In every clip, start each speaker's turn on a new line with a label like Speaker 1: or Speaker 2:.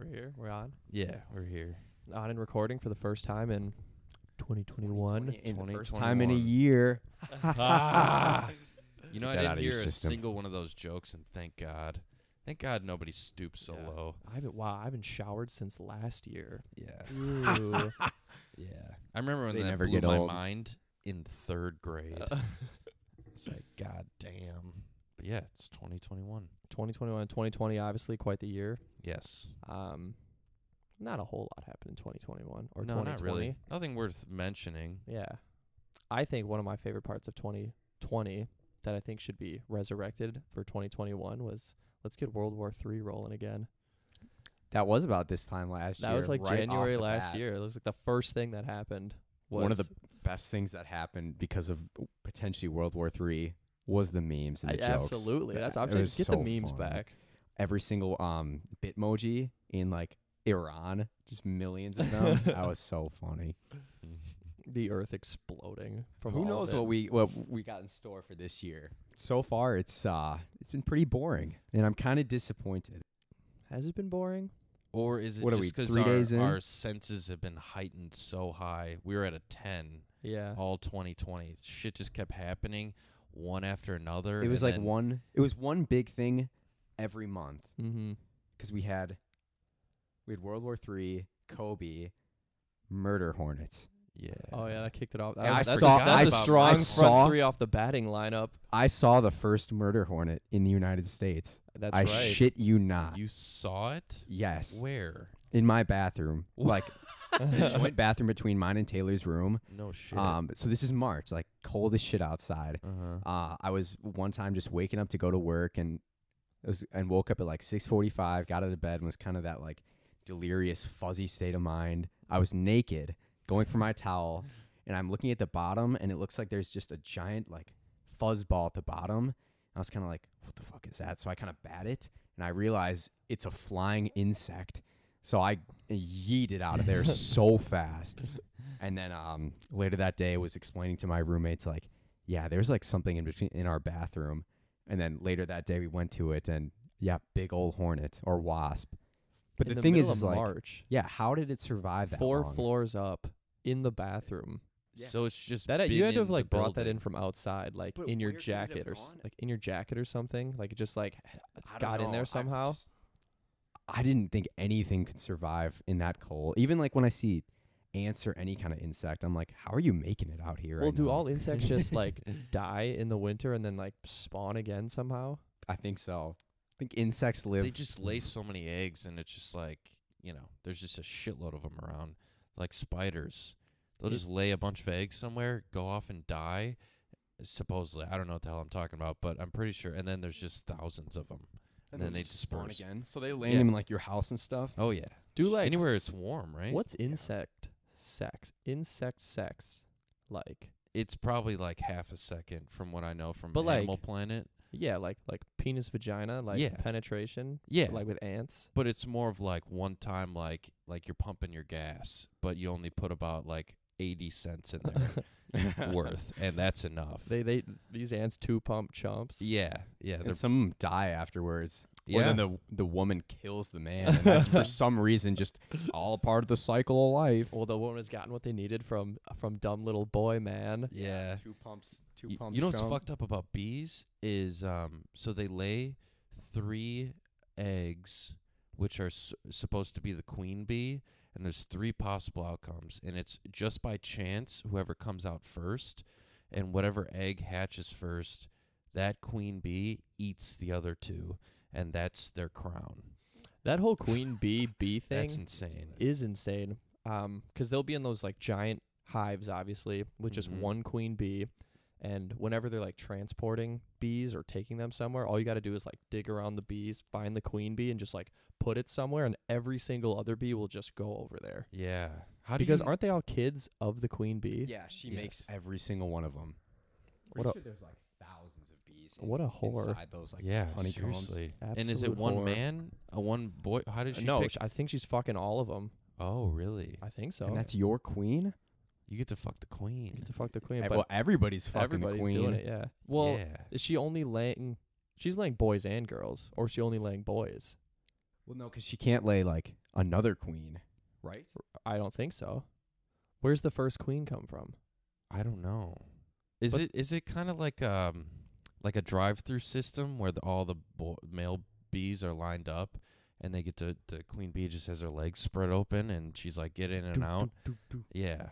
Speaker 1: on.
Speaker 2: Yeah, we're here.
Speaker 1: On and recording for the first time in 2021.
Speaker 3: in the first
Speaker 2: 2021.
Speaker 3: time in a year.
Speaker 2: Ah. you know,
Speaker 3: Get
Speaker 2: I
Speaker 3: that
Speaker 2: didn't
Speaker 3: out of
Speaker 2: hear
Speaker 3: your
Speaker 2: a
Speaker 3: system.
Speaker 2: single one of those jokes, and thank God. Thank God nobody stoops so
Speaker 1: Yeah.
Speaker 2: low.
Speaker 1: I haven't wow, I haven't showered since last year.
Speaker 2: Yeah.
Speaker 1: Ooh.
Speaker 2: Yeah. I remember when
Speaker 3: They
Speaker 2: that
Speaker 3: never
Speaker 2: blew
Speaker 3: get
Speaker 2: my
Speaker 3: old.
Speaker 2: mind in third grade. it's like, God damn. But yeah, it's 2021.
Speaker 1: 2021 and 2020 obvusly quite the year.
Speaker 2: Yes.
Speaker 1: Um not a whole lot happened in 2021 or
Speaker 2: no,
Speaker 1: 2020.
Speaker 2: not really. Nothing worth mentioning.
Speaker 1: Yeah. I think one of my favorite parts of 2020 that I think should be resurrected for 2021 was let's get World War 3 rolling again.
Speaker 3: That was about this time last
Speaker 1: That
Speaker 3: year.
Speaker 1: was like
Speaker 3: right off
Speaker 1: January
Speaker 3: the
Speaker 1: last
Speaker 3: bat.
Speaker 1: year. It was like the first thing that happened was
Speaker 3: One of the best things that happened because of potentially World War Three was the memes and
Speaker 1: I-
Speaker 3: the jokes.
Speaker 1: absolutely.
Speaker 3: That-
Speaker 1: That's I'm
Speaker 3: it
Speaker 1: saying
Speaker 3: was
Speaker 1: get
Speaker 3: so
Speaker 1: the memes
Speaker 3: fun.
Speaker 1: back.
Speaker 3: Every single um bitmoji in like Iran, just millions of them. that was so funny.
Speaker 1: The Earth exploding from
Speaker 3: Who
Speaker 1: all
Speaker 3: knows
Speaker 1: of it.
Speaker 3: what we what we got in store for this year? So far, it's uh it's been pretty boring, and I'm kind of disappointed.
Speaker 1: has it been boring?
Speaker 2: Or is it
Speaker 3: What are
Speaker 2: just
Speaker 3: we,
Speaker 2: because
Speaker 3: three days
Speaker 2: our,
Speaker 3: in?
Speaker 2: our senses have been heightened so high? We were at a 10
Speaker 1: Yeah,
Speaker 2: all 2020. Shit just kept happening one after another.
Speaker 3: It was
Speaker 2: and
Speaker 3: like
Speaker 2: then-
Speaker 3: one. It was one big thing every month
Speaker 1: mm-hmm.
Speaker 3: because we had we had World War Three, Kobe, murder hornets.
Speaker 2: Yeah.
Speaker 1: Oh yeah, that kicked it off. That
Speaker 3: Yeah,
Speaker 1: was-
Speaker 3: I
Speaker 1: that's
Speaker 3: saw-
Speaker 1: a,
Speaker 3: I
Speaker 1: that's a
Speaker 3: saw- I
Speaker 1: strong front
Speaker 3: saw-
Speaker 1: three off the batting lineup.
Speaker 3: I saw the first murder hornet in the United States.
Speaker 1: That's
Speaker 3: I
Speaker 1: right.
Speaker 3: shit you not.
Speaker 2: You saw it?
Speaker 3: yes,
Speaker 2: Where?
Speaker 3: in my bathroom, like the
Speaker 1: yeah,
Speaker 3: joint bathroom between mine and Taylor's room.
Speaker 2: No shit.
Speaker 3: Um, so this is March, like cold as shit outside.
Speaker 2: uh-huh.
Speaker 3: Uh, I was one time just waking up to go to work and it was and woke up at like 6:45, got out of bed and was kind of that like delirious fuzzy state of mind. I was naked, going for my towel, and I'm looking at the bottom and it looks like there's just a giant like fuzz ball at the bottom. I was kind of like, what the fuck is that? So I kind of bat it and I realize it's a flying insect. So I yeeted out of there so fast. And then um, later that day, I was explaining to my roommates, like, yeah, there's like something in between in our bathroom. And then later that day, we went to it, and yeah, big old hornet or wasp. But
Speaker 1: In
Speaker 3: the, thing is,
Speaker 1: middle
Speaker 3: is
Speaker 1: of
Speaker 3: like,
Speaker 1: March,
Speaker 3: yeah, how did it survive that
Speaker 1: four
Speaker 3: long?
Speaker 1: floors up in the bathroom.
Speaker 3: Yeah.
Speaker 2: So it's just
Speaker 1: That you
Speaker 2: been
Speaker 1: had to have
Speaker 2: in
Speaker 1: like
Speaker 2: the
Speaker 1: brought that in
Speaker 2: building.
Speaker 1: from outside, like
Speaker 3: But
Speaker 1: in your
Speaker 3: where could it have
Speaker 1: jacket or s-
Speaker 3: gone?
Speaker 1: like in your jacket or something. Like it just like
Speaker 3: I don't
Speaker 1: got in
Speaker 3: know.
Speaker 1: there
Speaker 3: I've
Speaker 1: somehow.
Speaker 3: just- I didn't think anything could survive in that cold. Even like when I see ants or any kind of insect, I'm like, how are you making it out here?
Speaker 1: well,
Speaker 3: right
Speaker 1: do
Speaker 3: now?
Speaker 1: all insects just like die in the winter and then like spawn again somehow?
Speaker 3: I think so. I think insects live.
Speaker 2: They just lay so many eggs, and it's just like you know, there's just a shitload of them around, like spiders. They'll
Speaker 1: Yeah.
Speaker 2: just lay a bunch of eggs somewhere, go off and die. Supposedly, I don't know what the hell I'm talking about, but I'm pretty sure. And then there's just thousands of them. and then they
Speaker 3: spawn
Speaker 2: disperse.
Speaker 3: again. So they land
Speaker 2: Yeah.
Speaker 3: in like your house and stuff.
Speaker 2: Oh yeah,
Speaker 1: Do like
Speaker 2: anywhere
Speaker 1: s-
Speaker 2: it's warm, right?
Speaker 1: What's insect sex? Insect sex, like
Speaker 2: It's probably like half a second from what I know from
Speaker 1: But, like-
Speaker 2: Animal Planet.
Speaker 1: yeah, like like penis vagina, like
Speaker 2: Yeah.
Speaker 1: penetration,
Speaker 2: Yeah,
Speaker 1: like with ants.
Speaker 2: but it's more of like one time, like like you're pumping your gas, but you only put about like eighty cents in there worth, and that's enough.
Speaker 1: They they these ants two pump chumps.
Speaker 2: yeah, yeah, they're
Speaker 3: And some of 'em die afterwards.
Speaker 2: yeah.
Speaker 3: Or then the the woman kills the man. And that's for some reason just all part of the cycle of life.
Speaker 1: Well, the woman has gotten what they needed from from dumb little boy man.
Speaker 2: Yeah.
Speaker 3: Two pumps. Two
Speaker 2: Y- You know what's fucked up about bees is um so they lay three eggs which are s- supposed to be the queen bee and there's three possible outcomes and it's just by chance whoever comes out first and whatever egg hatches first that queen bee eats the other two and that's their crown.
Speaker 1: That whole queen bee bee thing
Speaker 2: That's insane.
Speaker 1: is insane. Um, because they'll be in those like giant hives, obviously, with just
Speaker 2: Mhm.
Speaker 1: one queen bee. And whenever they're like transporting bees or taking them somewhere, all you got to do is like dig around the bees, find the queen bee, and just like put it somewhere, and every single other bee will just go over there.
Speaker 2: yeah. How do
Speaker 1: Because
Speaker 2: you
Speaker 1: aren't they all kids of the queen bee?
Speaker 3: Yeah, she
Speaker 2: Yes.
Speaker 3: makes every single one of them.
Speaker 1: What a-
Speaker 3: there's like thousands of bees.
Speaker 1: What a whore.
Speaker 3: Inside those like
Speaker 2: yeah,
Speaker 3: honeycombs.
Speaker 2: seriously. And is it
Speaker 1: Absolute
Speaker 2: one
Speaker 1: whore. Uh,
Speaker 2: man, a one boy? How did she
Speaker 1: no,
Speaker 2: pick?
Speaker 1: sh- I think she's fucking all of them.
Speaker 2: oh, really?
Speaker 1: I think so.
Speaker 3: And that's your queen.
Speaker 2: You get to fuck the queen.
Speaker 1: Get to fuck the queen,
Speaker 3: Eh,
Speaker 1: but
Speaker 3: well, everybody's fucking
Speaker 1: everybody's
Speaker 3: the queen.
Speaker 1: doing it. Yeah. Well,
Speaker 2: yeah.
Speaker 1: is she only laying? She's laying boys and girls, or is she only laying boys?
Speaker 3: Well, no, because she can't lay like another queen, right?
Speaker 1: I don't think so. Where's the first queen come from?
Speaker 2: I don't know. Is
Speaker 1: But-
Speaker 2: it is it kind of like um like a drive-through system where the, all the bo- male bees are lined up and they get to the queen bee just has her legs spread open and she's like get in and out. Yeah.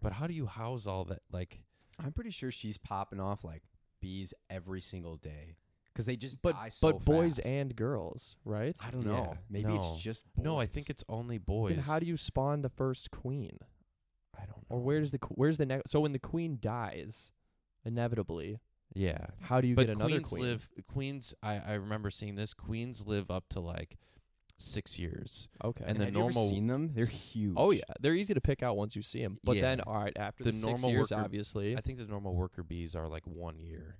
Speaker 2: But how do you house all that like
Speaker 3: I'm pretty sure she's popping off like bees every single day because they just
Speaker 1: But
Speaker 3: die so
Speaker 1: but boys
Speaker 3: fast.
Speaker 1: and girls, right?
Speaker 3: I don't
Speaker 2: Yeah,
Speaker 3: know. Maybe
Speaker 2: no.
Speaker 3: it's just
Speaker 2: No, I think it's only boys.
Speaker 1: Then how do you spawn the first queen?
Speaker 2: I don't know.
Speaker 1: Or where's the qu- where's the next? So when the queen dies, inevitably,
Speaker 2: Yeah.
Speaker 1: how do you
Speaker 2: but
Speaker 1: get another
Speaker 2: queens
Speaker 1: queen?
Speaker 2: live queens I I remember seeing this queens live up to like 6 years.
Speaker 1: okay.
Speaker 2: and
Speaker 3: And
Speaker 2: the
Speaker 3: have you ever
Speaker 2: normal-
Speaker 3: seen them? They're huge.
Speaker 1: oh yeah, they're easy to pick out once you see them. But then
Speaker 2: Yeah.
Speaker 1: all right, after
Speaker 2: The
Speaker 1: the, six
Speaker 2: normal
Speaker 1: years,
Speaker 2: worker-
Speaker 1: obviously,
Speaker 2: I think the normal worker bees are like 1 year.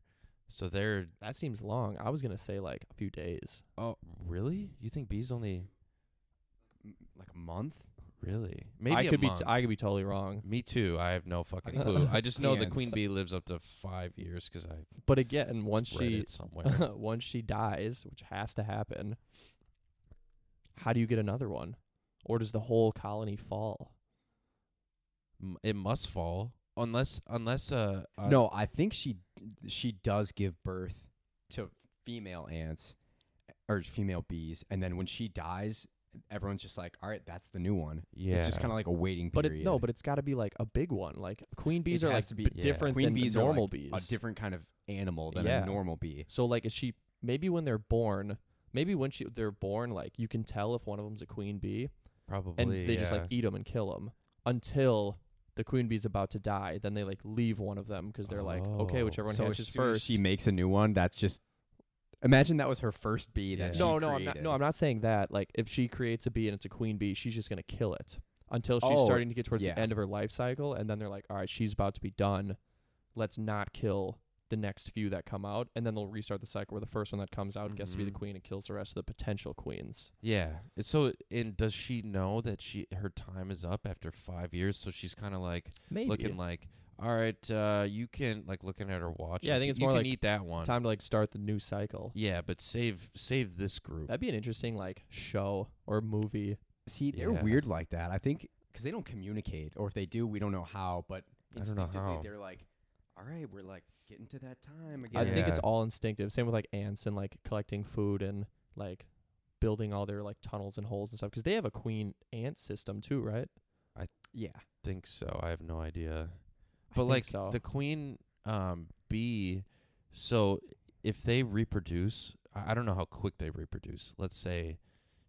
Speaker 2: So they're
Speaker 1: that seems long. I was gonna say like a few days.
Speaker 2: Oh, really? You think bees only
Speaker 3: like a month.
Speaker 2: really? Maybe
Speaker 1: I
Speaker 2: a
Speaker 1: could be
Speaker 2: month.
Speaker 1: I could be totally wrong.
Speaker 2: Me too. I have no fucking
Speaker 3: think it's
Speaker 2: clue.
Speaker 3: on
Speaker 2: I just know the
Speaker 3: hands.
Speaker 2: queen bee lives up to five years because I
Speaker 1: But again, once
Speaker 2: read
Speaker 1: she
Speaker 2: it somewhere.
Speaker 1: once she dies, which has to happen, how do you get another one? Or does the whole colony fall?
Speaker 2: M- it must fall unless unless uh, uh
Speaker 3: no, I think she she does give birth to female ants or female bees, and then when she dies, everyone's just like, "All right, that's the new one."
Speaker 2: yeah
Speaker 3: It's just kind of like a waiting
Speaker 1: But
Speaker 3: period.
Speaker 1: it, no, but it's got to be like a big one. Like queen bees
Speaker 3: It
Speaker 1: are
Speaker 3: has
Speaker 1: like
Speaker 3: to be-
Speaker 1: b-
Speaker 2: yeah.
Speaker 1: different
Speaker 3: queen
Speaker 1: than
Speaker 3: bees are,
Speaker 1: normal
Speaker 3: like,
Speaker 1: bees.
Speaker 3: a different kind of animal than
Speaker 1: Yeah.
Speaker 3: a normal bee.
Speaker 1: so like is she maybe when they're born, maybe when she they're born, like you can tell if one of them's a queen bee,
Speaker 2: probably
Speaker 1: and they just like
Speaker 2: yeah.
Speaker 1: eat them and kill them until the queen bee's about to die. Then they like leave one of them because they're like, okay,
Speaker 2: Oh.
Speaker 1: whichever one
Speaker 3: so
Speaker 1: hatches
Speaker 3: as soon as
Speaker 1: first.
Speaker 3: she makes a new one. That's just imagine that was her first bee.
Speaker 2: Yeah.
Speaker 3: That she
Speaker 1: no, no, I'm not,
Speaker 3: created.
Speaker 1: no, I'm not saying that. Like, if she creates a bee and it's a queen bee, she's just gonna kill it until she's
Speaker 3: Oh,
Speaker 1: starting to get towards
Speaker 3: yeah.
Speaker 1: the end of her life cycle, and then they're like, all right, she's about to be done. Let's not kill the next few that come out, and then they'll restart the cycle where the first one that comes out gets to be the
Speaker 3: Mm-hmm.
Speaker 2: Mhm.
Speaker 1: queen and kills the rest of the potential queens.
Speaker 2: yeah And so and does she know that she her time is up after five years so she's kind of like
Speaker 1: Maybe
Speaker 2: looking like all right uh you can like looking at her watch
Speaker 1: Yeah, I
Speaker 2: you
Speaker 1: think
Speaker 2: can-
Speaker 1: it's
Speaker 2: you
Speaker 1: more
Speaker 2: can
Speaker 1: like
Speaker 2: eat that one
Speaker 1: time to like start the new cycle.
Speaker 2: yeah but save save this group
Speaker 1: That'd be an interesting like show or movie.
Speaker 3: See, they're
Speaker 2: Yeah.
Speaker 3: weird like that. I think because they don't communicate, or if they do, we don't know how. But
Speaker 2: I don't know
Speaker 3: instinctively,
Speaker 2: how.
Speaker 3: they're like, "All right, we're like getting to that time
Speaker 1: I
Speaker 3: again."
Speaker 1: think
Speaker 2: Yeah.
Speaker 1: it's all instinctive. Same with like ants and like collecting food and like building all their like tunnels and holes and stuff because they have a queen ant system too, right?
Speaker 3: yeah,
Speaker 2: think so I have no idea
Speaker 1: I
Speaker 2: But
Speaker 1: think
Speaker 2: like
Speaker 1: so.
Speaker 2: the queen um, bee, so if they reproduce, I I don't know how quick they reproduce. Let's say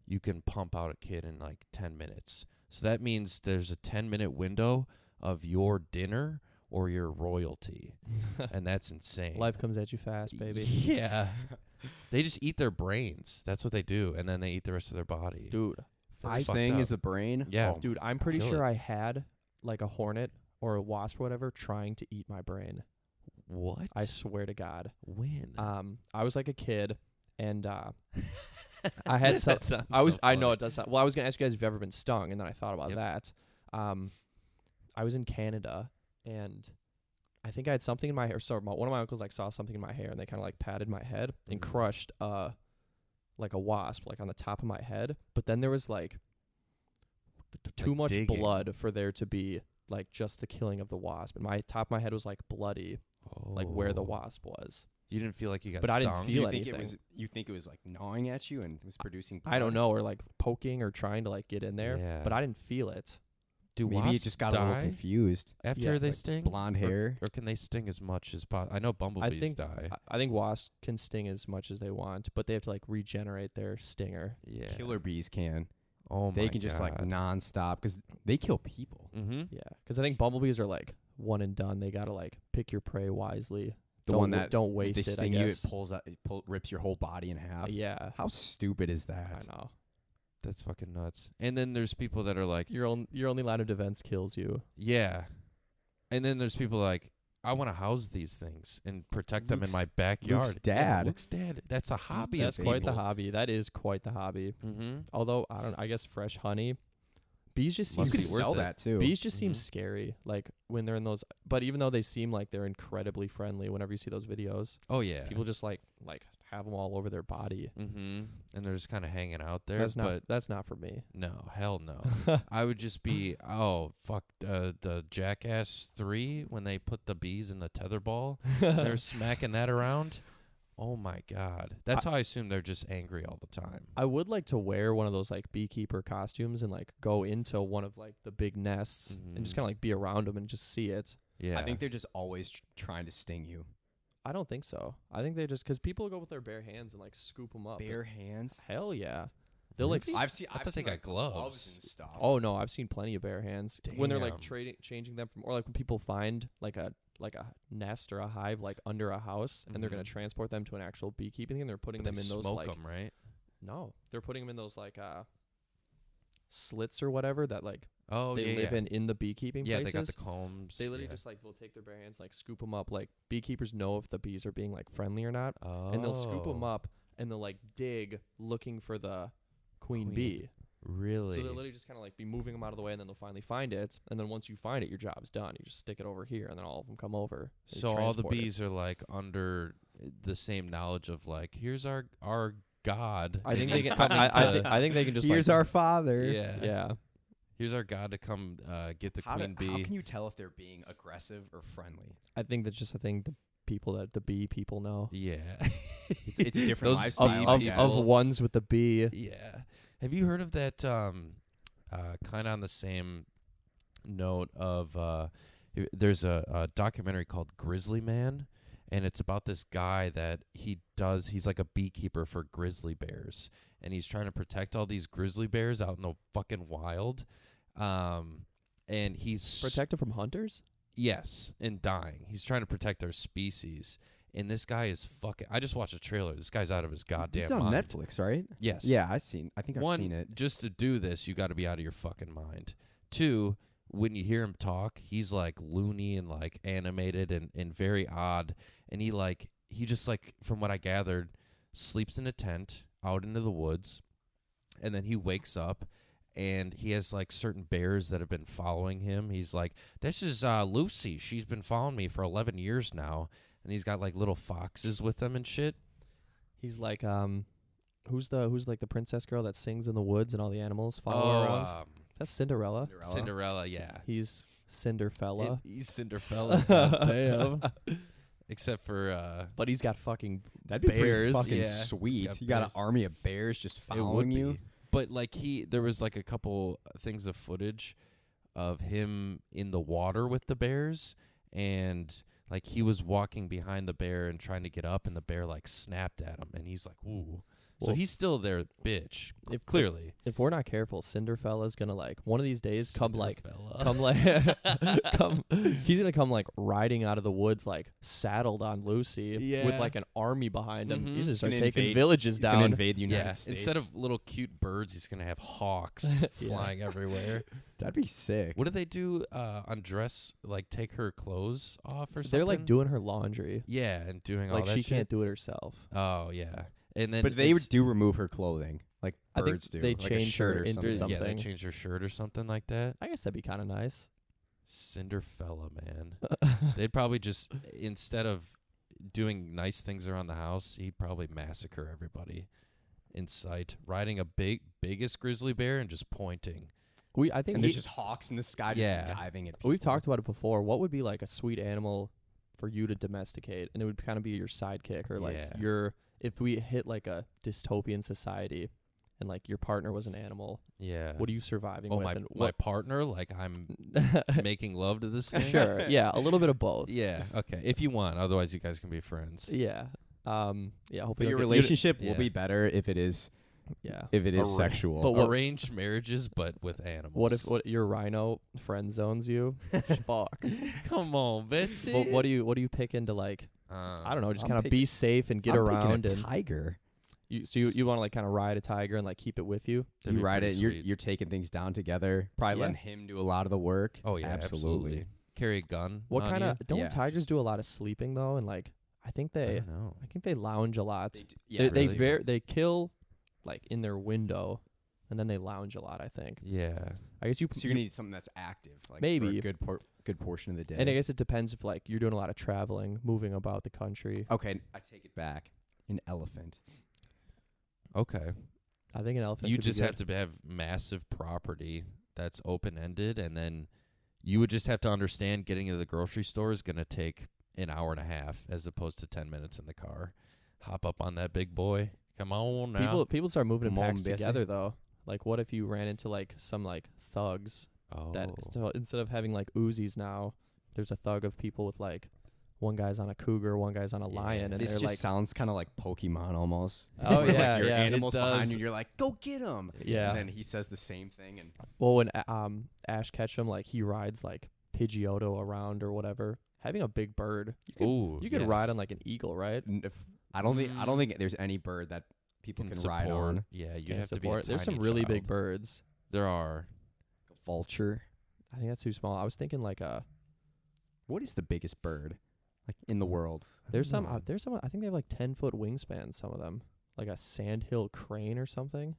Speaker 2: you can pump out a kid in like 10 minutes. So that means there's a 10 minute window of your dinner or your royalty. and that's insane.
Speaker 1: life comes at you fast, baby.
Speaker 2: Yeah. they just eat their brains. That's what they do. And then they eat the rest of their body.
Speaker 1: Dude,
Speaker 2: That's
Speaker 3: I
Speaker 2: fucked
Speaker 3: thing
Speaker 2: up.
Speaker 3: is the brain.
Speaker 2: Yeah.
Speaker 3: Oh,
Speaker 1: dude, I'm pretty
Speaker 2: Kill
Speaker 1: sure I had like a hornet or a wasp or whatever trying to eat my brain.
Speaker 2: what?
Speaker 1: I swear to God.
Speaker 2: win.
Speaker 1: Um, I was like a kid and uh, I had some- I was I know it does not. Well, I was gonna ask you guys if you've ever been stung, and then I thought about
Speaker 2: Yep.
Speaker 1: that. Um, I was in Canada, and I think I had something in my hair. So my, one of my uncles like saw something in my hair, and they kind of like patted my head and
Speaker 2: Mhm.
Speaker 1: crushed uh like a wasp like on the top of my head. But then there was like t- too
Speaker 2: Like
Speaker 1: much
Speaker 2: digging.
Speaker 1: blood for there to be like just the killing of the wasp, and my top of my head was like bloody, like where the
Speaker 2: Oh.
Speaker 1: wasp was.
Speaker 2: You didn't feel like you got
Speaker 1: But I didn't
Speaker 2: stung?
Speaker 3: So
Speaker 1: feel
Speaker 3: you think
Speaker 1: anything.
Speaker 3: it was? You think it was like gnawing at you and was producing?
Speaker 1: I don't
Speaker 3: blood?
Speaker 1: know, or like poking or trying to like get in there,
Speaker 2: Yeah.
Speaker 1: but I didn't feel it.
Speaker 2: Do
Speaker 3: Maybe it just got a little confused.
Speaker 2: after
Speaker 1: Yeah,
Speaker 2: they
Speaker 3: like
Speaker 2: sting,
Speaker 3: Blonde hair.
Speaker 2: or can they sting as much as possible? I know bumblebees
Speaker 1: think-
Speaker 2: die.
Speaker 1: I- I think wasps can sting as much as they want, but they have to like regenerate their stinger.
Speaker 2: yeah,
Speaker 3: Killer bees can.
Speaker 2: Oh my
Speaker 3: they can just like nonstop because they kill people.
Speaker 2: mm-hmm.
Speaker 1: Yeah, because I think bumblebees are like one and done. They gotta like pick your prey wisely.
Speaker 3: The
Speaker 1: don't
Speaker 3: one
Speaker 1: wa-
Speaker 3: that
Speaker 1: don't
Speaker 3: if
Speaker 1: waste
Speaker 3: they
Speaker 1: it.
Speaker 3: sting
Speaker 1: I
Speaker 3: you,
Speaker 1: guess.
Speaker 3: it pulls out, it pull, rips your whole body in half.
Speaker 1: yeah,
Speaker 3: How stupid is
Speaker 1: I
Speaker 3: that?
Speaker 1: know.
Speaker 2: That's fucking nuts. And then there's people that are like,
Speaker 1: Your own your only line of defense kills you.
Speaker 2: yeah, and then there's people like, I want to house these things and protect them in
Speaker 3: Luke's-
Speaker 2: my backyard. Yeah,
Speaker 3: dad.
Speaker 2: Luke's dad. That's a hobby.
Speaker 1: That's quite the
Speaker 2: hobby.
Speaker 1: hobby. That is quite the hobby.
Speaker 2: Mm-hmm.
Speaker 1: Although I don't, I guess fresh honey. Bees just
Speaker 2: Must
Speaker 1: seem
Speaker 3: You could
Speaker 2: be worth
Speaker 3: sell
Speaker 2: it.
Speaker 3: that too. Mm-hmm.
Speaker 1: Bees just seem
Speaker 2: Mhm.
Speaker 1: scary, like when they're in those. But even though they seem like they're incredibly friendly, whenever you see those videos,
Speaker 2: Oh yeah.
Speaker 1: people just like like have them all over their body.
Speaker 2: Mm-hmm. And they're just kind of hanging out there.
Speaker 1: that's not
Speaker 2: but
Speaker 1: that's not for me.
Speaker 2: no, hell no. I would just be
Speaker 1: Mm.
Speaker 2: oh fuck uh, the Jackass three when they put the bees in the tether ball. and they're smacking that around. Oh my god, that's how I assume they're just angry all the time.
Speaker 1: I would like to wear one of those like beekeeper costumes and like go into one of like the big nests and just
Speaker 2: Mhm.
Speaker 1: kind of like be around them and just see it.
Speaker 2: Yeah,
Speaker 3: I think they're just always tr- trying to sting you.
Speaker 1: I don't think so. I think they just because people go with their bare hands and like scoop them up.
Speaker 3: Bare hands.
Speaker 1: Hell yeah, they'll like.
Speaker 2: Really?
Speaker 1: s-
Speaker 3: I've seen.
Speaker 2: I
Speaker 3: I've
Speaker 2: thought they
Speaker 3: seen,
Speaker 2: got
Speaker 3: like,
Speaker 2: gloves.
Speaker 3: and stuff.
Speaker 1: Oh no, I've seen plenty of bare hands when they're like
Speaker 2: Damn.
Speaker 1: trading, changing them from, or like when people find like a like a nest or a hive like under a house and they're gonna
Speaker 2: Mhm.
Speaker 1: transport them to an actual beekeeping thing. And they're putting
Speaker 2: But
Speaker 1: them
Speaker 2: they
Speaker 1: in those
Speaker 2: smoke
Speaker 1: like
Speaker 2: 'em, right.
Speaker 1: no, they're putting them in those like uh slits or whatever that like
Speaker 2: Oh
Speaker 1: they
Speaker 2: yeah,
Speaker 1: live
Speaker 2: yeah.
Speaker 1: in in the beekeeping
Speaker 2: yeah,
Speaker 1: places.
Speaker 2: they got the combs.
Speaker 1: They literally
Speaker 2: yeah.
Speaker 1: just like they'll take their bare hands, like scoop them up. Like beekeepers know if the bees are being like friendly or not,
Speaker 2: oh.
Speaker 1: and they'll scoop them up and they'll like dig looking for the queen,
Speaker 2: Queen.
Speaker 1: bee.
Speaker 2: Really?
Speaker 1: So they'll literally just kind of like be moving them out of the way, and then they'll finally find it. And then once you find it, your job's done. You just stick it over here, and then all of them come over. They
Speaker 2: So all the
Speaker 1: transport it.
Speaker 2: bees are like under the same knowledge of like here's our our god.
Speaker 1: I think
Speaker 2: and
Speaker 1: they
Speaker 2: he's
Speaker 1: can. I,
Speaker 2: coming
Speaker 1: I, I,
Speaker 2: to-
Speaker 1: think, I think they can just.
Speaker 3: Here's
Speaker 1: like,
Speaker 3: our father.
Speaker 2: yeah.
Speaker 1: Yeah.
Speaker 2: Here's our god to come uh, get the
Speaker 3: How, do-
Speaker 2: queen bee.
Speaker 3: how can you tell if they're being aggressive or friendly?
Speaker 1: I think that's just a thing the people that the bee people know.
Speaker 2: yeah.
Speaker 3: It's, it's a different
Speaker 2: Those
Speaker 1: Of,
Speaker 3: lifestyle.
Speaker 2: bee
Speaker 1: of,
Speaker 3: I
Speaker 2: people.
Speaker 1: of
Speaker 3: guess.
Speaker 1: ones with the bee.
Speaker 2: Yeah. Have you heard of that? Um, uh, kind of on the same note of uh, i- there's a, a documentary called Grizzly Man, and it's about this guy that he does. He's like a beekeeper for grizzly bears, and he's trying to protect all these grizzly bears out in the fucking wild. Um, and he's
Speaker 1: Protected from hunters.
Speaker 2: Yes, and dying. He's trying to protect their species. And this guy is fucking. I just watched a trailer. This guy's out of his goddamn
Speaker 3: This is on
Speaker 2: mind.
Speaker 3: Netflix, right?
Speaker 2: Yes.
Speaker 3: Yeah, I've seen. I think I've
Speaker 2: One,
Speaker 3: seen it.
Speaker 2: just to do this, you got to be out of your fucking mind. Two, when you hear him talk, he's like loony and like animated and, and very odd. And he like, he just like, from what I gathered, sleeps in a tent out into the woods. And then he wakes up and he has like certain bears that have been following him. He's like, this is uh, Lucy. She's been following me for 11 years now. And he's got like little foxes with him and shit.
Speaker 1: He's like, um, who's the who's like the princess girl that sings in the woods and all the animals follow her
Speaker 2: Oh,
Speaker 1: around?
Speaker 2: um,
Speaker 1: That's Cinderella.
Speaker 3: Cinderella.
Speaker 2: Cinderella, yeah.
Speaker 1: He's Cinderfella,
Speaker 2: It- He's Cinderfella. goddamn. Except for uh
Speaker 1: but he's got fucking.
Speaker 3: That'd be
Speaker 1: Bears,
Speaker 3: pretty fucking
Speaker 2: yeah.
Speaker 3: sweet.
Speaker 2: He's got
Speaker 3: you got an
Speaker 2: bears.
Speaker 3: army of bears just
Speaker 2: it
Speaker 3: following
Speaker 2: would
Speaker 3: you.
Speaker 2: be. But like he there was like a couple things of footage of him in the water with the bears and like he was walking behind the bear and trying to get up and the bear like snapped at him and he's like, "Ooh." so
Speaker 1: Well,
Speaker 2: he's still their bitch, c-
Speaker 1: if-
Speaker 2: clearly.
Speaker 1: If we're not careful, Cinderfella's gonna like one of these days come like
Speaker 2: Cinderfella.
Speaker 1: come like come. He's gonna come like riding out of the woods like saddled on Lucy with
Speaker 2: Yeah.
Speaker 1: like an army behind him.
Speaker 2: Mhm.
Speaker 1: He's gonna
Speaker 3: He's
Speaker 1: start
Speaker 3: gonna
Speaker 1: taking
Speaker 3: invade-
Speaker 1: villages
Speaker 3: He's gonna
Speaker 1: down.
Speaker 3: invade the United
Speaker 2: yeah,
Speaker 3: States.
Speaker 2: instead of little cute birds, he's going to have hawks
Speaker 1: Yeah.
Speaker 2: flying everywhere.
Speaker 3: that'd be sick.
Speaker 2: What do they do? Uh, undress, like take her clothes off or something.
Speaker 1: They're like doing her laundry.
Speaker 2: yeah, and doing all
Speaker 1: Like
Speaker 2: that
Speaker 1: she
Speaker 2: shit.
Speaker 1: can't do it herself.
Speaker 2: Oh yeah, and then
Speaker 3: but they
Speaker 2: it's-
Speaker 3: do remove her clothing, like
Speaker 1: I think
Speaker 3: birds do.
Speaker 1: they
Speaker 3: like a
Speaker 1: change her
Speaker 3: shirt or
Speaker 1: into
Speaker 3: something.
Speaker 1: some-
Speaker 2: yeah they
Speaker 1: something.
Speaker 2: change her shirt or something like that.
Speaker 1: I guess that'd be kind of nice.
Speaker 2: Cinderfella, man. They'd probably just instead of doing nice things around the house, he'd probably massacre everybody in sight, riding a big biggest grizzly bear and just pointing.
Speaker 1: We I think
Speaker 3: And
Speaker 1: he-
Speaker 3: there's just hawks in the sky, just
Speaker 2: Yeah.
Speaker 3: diving at people.
Speaker 1: We've talked about it before. What would be like a sweet animal for you to domesticate? And it would kind of be your sidekick or like
Speaker 2: Yeah.
Speaker 1: your if we hit like a dystopian society and like your partner was an animal,
Speaker 2: Yeah.
Speaker 1: what are you surviving
Speaker 2: oh
Speaker 1: with
Speaker 2: my
Speaker 1: and
Speaker 2: my
Speaker 1: what
Speaker 2: partner, like I'm making love to this thing.
Speaker 1: Sure. Yeah, a little bit of both.
Speaker 2: Yeah. Okay. If you want, otherwise you guys can be friends.
Speaker 1: Yeah. Um yeah,
Speaker 3: But
Speaker 1: hopefully
Speaker 3: your
Speaker 1: you'll get-
Speaker 3: relationship will
Speaker 2: yeah.
Speaker 3: be better if it is
Speaker 1: you- Yeah.
Speaker 3: if it is
Speaker 2: Arra-
Speaker 3: sexual.
Speaker 1: But what-
Speaker 2: arranged marriages, but with animals.
Speaker 1: What if what your rhino friend zones you? Fuck.
Speaker 2: Come on, Um, Betsy.
Speaker 1: But what do you what do you pick into like I don't know, just
Speaker 3: I'm
Speaker 1: kind of be safe and get
Speaker 3: I'm thinking a
Speaker 1: around and
Speaker 3: tiger.
Speaker 1: you so you, you want to like kind of ride a tiger and like keep it with you?
Speaker 3: You ride it. You're you're taking things down together. Probably
Speaker 1: Yeah.
Speaker 3: letting him do a lot of the work.
Speaker 2: Oh yeah, absolutely.
Speaker 3: absolutely.
Speaker 2: Carry a gun.
Speaker 1: What
Speaker 2: on
Speaker 1: kind of
Speaker 2: you?
Speaker 1: don't
Speaker 3: Yeah, Uh-huh.
Speaker 1: tigers
Speaker 2: just-
Speaker 1: do a lot of sleeping though? And like, I think
Speaker 2: I
Speaker 1: they,
Speaker 2: don't know.
Speaker 1: I think they lounge a lot.
Speaker 3: They d-
Speaker 1: They
Speaker 3: yeah,
Speaker 1: they,
Speaker 2: really.
Speaker 1: ver- they kill like in their window, and then they lounge a lot. I think.
Speaker 2: Yeah.
Speaker 1: I guess you.
Speaker 3: So you're gonna need something that's active, like for
Speaker 1: Maybe.
Speaker 3: a good por- good portion of the day.
Speaker 1: and I guess it depends if like you're doing a lot of traveling, moving about the country.
Speaker 3: okay, I take it back. an elephant.
Speaker 2: Okay.
Speaker 1: I think an elephant.
Speaker 2: you
Speaker 1: could be
Speaker 2: just have
Speaker 1: good.
Speaker 2: to have massive property that's open ended, and then you would just have to understand getting to the grocery store is going to take an hour and a half as opposed to 10 minutes in the car. Hop up on that big boy. Come on now.
Speaker 1: people people start moving in
Speaker 3: Come on,
Speaker 1: packs
Speaker 3: Bessie.
Speaker 1: together though. Like, what if you ran into like some like thugs
Speaker 2: oh.
Speaker 1: that so instead of having like Uzis now, there's a thug of people with like one guy's on a cougar, one guy's on a
Speaker 2: Yeah.
Speaker 1: lion, and
Speaker 3: this
Speaker 1: they're
Speaker 3: just
Speaker 1: like,
Speaker 3: sounds kind of like Pokemon almost.
Speaker 1: Oh,
Speaker 3: Where,
Speaker 1: yeah,
Speaker 3: like, your
Speaker 1: yeah. It
Speaker 3: animals behind
Speaker 2: does.
Speaker 3: you. and You're like, go get him.
Speaker 1: Yeah.
Speaker 3: and then he says the same thing, and
Speaker 1: well, when uh, um Ash Ketchum like he rides like Pidgeotto around or whatever, having a big bird, you could
Speaker 2: Ooh,
Speaker 1: you could ride
Speaker 2: yes.
Speaker 1: on like an eagle, right?
Speaker 3: n- if, I don't think I don't think there's any bird that people
Speaker 2: Can
Speaker 3: Mm. can, ride
Speaker 2: support-
Speaker 3: on.
Speaker 2: Yeah, you
Speaker 1: Can't
Speaker 2: have to be.
Speaker 1: support-
Speaker 2: A
Speaker 1: There's some
Speaker 2: tiny
Speaker 1: really
Speaker 2: child.
Speaker 1: big birds.
Speaker 2: There are.
Speaker 3: Vulture.
Speaker 1: I think that's too small. I was thinking like uh, a
Speaker 3: What is the biggest bird like in the world? uh,
Speaker 1: there's some
Speaker 2: know.
Speaker 1: out there's some I think they have like ten foot wingspans. Some of them like a sandhill crane or something.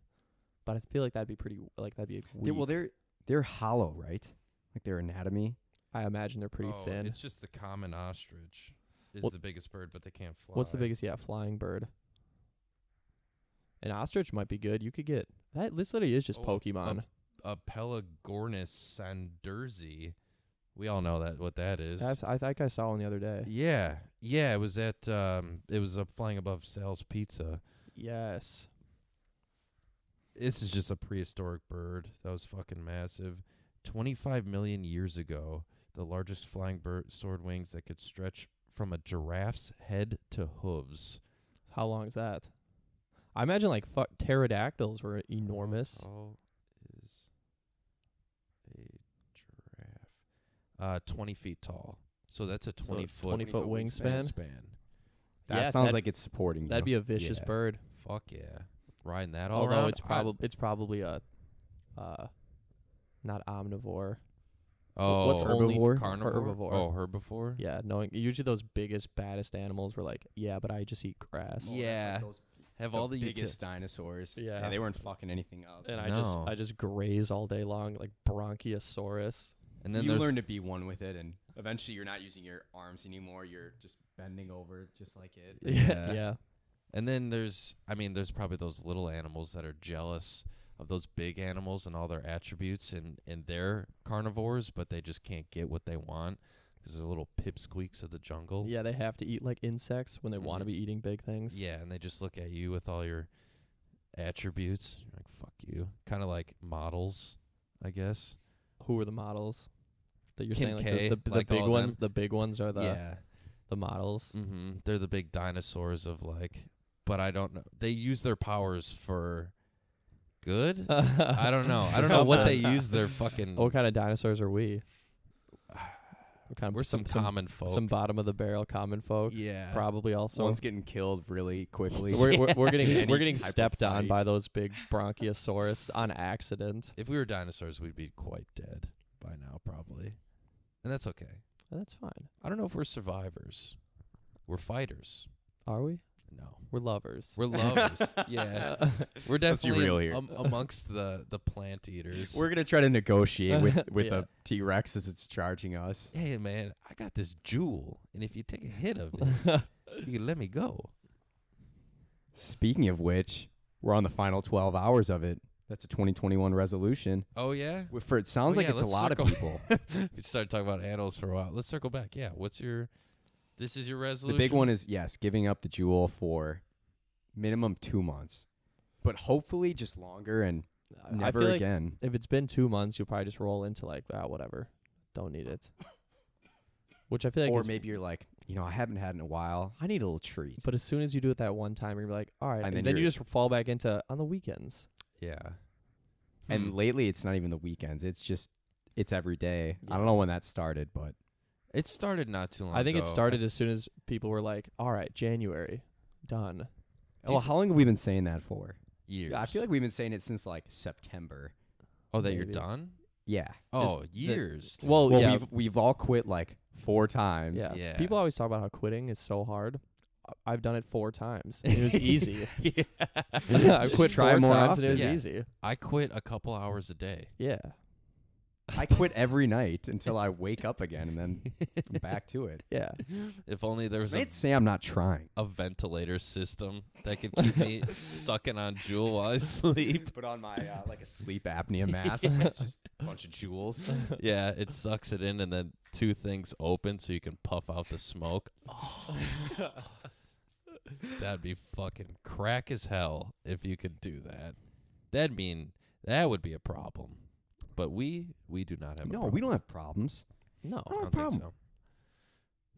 Speaker 1: But I feel like that'd be pretty like that'd be
Speaker 3: They-
Speaker 1: weak.
Speaker 3: well, they're they're hollow, right? Like their anatomy.
Speaker 1: I imagine they're pretty
Speaker 2: Oh,
Speaker 1: thin.
Speaker 2: It's just the common ostrich is
Speaker 1: Well-
Speaker 2: the biggest bird, but they can't fly.
Speaker 1: What's the biggest? Yeah, flying bird. An ostrich might be good. You could get that. This literally is just
Speaker 2: Oh, a-
Speaker 1: Pokemon.
Speaker 2: A Pelagornis sandersi. We all know that what that is.
Speaker 1: That's- I think I saw one the other day.
Speaker 2: yeah, yeah. It was at um, it was up flying above Sal's Pizza.
Speaker 1: Yes.
Speaker 2: This is just a prehistoric bird that was fucking massive. Twenty five million years ago, the largest flying bird sword wings that could stretch from a giraffe's head to hooves.
Speaker 1: How long is that? I imagine like fuck pterodactyls were
Speaker 2: How
Speaker 1: enormous.
Speaker 2: tall is a giraffe? Uh, twenty feet tall. So that's a twenty foot
Speaker 1: 20 foot wingspan.
Speaker 2: wingspan.
Speaker 3: That
Speaker 1: Yeah,
Speaker 3: sounds
Speaker 1: that-
Speaker 3: like it's supporting. You.
Speaker 1: That'd be a vicious
Speaker 2: Yeah.
Speaker 1: bird.
Speaker 2: Fuck yeah, riding that all
Speaker 1: Although
Speaker 2: around.
Speaker 1: it's probably it's probably a, uh, not omnivore.
Speaker 2: I, oh,
Speaker 1: what's only-
Speaker 2: herbivore?
Speaker 1: or
Speaker 2: Carnivore?
Speaker 1: herbivore.
Speaker 2: Oh, herbivore.
Speaker 1: Yeah, knowing usually those biggest baddest animals were like, yeah, but I just eat grass.
Speaker 2: Yeah. Have all the
Speaker 3: biggest
Speaker 2: biggest.
Speaker 3: dinosaurs.
Speaker 1: Yeah.
Speaker 3: they weren't fucking anything up.
Speaker 1: And I just
Speaker 2: No.
Speaker 1: I just graze all day long like Bronchiosaurus.
Speaker 2: and then
Speaker 3: you
Speaker 2: there's
Speaker 3: learn to be one with it, and eventually you're not using your arms anymore. You're just bending over, just like it.
Speaker 2: Yeah.
Speaker 1: yeah.
Speaker 2: and then there's I mean there's probably those little animals that are jealous of those big animals and all their attributes and and they're carnivores, but they just can't get what they want because they're little pipsqueaks of the jungle.
Speaker 1: Yeah, they have to eat like insects when they want to
Speaker 2: Mhm.
Speaker 1: be eating big things.
Speaker 2: Yeah, and they just look at you with all your attributes. You're like, fuck you. Kind of like models, I guess.
Speaker 1: Who are the models? That you're
Speaker 2: Kim
Speaker 1: saying like
Speaker 2: K,
Speaker 1: the, the, the
Speaker 2: like all
Speaker 1: big
Speaker 2: of
Speaker 1: ones the big ones are the
Speaker 2: yeah.
Speaker 1: the models.
Speaker 2: Mm-hmm. They're the big dinosaurs of like, but I don't know. They use their powers for good? Mm. I don't know. I don't know what they use their fucking.
Speaker 1: What kind of dinosaurs are we? We're kind of
Speaker 2: We're some, common folk.
Speaker 1: some bottom of the barrel common folk.
Speaker 2: yeah.
Speaker 1: Probably also
Speaker 3: Someone's getting killed really quickly.
Speaker 1: we're, we're, we're getting
Speaker 3: Any
Speaker 1: we're getting
Speaker 3: type of
Speaker 1: stepped on
Speaker 3: fight.
Speaker 1: by those big bronchiosaurus on accident.
Speaker 2: if we were dinosaurs, we'd be quite dead by now, probably. And that's okay.
Speaker 1: But that's fine.
Speaker 2: I don't know if we're survivors. We're fighters.
Speaker 1: Are we?
Speaker 2: No.
Speaker 1: We're lovers.
Speaker 2: We're lovers. yeah. We're
Speaker 3: Let's be
Speaker 2: definitely
Speaker 3: real here.
Speaker 2: am- amongst the, the plant eaters.
Speaker 3: We're gonna try to negotiate with with
Speaker 1: Yeah.
Speaker 3: a T Rex as it's charging us.
Speaker 2: hey, man, I got this jewel. And if you take a hit of it, you can let me go.
Speaker 3: Speaking of which, we're on the final twelve hours of it. That's a 2021 resolution.
Speaker 2: Oh, yeah?
Speaker 3: Wh- For it sounds
Speaker 2: Oh,
Speaker 3: like
Speaker 2: yeah,
Speaker 3: it's a
Speaker 2: let's
Speaker 3: lot of
Speaker 2: circle-
Speaker 3: people.
Speaker 2: we started talking about animals for a while. Let's circle back. Yeah. What's your. This is your
Speaker 3: the
Speaker 2: resolution?
Speaker 3: big one is yes, giving up the jewel for minimum two months, but hopefully just longer and
Speaker 1: I- I
Speaker 3: never
Speaker 1: feel like
Speaker 3: again.
Speaker 1: if it's been two months, you'll probably just roll into like, ah, whatever, don't need it. Which I feel like,
Speaker 3: or
Speaker 1: is-
Speaker 3: maybe you're like, you know, I haven't had in a while. I need a little treat.
Speaker 1: but as soon as you do it that one time, you're like, all right, and,
Speaker 3: then
Speaker 1: then you
Speaker 3: you're-
Speaker 1: just fall back into on the weekends.
Speaker 2: Yeah.
Speaker 3: And
Speaker 2: Hmm.
Speaker 3: lately, it's not even the weekends. It's just it's every day. I don't know when that started, but
Speaker 2: It started not too long
Speaker 1: I think it
Speaker 2: ago.
Speaker 1: started as soon as people were like, all right, January, done.
Speaker 3: well, how long have we been saying that for?
Speaker 2: years.
Speaker 3: I feel like we've been saying it since like September.
Speaker 2: Oh, that you're
Speaker 1: Maybe.
Speaker 2: done?
Speaker 3: Yeah.
Speaker 2: Oh, years. dude.
Speaker 1: Well,
Speaker 3: Well,
Speaker 1: Oh, yeah,
Speaker 3: we've we've all quit like four times.
Speaker 1: yeah,
Speaker 2: yeah.
Speaker 1: People always talk about how quitting is so hard. I- I've done it four times. and It was easy. I
Speaker 3: Just
Speaker 1: quit
Speaker 3: try
Speaker 1: four
Speaker 3: more
Speaker 1: times and it
Speaker 3: often.
Speaker 1: was
Speaker 2: Yeah.
Speaker 1: easy.
Speaker 2: I quit a couple hours a day.
Speaker 1: Yeah.
Speaker 3: I quit every night until I wake up again, and then I'm back to it.
Speaker 1: Yeah.
Speaker 2: If only there was a,
Speaker 3: They'd say I'm not trying.
Speaker 2: a ventilator system that could keep me sucking on Jewel while I sleep.
Speaker 3: Put on my uh, like a sleep apnea mask. It's just a bunch of jewels.
Speaker 2: Yeah, it sucks it in, and then two things open so you can puff out the smoke. That'd be fucking crack as hell if you could do that. That'd mean that would be a problem. But we we do not have. a
Speaker 3: No,
Speaker 2: problem.
Speaker 3: we don't have problems.
Speaker 1: No,
Speaker 3: I don't
Speaker 2: I
Speaker 3: have
Speaker 2: don't think
Speaker 3: problem.
Speaker 2: so.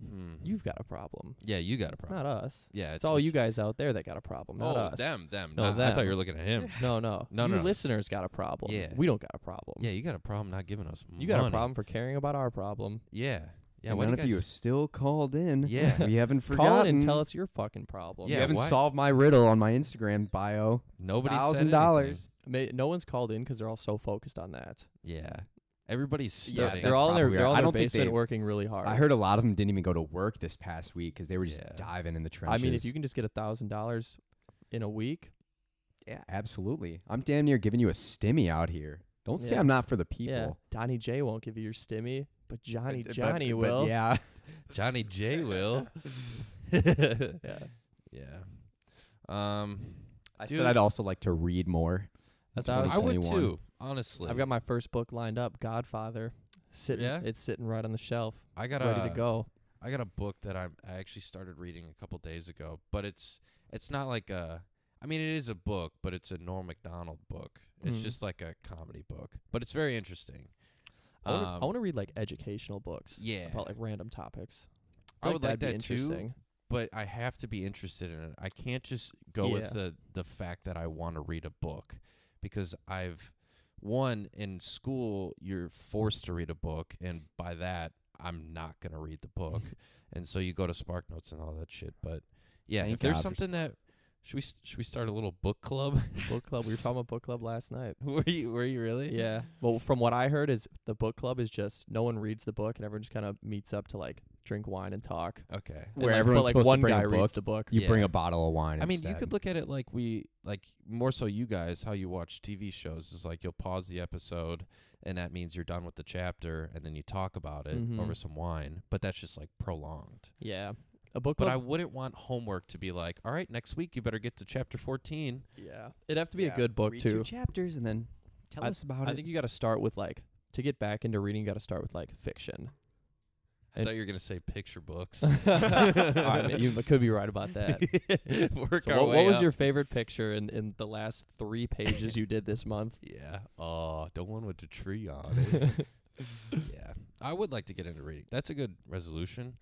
Speaker 2: Hmm.
Speaker 1: you've got a problem,
Speaker 2: yeah, you got a problem.
Speaker 1: not us. It's,
Speaker 2: yeah, it's,
Speaker 1: all you
Speaker 2: it's-
Speaker 1: guys out there that got a problem, not
Speaker 2: oh,
Speaker 1: us.
Speaker 2: them, them.
Speaker 1: No,
Speaker 2: not- I thought you
Speaker 1: them.
Speaker 2: were looking at him.
Speaker 1: No, no,
Speaker 2: No,
Speaker 1: You
Speaker 2: no, no.
Speaker 1: listeners got a problem.
Speaker 2: Yeah.
Speaker 1: we don't got a problem.
Speaker 2: Yeah, you got a problem not giving us.
Speaker 1: you got a
Speaker 2: money.
Speaker 1: problem for caring about our problem.
Speaker 2: Yeah, yeah.
Speaker 3: and
Speaker 2: why do
Speaker 3: none of you are
Speaker 2: guys-
Speaker 3: still called in.
Speaker 2: Yeah.
Speaker 3: we haven't forgotten.
Speaker 1: Call in and tell us your fucking problem.
Speaker 3: You
Speaker 2: Yeah,
Speaker 3: haven't
Speaker 2: why-
Speaker 3: solved my riddle on my Instagram bio.
Speaker 2: Nobody said
Speaker 3: Thousand
Speaker 2: anything.
Speaker 3: dollars.
Speaker 1: Ma- no one's called in because they're all so focused on that.
Speaker 2: Yeah, everybody's
Speaker 3: Yeah,
Speaker 2: studying.
Speaker 1: they're all in their
Speaker 3: probably
Speaker 1: they're
Speaker 3: right.
Speaker 1: all
Speaker 3: I
Speaker 1: in their
Speaker 3: don't think
Speaker 1: basement
Speaker 3: they've-
Speaker 1: working really hard.
Speaker 3: I heard a lot of them didn't even go to work this past week because they were just
Speaker 2: Yeah.
Speaker 3: diving in the
Speaker 1: I
Speaker 3: trenches.
Speaker 1: mean, if you can just get a thousand dollars in a week,
Speaker 3: yeah, absolutely. I'm damn near giving you a stimmy out here. Don't say
Speaker 1: Yeah.
Speaker 3: I'm not for the
Speaker 1: yeah,
Speaker 3: people.
Speaker 1: Donnie J won't give you your stimmy, but Johnny
Speaker 3: But- but-
Speaker 1: Johnny
Speaker 3: but
Speaker 1: will.
Speaker 3: yeah,
Speaker 2: Johnny J will. yeah.
Speaker 1: yeah,
Speaker 2: Um,
Speaker 3: I
Speaker 2: Dude.
Speaker 3: said I'd also like to read more.
Speaker 1: that's
Speaker 3: I
Speaker 1: how I was
Speaker 2: I would
Speaker 3: 21.
Speaker 2: too. Honestly,
Speaker 1: I've got my first book lined up, Godfather. Sitting,
Speaker 2: Yeah?
Speaker 1: it's sitting right on the shelf,
Speaker 2: I got
Speaker 1: ready
Speaker 2: a,
Speaker 1: to go.
Speaker 2: I got a book that I'm, I actually started reading a couple days ago, but it's it's not like a. I mean, it is a book, but it's a Norm Macdonald book. It's
Speaker 1: Mm.
Speaker 2: just like a comedy book, but it's very interesting.
Speaker 1: I wanna-
Speaker 2: Um,
Speaker 1: I want to read like educational books,
Speaker 2: yeah.
Speaker 1: about like random topics.
Speaker 2: I
Speaker 1: feel
Speaker 2: would like
Speaker 1: that'd be
Speaker 2: that too,
Speaker 1: interesting.
Speaker 2: but I have to be interested in it. I can't just go
Speaker 1: Yeah.
Speaker 2: with the the fact that I want to read a book because I've one in school you're forced to read a book and by that I'm not going to read the book. and so you go to Spark Notes and all that shit, but yeah,
Speaker 3: Thank
Speaker 2: if there's
Speaker 3: God for
Speaker 2: something that should we s- should we start a little book club?
Speaker 1: Book club. We were talking about book club last night.
Speaker 2: were you were you really?
Speaker 1: Yeah. Well, from what I heard is the book club is just no one reads the book and everyone just kind of meets up to like drink wine and talk.
Speaker 2: Okay.
Speaker 1: And,
Speaker 3: Where
Speaker 1: like,
Speaker 3: everyone's
Speaker 1: but, like
Speaker 3: supposed to
Speaker 1: one
Speaker 3: bring a
Speaker 1: guy reads
Speaker 3: book.
Speaker 1: the book.
Speaker 3: You
Speaker 2: Yeah.
Speaker 3: bring a bottle of wine.
Speaker 2: I mean, you
Speaker 3: instead.
Speaker 2: could look at it like we like more so you guys how you watch TV shows is like you'll pause the episode and that means you're done with the chapter and then you talk about it
Speaker 1: Mhm.
Speaker 2: over some wine, but that's just like prolonged.
Speaker 1: Yeah. A book
Speaker 2: But
Speaker 1: club.
Speaker 2: I wouldn't want homework to be like, "All right, next week you better get to chapter 14."
Speaker 1: yeah. It'd have to be
Speaker 3: Yeah,
Speaker 1: a good book
Speaker 3: read
Speaker 1: too.
Speaker 3: Two chapters and then tell us about
Speaker 1: I
Speaker 3: it.
Speaker 1: think you got to start with like to get back into reading. You got to start with like fiction.
Speaker 2: I
Speaker 1: And-
Speaker 2: thought you were going to say picture books.
Speaker 1: All right, man, you could be right about that.
Speaker 2: Work
Speaker 1: So
Speaker 2: our
Speaker 1: what, what
Speaker 2: way
Speaker 1: was
Speaker 2: up.
Speaker 1: your favorite picture in, in the last three pages you did this month?
Speaker 2: Yeah. Oh, the one with the tree on it. yeah. I would like to get into reading. That's a good resolution.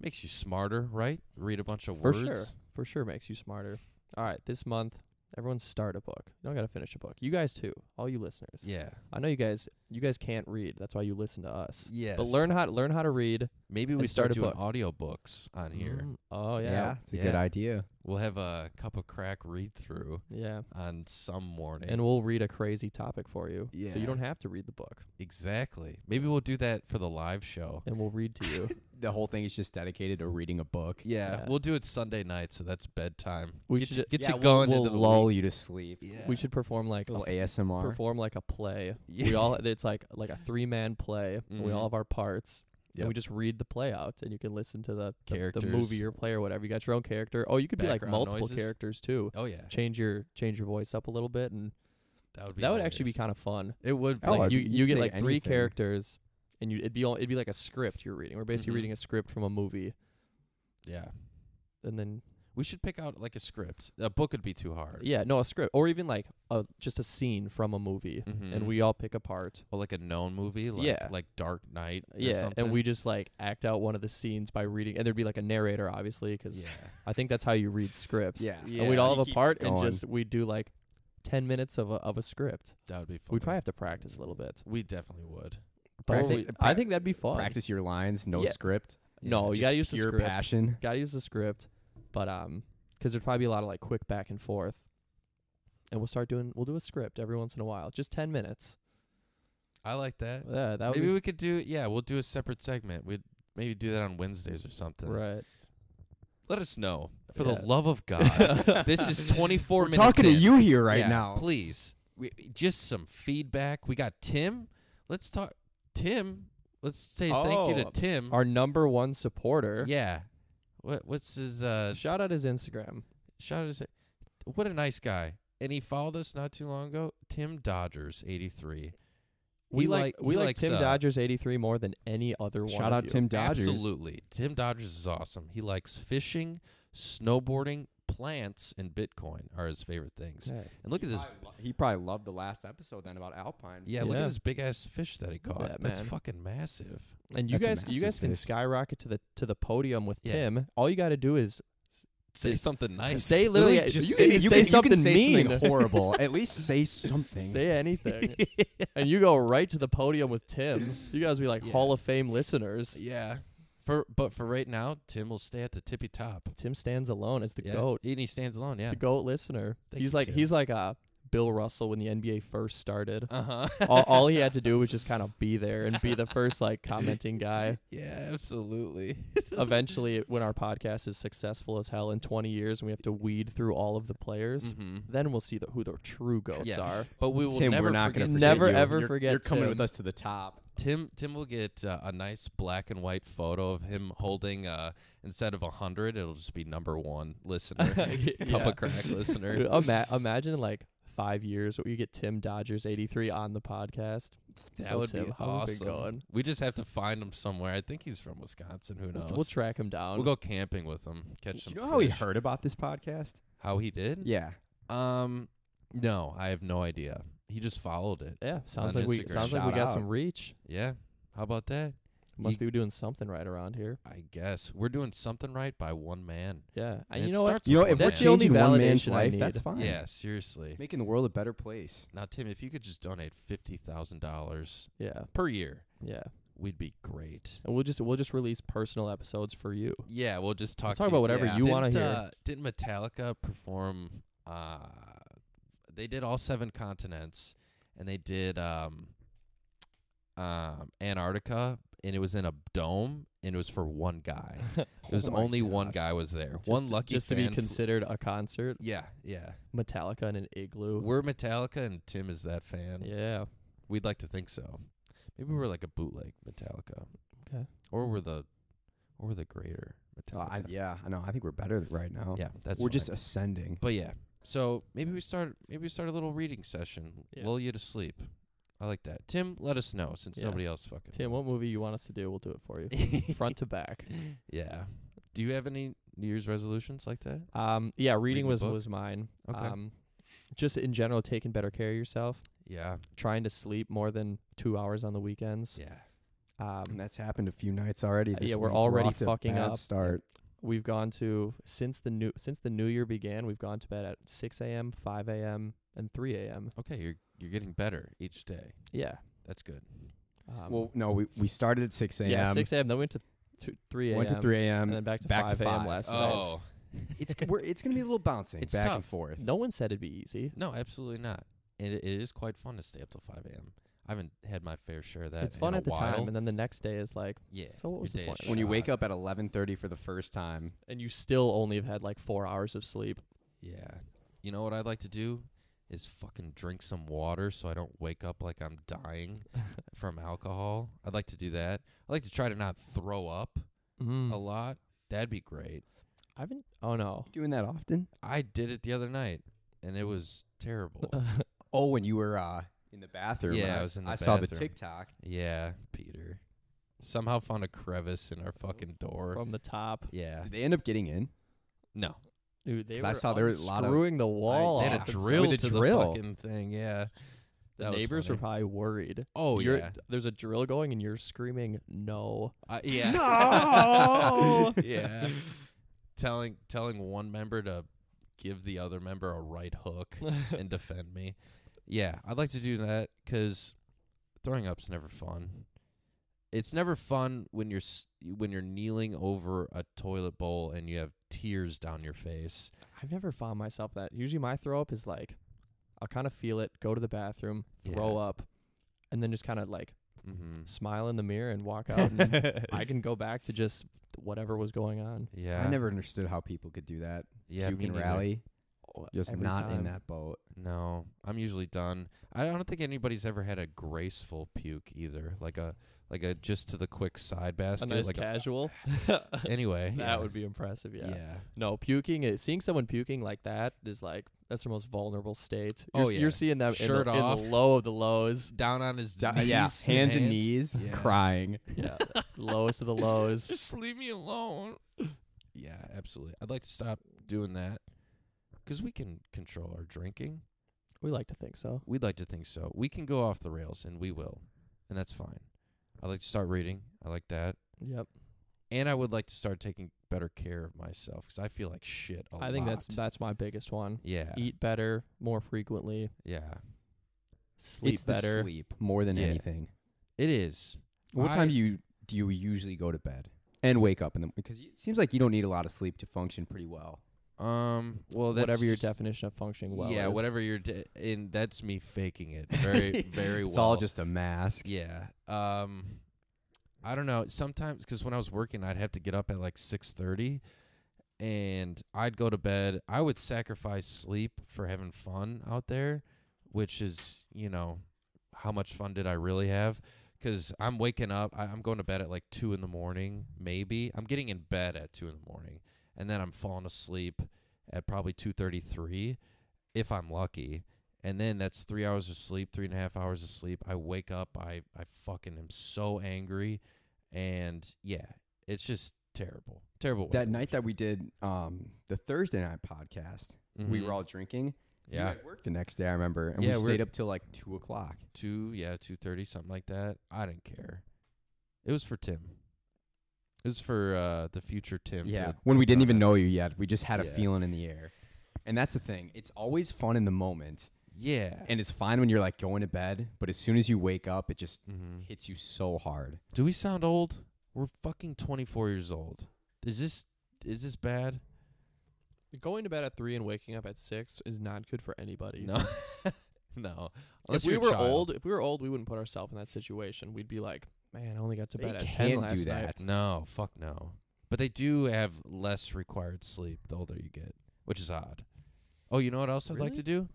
Speaker 2: Makes you smarter, right? Read a bunch of
Speaker 1: For
Speaker 2: words.
Speaker 1: sure. For sure makes you smarter. All right, this month, everyone start a book. You don't got to finish a book. You guys too, all you listeners.
Speaker 2: Yeah.
Speaker 1: I know you guys you guys can't read. That's why you listen to us.
Speaker 2: Yeah.
Speaker 1: But learn how learn how to read
Speaker 2: Maybe we
Speaker 1: and
Speaker 2: start
Speaker 1: start a
Speaker 2: doing
Speaker 1: book.
Speaker 2: audiobooks on here.
Speaker 1: Mm, Oh
Speaker 3: yeah,
Speaker 1: yeah.
Speaker 3: it's a good
Speaker 2: Yeah.
Speaker 3: idea.
Speaker 2: We'll have a cup of crack read through
Speaker 1: Yeah.
Speaker 2: on some morning.
Speaker 1: And we'll read a crazy topic for you. So
Speaker 2: Yeah.
Speaker 1: you don't have to read the book.
Speaker 2: exactly. Maybe we'll do that for the live show.
Speaker 1: And we'll read to you.
Speaker 3: The whole thing is just dedicated to reading a book.
Speaker 2: Yeah,
Speaker 1: Yeah.
Speaker 2: we'll do it Sunday night, so that's bedtime.
Speaker 1: We
Speaker 2: get
Speaker 1: should
Speaker 2: you,
Speaker 1: ju-
Speaker 2: get
Speaker 3: yeah,
Speaker 2: you going
Speaker 3: We'll,
Speaker 2: into the
Speaker 3: lull
Speaker 2: week.
Speaker 3: you to sleep.
Speaker 2: Yeah.
Speaker 1: We should perform like
Speaker 3: A
Speaker 1: a,
Speaker 3: little ASMR.
Speaker 1: perform like a play.
Speaker 2: Yeah.
Speaker 1: We all it's like like a three man play. and We
Speaker 2: Mhm.
Speaker 1: all have our parts.
Speaker 2: Yep.
Speaker 1: And we just read the play out, and you can listen to the the, the
Speaker 2: Characters.
Speaker 1: movie or play or whatever. You got your own character. Oh, you could be like
Speaker 2: Background
Speaker 1: multiple
Speaker 2: noises.
Speaker 1: characters too.
Speaker 2: Oh yeah,
Speaker 1: Change your change your voice up a little bit, and
Speaker 2: that would be
Speaker 1: that would actually be
Speaker 2: hilarious.
Speaker 1: kind of fun.
Speaker 2: It would.
Speaker 3: Oh,
Speaker 2: like,
Speaker 3: I'd
Speaker 1: Like you,
Speaker 3: be- you
Speaker 1: you,
Speaker 3: could
Speaker 1: get
Speaker 3: say
Speaker 1: like three
Speaker 3: anything.
Speaker 1: characters, and you it'd be all, it'd be like a script you're reading. We're basically
Speaker 2: Mhm.
Speaker 1: reading a script from a movie,
Speaker 2: yeah.
Speaker 1: and then
Speaker 2: We should pick out like a script. A book would be too hard.
Speaker 1: yeah, no, a script or even like a just a scene from a movie,
Speaker 2: Mhm.
Speaker 1: and we all pick a part.
Speaker 2: or like a known movie, like
Speaker 1: Yeah.
Speaker 2: like Dark Knight. Or
Speaker 1: Yeah,
Speaker 2: something.
Speaker 1: and we just like act out one of the scenes by reading, and there'd be like a narrator, obviously, because
Speaker 2: yeah,
Speaker 1: I think that's how you read scripts.
Speaker 3: Yeah.
Speaker 1: and we'd all
Speaker 3: You
Speaker 1: have a
Speaker 3: keep
Speaker 1: part and
Speaker 3: going.
Speaker 1: just we'd do like ten minutes of a of a script.
Speaker 2: that would be fun.
Speaker 1: We'd probably have to practice a little bit,
Speaker 2: we definitely would.
Speaker 1: but
Speaker 3: Practi-
Speaker 1: we-
Speaker 3: pra-
Speaker 1: I think that'd be fun.
Speaker 3: Oh, Practice your lines, no
Speaker 1: Yeah.
Speaker 3: script.
Speaker 1: No, you
Speaker 3: just
Speaker 1: gotta use the
Speaker 3: pure
Speaker 1: script.
Speaker 3: passion.
Speaker 1: Gotta use the script, but um, because there'd probably be a lot of like quick back and forth, and we'll start doing we'll do a script every once in a while, just ten minutes.
Speaker 2: I like that.
Speaker 1: Yeah, that would
Speaker 2: maybe
Speaker 1: be
Speaker 2: we could do. Yeah, we'll do a separate segment. We'd maybe do that on Wednesdays or something.
Speaker 1: right.
Speaker 2: Let us know for
Speaker 1: Yeah.
Speaker 2: the love of God. this is 24
Speaker 3: We're
Speaker 2: minutes.
Speaker 3: talking to
Speaker 2: in.
Speaker 3: you here right
Speaker 2: Yeah,
Speaker 3: now.
Speaker 2: Please, we, just some feedback. We got Tim. Let's talk. Tim, let's say thank you to
Speaker 1: Oh,
Speaker 2: Tim.
Speaker 1: Our number one supporter.
Speaker 2: yeah. What what's his uh
Speaker 1: Shout out his Instagram.
Speaker 2: shout out his what a nice guy. And he followed us not too long ago. Tim Dodgers, eighty three.
Speaker 1: We
Speaker 2: He
Speaker 1: like,
Speaker 2: like-
Speaker 1: we
Speaker 2: he
Speaker 1: like
Speaker 2: likes,
Speaker 1: Tim
Speaker 2: uh,
Speaker 1: Dodgers eighty three more than any other one. of
Speaker 3: Shout out
Speaker 1: you.
Speaker 3: Tim Dodgers.
Speaker 2: Absolutely. Tim Dodgers is awesome. He likes fishing, snowboarding, plants, and Bitcoin are his favorite things.
Speaker 1: Okay.
Speaker 2: And look at this
Speaker 3: He probably loved the last episode then about Alpine.
Speaker 2: yeah, look at
Speaker 1: Yeah.
Speaker 2: this big ass fish that he
Speaker 1: Look
Speaker 2: caught.
Speaker 1: at that,
Speaker 2: That's
Speaker 1: man.
Speaker 2: fucking massive.
Speaker 1: And you
Speaker 3: That's a
Speaker 1: guys you
Speaker 3: massive
Speaker 1: guys can
Speaker 3: fish.
Speaker 1: skyrocket to the to the podium with
Speaker 2: Yeah.
Speaker 1: Tim. All you got to do is
Speaker 2: Say
Speaker 1: Say-
Speaker 2: something nice.
Speaker 1: say literally
Speaker 3: just
Speaker 1: you
Speaker 3: say,
Speaker 1: can
Speaker 3: you
Speaker 1: say
Speaker 3: can- you can
Speaker 1: something
Speaker 3: say
Speaker 1: mean.
Speaker 3: horrible. At least say something.
Speaker 1: say anything. and you go right to the podium with Tim. You guys be like
Speaker 2: Yeah.
Speaker 1: Hall of Fame listeners.
Speaker 2: Yeah. For but for right now, Tim will stay at the tippy top.
Speaker 1: Tim stands alone as the
Speaker 2: Yeah.
Speaker 1: goat.
Speaker 2: And he stands alone, yeah.
Speaker 1: The goat listener.
Speaker 2: Thank
Speaker 1: he's
Speaker 2: you,
Speaker 1: like
Speaker 2: Tim.
Speaker 1: he's like uh Bill Russell when the NBA first started.
Speaker 2: Uh-huh.
Speaker 1: all, all he had to do was just kind of be there and be the first like commenting guy.
Speaker 2: Yeah, absolutely.
Speaker 1: Eventually, when our podcast is successful as hell in 20 years and we have to weed through all of the players,
Speaker 2: hmm
Speaker 1: then we'll see the, who the true goats
Speaker 2: Yeah.
Speaker 1: are.
Speaker 2: But we will
Speaker 3: Tim,
Speaker 2: never
Speaker 3: we're not
Speaker 2: forget
Speaker 3: going to
Speaker 1: forget Never you. ever
Speaker 3: you're,
Speaker 1: forget
Speaker 3: You're coming
Speaker 1: Tim.
Speaker 3: with us to the top.
Speaker 2: Tim Tim will get uh, a nice black and white photo of him holding uh instead of a 100, it'll just be number 1 listener. Cup
Speaker 1: Yeah.
Speaker 2: of crack listener.
Speaker 1: Ima- imagine in like five years you get Tim Dodgers 83 on the podcast.
Speaker 2: That
Speaker 1: So,
Speaker 2: would
Speaker 1: Tim,
Speaker 2: be
Speaker 1: how's it
Speaker 2: awesome.
Speaker 1: been going?
Speaker 2: We just have to find him somewhere. I think he's from Wisconsin, who knows.
Speaker 1: We'll, we'll track him down.
Speaker 2: We'll go camping with him, catch some
Speaker 3: You know how he
Speaker 2: fish.
Speaker 3: heard about this podcast?
Speaker 2: How he
Speaker 1: Hmm.
Speaker 2: did?
Speaker 3: Yeah.
Speaker 2: Um no, I have no idea. He just followed it.
Speaker 1: yeah, sounds
Speaker 2: on
Speaker 1: like we
Speaker 2: Instagram.
Speaker 1: sounds like we
Speaker 3: Shout
Speaker 1: got
Speaker 3: out.
Speaker 1: some reach.
Speaker 2: Yeah. How about that?
Speaker 1: Must be doing something right around here.
Speaker 2: I guess we're doing something right by one man.
Speaker 1: Yeah,
Speaker 2: And
Speaker 1: and you
Speaker 2: it
Speaker 1: know what?
Speaker 2: starts
Speaker 3: You know,
Speaker 2: with one
Speaker 3: if we're
Speaker 1: That's the
Speaker 2: man.
Speaker 1: only
Speaker 3: changing one man's
Speaker 1: validation I
Speaker 3: life,
Speaker 1: need.
Speaker 3: that's fine.
Speaker 2: Yeah, seriously.
Speaker 3: Making the world a better place.
Speaker 2: Now, Tim, if you could just donate fifty thousand dollars
Speaker 1: Yeah,
Speaker 2: per year,
Speaker 1: yeah.
Speaker 2: we'd be great.
Speaker 1: And we'll just we'll just release personal episodes for you.
Speaker 2: Yeah, we'll just talk.
Speaker 1: talk
Speaker 2: to
Speaker 1: about whatever
Speaker 3: yeah.
Speaker 1: you
Speaker 2: Didn't,
Speaker 1: want to hear.
Speaker 2: Uh, didn't Metallica perform? Uh, they did all seven continents, and they did um, um, Antarctica, and it was in a dome, and it was for one guy. It was
Speaker 3: Oh my
Speaker 2: only one
Speaker 3: gosh.
Speaker 2: guy was there.
Speaker 1: Just
Speaker 2: one
Speaker 1: to-
Speaker 2: lucky
Speaker 1: just to be
Speaker 2: fan flew-
Speaker 1: considered a concert.
Speaker 2: Yeah, yeah.
Speaker 1: Metallica in an igloo.
Speaker 2: We're Metallica, and Tim is that fan.
Speaker 1: yeah.
Speaker 2: We'd like to think so. Maybe we're like a bootleg Metallica.
Speaker 1: Okay.
Speaker 2: Or we're the, or we're the greater
Speaker 3: Oh,
Speaker 2: Metallica.
Speaker 3: I, yeah, I know. I think we're better right now.
Speaker 2: Yeah, that's
Speaker 3: we're
Speaker 2: fine.
Speaker 3: just ascending.
Speaker 2: But yeah, so maybe we start. Maybe we start a little reading session.
Speaker 1: Yeah.
Speaker 2: Lull you to sleep. I like that. Tim, let us know since
Speaker 1: Yeah.
Speaker 2: nobody else fucking.
Speaker 1: Tim, what movie you want us to do? We'll do it for you, front to back.
Speaker 2: yeah. Do you have any New Year's resolutions like that?
Speaker 1: Um, yeah,
Speaker 2: Reading
Speaker 1: reading
Speaker 2: a
Speaker 1: was
Speaker 2: book?
Speaker 1: was mine.
Speaker 2: Okay.
Speaker 1: Um, just in general, taking better care of yourself.
Speaker 2: Yeah.
Speaker 1: Trying to sleep more than two hours on the weekends.
Speaker 2: Yeah.
Speaker 3: And
Speaker 1: Um,
Speaker 3: that's happened a few nights already.
Speaker 1: Uh,
Speaker 3: this
Speaker 1: yeah, we're
Speaker 3: week.
Speaker 1: already
Speaker 3: off to a
Speaker 1: fucking
Speaker 3: bad
Speaker 1: up.
Speaker 3: Start.
Speaker 1: we've gone to since the new since the new year began. We've gone to bed at six a.m., five a.m., and three a.m.
Speaker 2: Okay, you're you're getting better each day.
Speaker 1: Yeah.
Speaker 2: That's good.
Speaker 1: Um,
Speaker 3: well, no, we, we started at six a.m.
Speaker 1: yeah, six a.m. Then we went to two, three a.m.
Speaker 3: went to three a.m.
Speaker 1: and then back to
Speaker 3: back to
Speaker 1: five a.m.
Speaker 3: five.
Speaker 1: last night.
Speaker 2: Oh
Speaker 3: it's we're, it's gonna be a little bouncing
Speaker 2: It's
Speaker 3: back
Speaker 2: tough.
Speaker 3: and forth.
Speaker 1: No one said it'd be easy.
Speaker 2: no, absolutely not. And it, it is quite fun to stay up till five a.m. I haven't had my fair share of that.
Speaker 1: it's fun
Speaker 2: in a
Speaker 1: at the
Speaker 2: while.
Speaker 1: time, and then the next day is like,
Speaker 2: yeah.
Speaker 1: so what
Speaker 2: your
Speaker 1: was the
Speaker 2: day is
Speaker 1: point?
Speaker 3: When you
Speaker 2: shot.
Speaker 3: wake up at eleven thirty for the first time,
Speaker 1: and you still only have had like four hours of sleep.
Speaker 2: Yeah. You know what I'd like to do is fucking drink some water so I don't wake up like I'm dying from alcohol. I'd like to do that. I'd like to try to not throw up a
Speaker 1: Mm.
Speaker 2: lot. That'd be great.
Speaker 1: I haven't. Oh no.
Speaker 3: doing that often.
Speaker 2: I did it the other night and it was terrible.
Speaker 3: Oh, when you were uh, in the bathroom.
Speaker 2: Yeah,
Speaker 3: when
Speaker 2: I was in the
Speaker 3: I saw the
Speaker 2: bathroom.
Speaker 3: TikTok.
Speaker 2: yeah, Peter. Somehow found a crevice in our fucking door.
Speaker 1: From the top,
Speaker 2: Yeah.
Speaker 3: Did they end up getting in?
Speaker 2: No.
Speaker 1: dude. They
Speaker 3: 'Cause
Speaker 1: were
Speaker 3: I saw there were a lot of-
Speaker 1: unscrewing the wall.
Speaker 2: They had
Speaker 1: off.
Speaker 3: Like,
Speaker 2: a
Speaker 1: It's-
Speaker 2: drill
Speaker 3: With a
Speaker 2: to
Speaker 3: drill.
Speaker 2: the fucking thing. Yeah.
Speaker 1: The
Speaker 2: That was
Speaker 1: neighbors were
Speaker 2: funny.
Speaker 1: probably worried.
Speaker 2: Oh,
Speaker 1: You're-
Speaker 2: yeah.
Speaker 1: There's a drill going, and you're screaming no.
Speaker 2: Uh, yeah. Oh.
Speaker 1: No!
Speaker 2: yeah. Telling telling one member to give the other member a right hook and defend me. Yeah, I'd like to do that 'cause throwing up's never fun. It's never fun when you're s- when you're kneeling over a toilet bowl and you have tears down your face.
Speaker 1: I've never found myself that. Usually, my throw up is like, I'll kind of feel it, go to the bathroom, throw
Speaker 2: Yeah.
Speaker 1: up, and then just kind of like
Speaker 2: Mm-hmm.
Speaker 1: smile in the mirror and walk out. and I can go back to just whatever was going on.
Speaker 2: Yeah,
Speaker 3: I never understood how people could do that.
Speaker 2: yeah,
Speaker 3: Puke
Speaker 2: me
Speaker 3: and
Speaker 2: neither.
Speaker 3: rally. Just
Speaker 1: every
Speaker 3: not in
Speaker 1: time.
Speaker 3: that boat.
Speaker 2: No, I'm usually done. I don't think anybody's ever had a graceful puke either, like a like a just to the quick side
Speaker 1: A
Speaker 2: basket.
Speaker 1: nice
Speaker 2: like a-
Speaker 1: casual.
Speaker 2: anyway,
Speaker 1: that
Speaker 2: yeah.
Speaker 1: would be impressive. Yeah.
Speaker 2: yeah.
Speaker 1: No, puking. Is, seeing someone puking like that is like that's their most vulnerable state. You're,
Speaker 2: Oh,
Speaker 1: s-
Speaker 2: yeah.
Speaker 1: you're seeing them in the-
Speaker 2: Shirt
Speaker 1: in, the,
Speaker 2: off.
Speaker 1: low of the lows.
Speaker 2: Down on his
Speaker 3: Da-
Speaker 2: knees,
Speaker 3: yeah, hands, and knees,
Speaker 2: Yeah.
Speaker 3: crying.
Speaker 1: Yeah, lowest of the lows.
Speaker 2: Just leave me alone. yeah, absolutely. I'd like to stop doing that because we can control our drinking.
Speaker 1: We like to think so.
Speaker 2: We'd like to think so. We can go off the rails, and we will, and that's fine. I like to start reading. I like that.
Speaker 1: Yep.
Speaker 2: and I would like to start taking better care of myself because I feel like shit a lot.
Speaker 1: I think that's that's my biggest one.
Speaker 2: yeah,
Speaker 1: Eat better, more frequently.
Speaker 2: yeah.
Speaker 1: Sleep
Speaker 3: it's
Speaker 1: better.
Speaker 3: the sleep more than
Speaker 2: Yeah.
Speaker 3: anything.
Speaker 2: It is.
Speaker 3: What
Speaker 2: I-
Speaker 3: time do you do you usually go to bed and wake up in the because it seems like you don't need a lot of sleep to function pretty well.
Speaker 2: Um. Well, that's
Speaker 1: whatever your
Speaker 2: just-
Speaker 1: definition of functioning well.
Speaker 2: yeah,
Speaker 1: is.
Speaker 2: whatever your de- and that's me faking it very, very well.
Speaker 3: It's all just a mask.
Speaker 2: yeah. Um, I don't know. Sometimes because when I was working, I'd have to get up at like six thirty, and I'd go to bed. I would sacrifice sleep for having fun out there, which is you know how much fun did I really have? Because I'm waking up, I, I'm going to bed at like two in the morning, maybe. I'm getting in bed at two in the morning, and then I'm falling asleep at probably two thirty three, if I'm lucky. And then that's three hours of sleep, three and a half hours of sleep. I wake up, I I fucking am so angry, and yeah, it's just terrible, terrible.
Speaker 3: That
Speaker 2: weather.
Speaker 3: night that we did um, the Thursday night podcast, we
Speaker 2: Mhm.
Speaker 3: were all drinking. You
Speaker 2: yeah
Speaker 3: had work the next day, I remember, and
Speaker 2: Yeah,
Speaker 3: we
Speaker 2: we're-
Speaker 3: stayed up till like two o'clock.
Speaker 2: two yeah two thirty something like that. I didn't care. It was for Tim. It was for uh, the future Tim.
Speaker 3: Yeah,
Speaker 2: to
Speaker 3: when we
Speaker 2: put
Speaker 3: didn't
Speaker 2: on
Speaker 3: even
Speaker 2: it.
Speaker 3: know you yet, we just had a
Speaker 2: Yeah.
Speaker 3: feeling in the air, and that's the thing. It's always fun in the moment,
Speaker 2: Yeah.
Speaker 3: and it's fine when you're like going to bed, but as soon as you wake up, it just
Speaker 2: hmm
Speaker 3: hits you so hard.
Speaker 2: Do we sound old? We're fucking 24 years old. Is this is this bad?
Speaker 1: Going to bed at three and waking up at six is not good for anybody.
Speaker 2: No. no.
Speaker 1: If
Speaker 2: Unless
Speaker 1: we
Speaker 2: you're a
Speaker 1: were
Speaker 2: child.
Speaker 1: old, if we were old, we wouldn't put ourselves in that situation. We'd be like, man, I only got to
Speaker 3: They
Speaker 1: bed at ten
Speaker 3: can't
Speaker 1: last
Speaker 3: do
Speaker 1: night.
Speaker 3: that.
Speaker 2: No, fuck no. But they do have less required sleep the older you get, which is odd. Oh, you know what else I'd like
Speaker 1: Really?
Speaker 2: to do?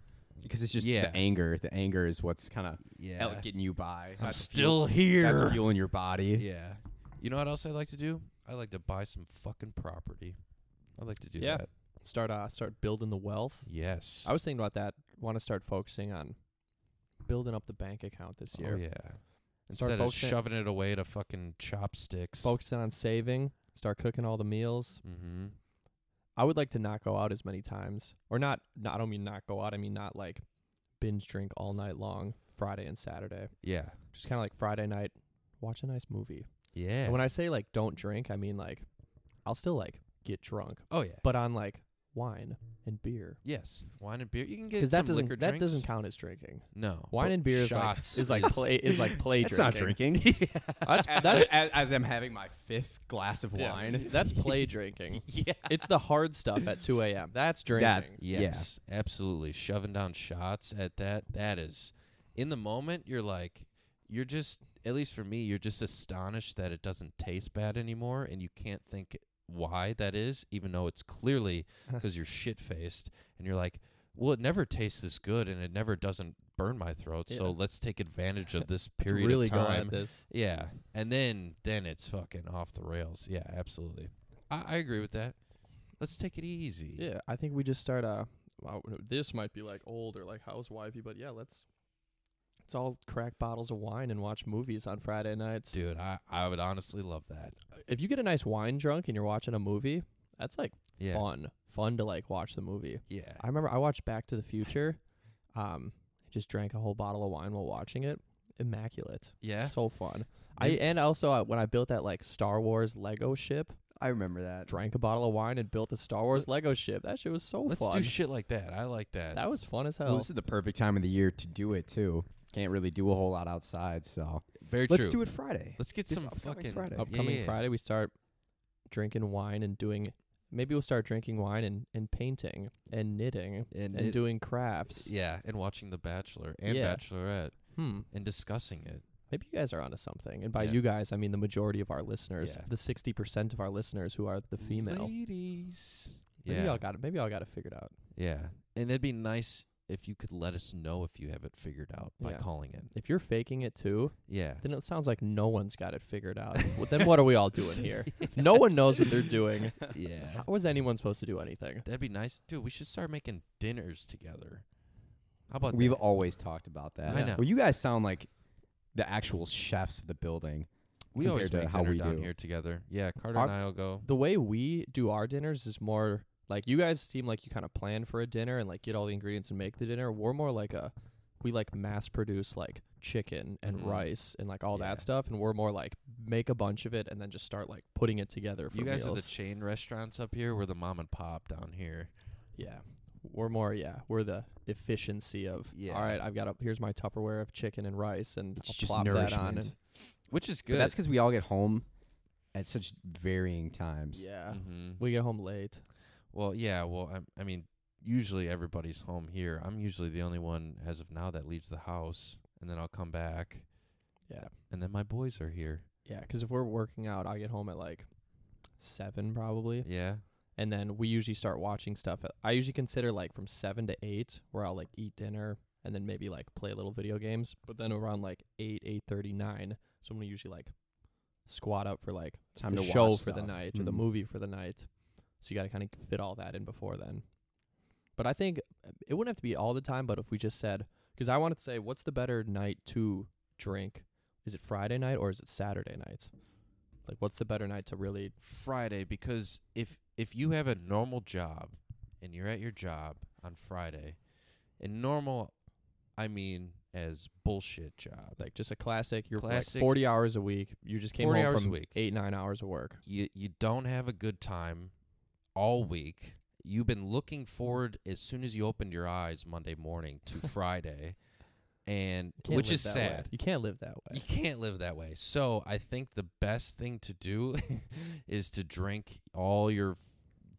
Speaker 3: because it's just
Speaker 2: Yeah.
Speaker 3: the anger. The anger is what's kind of
Speaker 2: Yeah.
Speaker 3: getting you by.
Speaker 2: I'm
Speaker 3: That's
Speaker 2: still
Speaker 3: fuel-
Speaker 2: here.
Speaker 3: That's fueling your body.
Speaker 2: Yeah. You know what else I like to do? I like to buy some fucking property. I like to do
Speaker 1: Yeah.
Speaker 2: that.
Speaker 1: Start uh, start building the wealth.
Speaker 2: Yes.
Speaker 1: I was thinking about that. Want to start focusing on building up the bank account this
Speaker 2: oh
Speaker 1: year.
Speaker 2: yeah.
Speaker 1: Start
Speaker 2: Instead of
Speaker 1: focusing-
Speaker 2: shoving it away to fucking chopsticks.
Speaker 1: Focusing on saving. Start cooking all the meals.
Speaker 2: Mm-hmm.
Speaker 1: I would like to not go out as many times, or not. No, I don't mean not go out. I mean not like binge drink all night long Friday and Saturday.
Speaker 2: Yeah.
Speaker 1: Just kind of like Friday night, watch a nice movie.
Speaker 2: Yeah.
Speaker 1: And when I say like don't drink, I mean like I'll still like get drunk,
Speaker 2: oh yeah.
Speaker 1: but on like wine and beer.
Speaker 2: Yes. Wine and beer. You can get
Speaker 1: Because
Speaker 2: some
Speaker 1: that doesn't
Speaker 2: liquor
Speaker 1: that
Speaker 2: drinks.
Speaker 1: doesn't count as drinking.
Speaker 2: No.
Speaker 1: Wine
Speaker 2: but
Speaker 1: and beer is like
Speaker 2: shots
Speaker 1: is like play is like play
Speaker 3: That's not
Speaker 1: drinking.
Speaker 3: drinking.
Speaker 1: That's
Speaker 3: as,
Speaker 1: that's,
Speaker 3: as, as I'm having my fifth glass of
Speaker 1: yeah,
Speaker 3: wine.
Speaker 1: that's play drinking. yeah, it's the hard stuff at 2 a.m. That's drinking.
Speaker 3: Yeah.
Speaker 2: Yes, absolutely. Shoving down shots at that that is in the moment you're like you're just at least for me, you're just astonished that it doesn't taste bad anymore and you can't think why that is even though it's clearly cuz you're shit-faced and you're like, "Well, it never tastes this good and it never doesn't burn my throat, so
Speaker 1: Yeah.
Speaker 2: let's take advantage of this
Speaker 1: To
Speaker 2: period
Speaker 1: really
Speaker 2: of
Speaker 1: go
Speaker 2: time."
Speaker 1: at this.
Speaker 2: Yeah, and then then it's fucking off the rails. Yeah, absolutely. I, I agree with that. Let's take it easy.
Speaker 1: Yeah, I think we just start. Uh, wow, this might be like old or like housewifey, but yeah, let's. It's all crack bottles of wine and watch movies on Friday nights. Uh,
Speaker 2: Dude, I, I would honestly love that.
Speaker 1: If you get a nice wine drunk and you're watching a movie, that's like
Speaker 2: Yeah.
Speaker 1: fun. Fun to like watch the movie.
Speaker 2: Yeah.
Speaker 1: I remember I watched Back to the Future. Um, just drank a whole bottle of wine while watching it. Immaculate.
Speaker 2: Yeah.
Speaker 1: So fun. I
Speaker 2: Maybe-
Speaker 1: and also uh, when I built that like Star Wars Lego ship,
Speaker 3: I remember that.
Speaker 1: drank a bottle of wine and built a Star Wars Lego ship. That shit was so
Speaker 2: Let's
Speaker 1: fun.
Speaker 2: do shit like that. I like that.
Speaker 1: that was fun as hell.
Speaker 3: Well, this is the perfect time of the year to do it too. Can't really do a whole lot outside, so
Speaker 2: Very
Speaker 3: let's
Speaker 2: true.
Speaker 3: do it Friday.
Speaker 2: Let's get
Speaker 3: this
Speaker 2: some
Speaker 3: upcoming
Speaker 2: fucking
Speaker 3: Friday.
Speaker 2: Yeah,
Speaker 1: upcoming
Speaker 2: yeah.
Speaker 1: Friday we start drinking wine and doing maybe we'll start drinking wine and, and painting and knitting
Speaker 2: And,
Speaker 1: and,
Speaker 2: it-
Speaker 1: doing crafts.
Speaker 2: Yeah, and watching The Bachelor and
Speaker 1: Yeah.
Speaker 2: Bachelorette
Speaker 1: Hmm.
Speaker 2: and discussing it.
Speaker 1: Maybe you guys are onto something. And by
Speaker 2: Yeah.
Speaker 1: you guys I mean the majority of our listeners.
Speaker 2: Yeah.
Speaker 1: The sixty percent of our listeners who are the female.
Speaker 2: Ladies.
Speaker 1: Maybe
Speaker 2: Yeah.
Speaker 1: y'all got it maybe y'all got it figured out.
Speaker 2: Yeah. And it'd be nice if you could let us know if you have it figured out by
Speaker 1: Yeah.
Speaker 2: calling in.
Speaker 1: If you're faking it too,
Speaker 2: Yeah.
Speaker 1: then it sounds like no one's got it figured out. well, then what are we all doing here? If no one knows what they're doing,
Speaker 2: Yeah.
Speaker 1: how was anyone supposed to do anything?
Speaker 2: That'd be nice. Dude, we should start making dinners together. How about
Speaker 3: We've
Speaker 2: that?
Speaker 3: always talked about that.
Speaker 2: I know.
Speaker 3: Well, you guys sound like the actual chefs of the building.
Speaker 2: we always
Speaker 3: compared
Speaker 2: make
Speaker 3: to how
Speaker 2: dinner
Speaker 3: we
Speaker 2: down
Speaker 3: do.
Speaker 2: here together. Yeah, Carter
Speaker 1: Our-
Speaker 2: and I'll go.
Speaker 1: The way we do our dinners is more like you guys seem like you kind of plan for a dinner and like get all the ingredients and make the dinner. We're more like a we like mass produce like chicken and
Speaker 2: Mhm.
Speaker 1: rice and like all
Speaker 2: Yeah.
Speaker 1: that stuff and we're more like make a bunch of it and then just start like putting it together for
Speaker 2: You guys are the
Speaker 1: meals.
Speaker 2: chain restaurants up here. We're the mom and pop down here.
Speaker 1: Yeah. We're more, yeah, we're the efficiency of,
Speaker 2: Yeah.
Speaker 1: all right, I've got, a, here's my Tupperware of chicken and rice, and
Speaker 3: It's
Speaker 1: I'll
Speaker 3: just
Speaker 1: plop
Speaker 3: nourishment.
Speaker 1: that on. And,
Speaker 2: Which is
Speaker 3: But
Speaker 2: good.
Speaker 3: that's because we all get home at such varying times.
Speaker 1: yeah.
Speaker 2: Mhm.
Speaker 1: We get home late.
Speaker 2: Well, yeah. Well, I, I mean, usually everybody's home here. I'm usually the only one, as of now, that leaves the house, and then I'll come back,
Speaker 1: Yeah.
Speaker 2: and then my boys are here.
Speaker 1: Yeah. Because if we're working out, I get home at like seven probably.
Speaker 2: Yeah.
Speaker 1: And then we usually start watching stuff. At, I usually consider like from seven to eight, where I'll like eat dinner and then maybe like play little video games. But then around like eight, eight thirty, nine, so I'm gonna usually like squat up for like
Speaker 3: Time
Speaker 1: the
Speaker 3: to
Speaker 1: show
Speaker 3: watch
Speaker 1: for the
Speaker 3: stuff.
Speaker 1: night or the
Speaker 3: Mhm.
Speaker 1: movie for the night. So you got to kind of fit all that in before then. But I think uh, it wouldn't have to be all the time. But if we just said, because I wanted to say, what's the better night to drink? Is it Friday night or is it Saturday night? Like, what's the better night to really?
Speaker 2: Friday, because if if you have a normal job, and you're at your job on Friday, and normal, I mean as bullshit job.
Speaker 1: Like just a classic. You're
Speaker 2: Classic.
Speaker 1: like forty hours a week. You just came
Speaker 2: 40
Speaker 1: home
Speaker 2: hours a
Speaker 1: from
Speaker 2: week.
Speaker 1: eight nine hours of work.
Speaker 2: you you don't have a good time all week. You've been looking forward as soon as you opened your eyes Monday morning to Friday, and
Speaker 1: You can't
Speaker 2: which
Speaker 1: live
Speaker 2: is
Speaker 1: that way.
Speaker 2: sad.
Speaker 1: You can't live that
Speaker 2: You
Speaker 1: way.
Speaker 2: can't live that way. So I think the best thing to do is to drink all your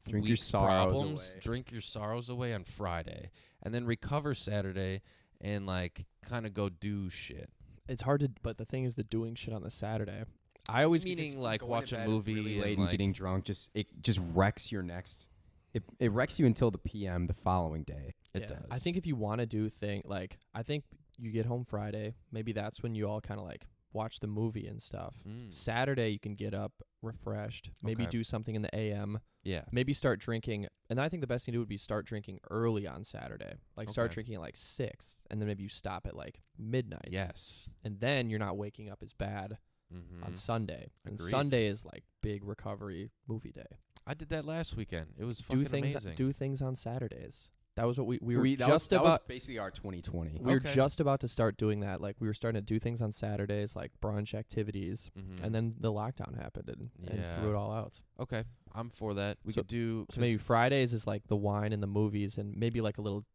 Speaker 3: Drink your
Speaker 2: week's
Speaker 3: sorrows
Speaker 2: problems,
Speaker 3: away.
Speaker 2: drink your sorrows away on Friday, and then recover Saturday and like kind of go do shit.
Speaker 1: It's hard to. But the thing is, the doing shit on the Saturday. I always
Speaker 2: Meaning
Speaker 3: Just
Speaker 2: like
Speaker 3: going to
Speaker 2: watch a
Speaker 3: bed
Speaker 2: movie
Speaker 3: really
Speaker 2: and,
Speaker 3: late and,
Speaker 2: like,
Speaker 3: getting drunk just it just wrecks your next it, it wrecks you until the PM the following day.
Speaker 2: It
Speaker 1: Yeah,
Speaker 2: does.
Speaker 1: I think if you want to do thing like I think you get home Friday, maybe that's when you all kind of like watch the movie and stuff.
Speaker 2: Mm,
Speaker 1: Saturday you can get up refreshed, maybe
Speaker 2: Okay.
Speaker 1: do something in the AM,
Speaker 2: yeah.
Speaker 1: maybe start drinking. And I think the best thing to do would be start drinking early on Saturday. Like start
Speaker 2: Okay.
Speaker 1: drinking at like 6 and then maybe you stop at like midnight.
Speaker 2: Yes.
Speaker 1: And then you're not waking up as bad
Speaker 2: Mm-hmm.
Speaker 1: on Sunday. And
Speaker 2: Agreed.
Speaker 1: Sunday is like big recovery movie day.
Speaker 2: I did that last weekend. It was fucking
Speaker 1: Do things
Speaker 2: amazing.
Speaker 1: do things on Saturdays. That was what we we were
Speaker 3: that was-
Speaker 1: just
Speaker 3: that was
Speaker 1: about
Speaker 3: basically our 2020.
Speaker 1: we were
Speaker 2: Okay.
Speaker 1: just about to start doing that. Like we were starting to do things on Saturdays, like brunch activities,
Speaker 2: Mhm.
Speaker 1: and then the lockdown happened and,
Speaker 2: Yeah.
Speaker 1: and threw it all out.
Speaker 2: okay, I'm for that. We
Speaker 1: So-
Speaker 2: could do
Speaker 1: So maybe Fridays is like the wine and the movies, and maybe like a little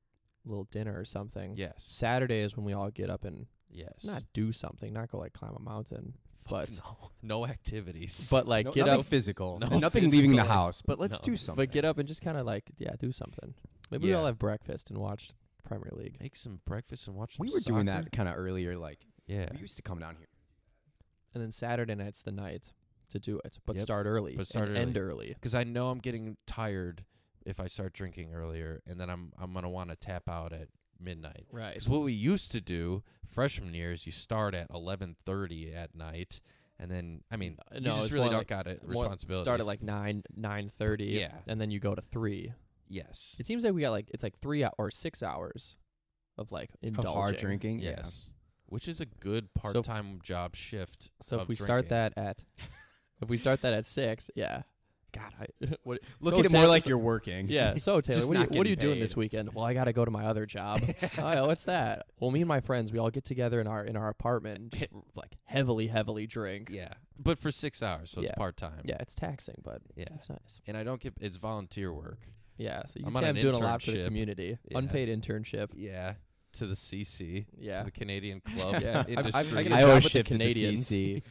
Speaker 1: little dinner or
Speaker 2: 'cause-
Speaker 1: something.
Speaker 2: yes,
Speaker 1: Saturday is when we all get up and
Speaker 2: yes,
Speaker 1: not do something, not go like climb a mountain, but
Speaker 2: no, no activities.
Speaker 1: but like
Speaker 3: No-
Speaker 1: get
Speaker 3: nothing
Speaker 1: up,
Speaker 3: physical.
Speaker 2: No
Speaker 3: nothing leaving the
Speaker 2: physical,
Speaker 3: house, but let's
Speaker 2: no.
Speaker 3: do something.
Speaker 1: but get up and just kind of like yeah, do something. Maybe we all
Speaker 2: Yeah.
Speaker 1: have breakfast and watch Premier League.
Speaker 2: make some breakfast and watch.
Speaker 3: We
Speaker 2: some
Speaker 3: were doing
Speaker 2: soccer.
Speaker 3: that kind of earlier like
Speaker 2: Yeah,
Speaker 3: we used to come down here.
Speaker 1: And then Saturday night's the night to do it, but
Speaker 2: Yep.
Speaker 1: start early,
Speaker 2: But start
Speaker 1: and end early.
Speaker 2: because I know I'm getting tired if I start drinking earlier, and then I'm I'm gonna want to tap out at midnight.
Speaker 1: Right.
Speaker 2: Because what we used to do freshman year is you start at 11:30 at night, and then I mean
Speaker 1: Uh,
Speaker 2: you
Speaker 1: no,
Speaker 2: just
Speaker 1: it's
Speaker 2: really
Speaker 1: more
Speaker 2: don't
Speaker 1: like-
Speaker 2: got it
Speaker 1: Well,
Speaker 2: responsibility.
Speaker 1: Start at like nine nine thirty.
Speaker 2: Yeah.
Speaker 1: and then you go to three.
Speaker 2: yes,
Speaker 1: It seems like we got like it's like three hou- or six hours of like
Speaker 3: Of
Speaker 1: indulging.
Speaker 3: hard drinking. yeah.
Speaker 2: Yes. Which is a good part time job shift.
Speaker 1: So if
Speaker 2: of
Speaker 1: we start
Speaker 2: drinking.
Speaker 1: that at, if we start that at six, yeah. God, I what,
Speaker 3: Look
Speaker 1: so
Speaker 3: at it more
Speaker 1: Taylor-
Speaker 3: like you're working.
Speaker 1: Yeah. So Taylor,
Speaker 3: Just
Speaker 1: what are you,
Speaker 3: not
Speaker 1: what are
Speaker 3: getting
Speaker 1: you doing
Speaker 3: paid.
Speaker 1: this weekend? Well, I gotta go to my other job. oh, yeah, what's that? Well, me and my friends, we all get together in our in our apartment, and just like heavily, heavily drink.
Speaker 2: Yeah. But for six hours, so
Speaker 1: Yeah.
Speaker 2: it's part time.
Speaker 1: Yeah, it's taxing, but
Speaker 2: Yeah.
Speaker 1: it's nice.
Speaker 2: And I don't get it's volunteer work.
Speaker 1: Yeah, so you
Speaker 2: I'm
Speaker 1: can
Speaker 2: on
Speaker 1: say I'm
Speaker 2: an
Speaker 1: doing a lot for the
Speaker 2: internship.
Speaker 1: community.
Speaker 2: Yeah.
Speaker 1: Unpaid internship.
Speaker 2: Yeah. To the CC.
Speaker 1: Yeah,
Speaker 2: To the Canadian Club
Speaker 1: Yeah. I've- I've- I
Speaker 2: industry.
Speaker 1: get
Speaker 3: I
Speaker 1: a job with
Speaker 3: always
Speaker 1: the
Speaker 3: shift
Speaker 1: Canadians.
Speaker 3: To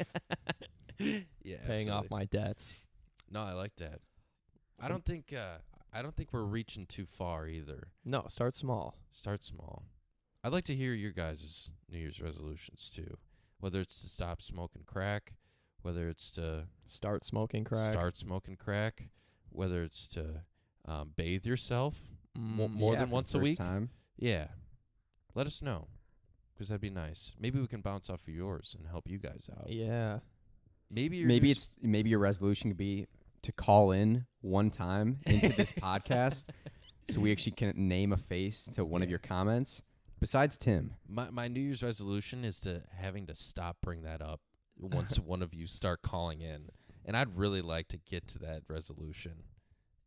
Speaker 2: yeah.
Speaker 1: paying off
Speaker 2: absolutely.
Speaker 1: my debts.
Speaker 2: No, I like that. I don't think uh I don't think we're reaching too far either.
Speaker 1: No, start small.
Speaker 2: Start small. I'd like to hear your guys' New Year's resolutions too. Whether it's to stop smoking crack, whether it's to
Speaker 1: Start smoking crack.
Speaker 2: start smoking crack, whether it's to um, bathe yourself, Mo-
Speaker 1: Mm,
Speaker 2: more
Speaker 3: Yeah,
Speaker 2: than
Speaker 3: for the
Speaker 2: once a
Speaker 3: first
Speaker 2: week?
Speaker 3: Time.
Speaker 2: Yeah. Let us know. Because that'd be nice. Maybe we can bounce off of yours and help you guys out.
Speaker 1: Yeah.
Speaker 2: Maybe your
Speaker 3: Maybe
Speaker 2: new
Speaker 3: it's maybe your resolution could be to call in one time into this podcast, so we actually can name a face to one of
Speaker 2: Yeah.
Speaker 3: your comments besides Tim.
Speaker 2: My my New Year's resolution is to having to stop bring that up once one of you start calling in, and I'd really like to get to that resolution,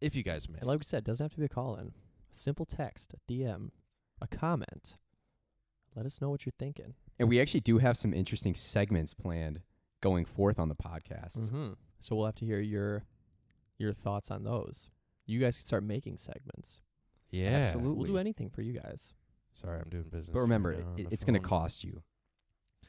Speaker 2: if you guys may.
Speaker 1: And like we said, doesn't have to be a call in. Simple text, a DM, a comment. Let us know what you're thinking.
Speaker 3: And we actually do have some interesting segments planned going forth on the podcast.
Speaker 1: Mm-hmm. So we'll have to hear your your thoughts on those. You guys can start making segments.
Speaker 2: yeah,
Speaker 3: Absolutely.
Speaker 1: We'll do anything for you guys.
Speaker 2: Sorry, I'm doing business.
Speaker 3: But remember,
Speaker 2: right now on
Speaker 3: it,
Speaker 2: the
Speaker 3: it's going to
Speaker 2: phone.
Speaker 3: cost you.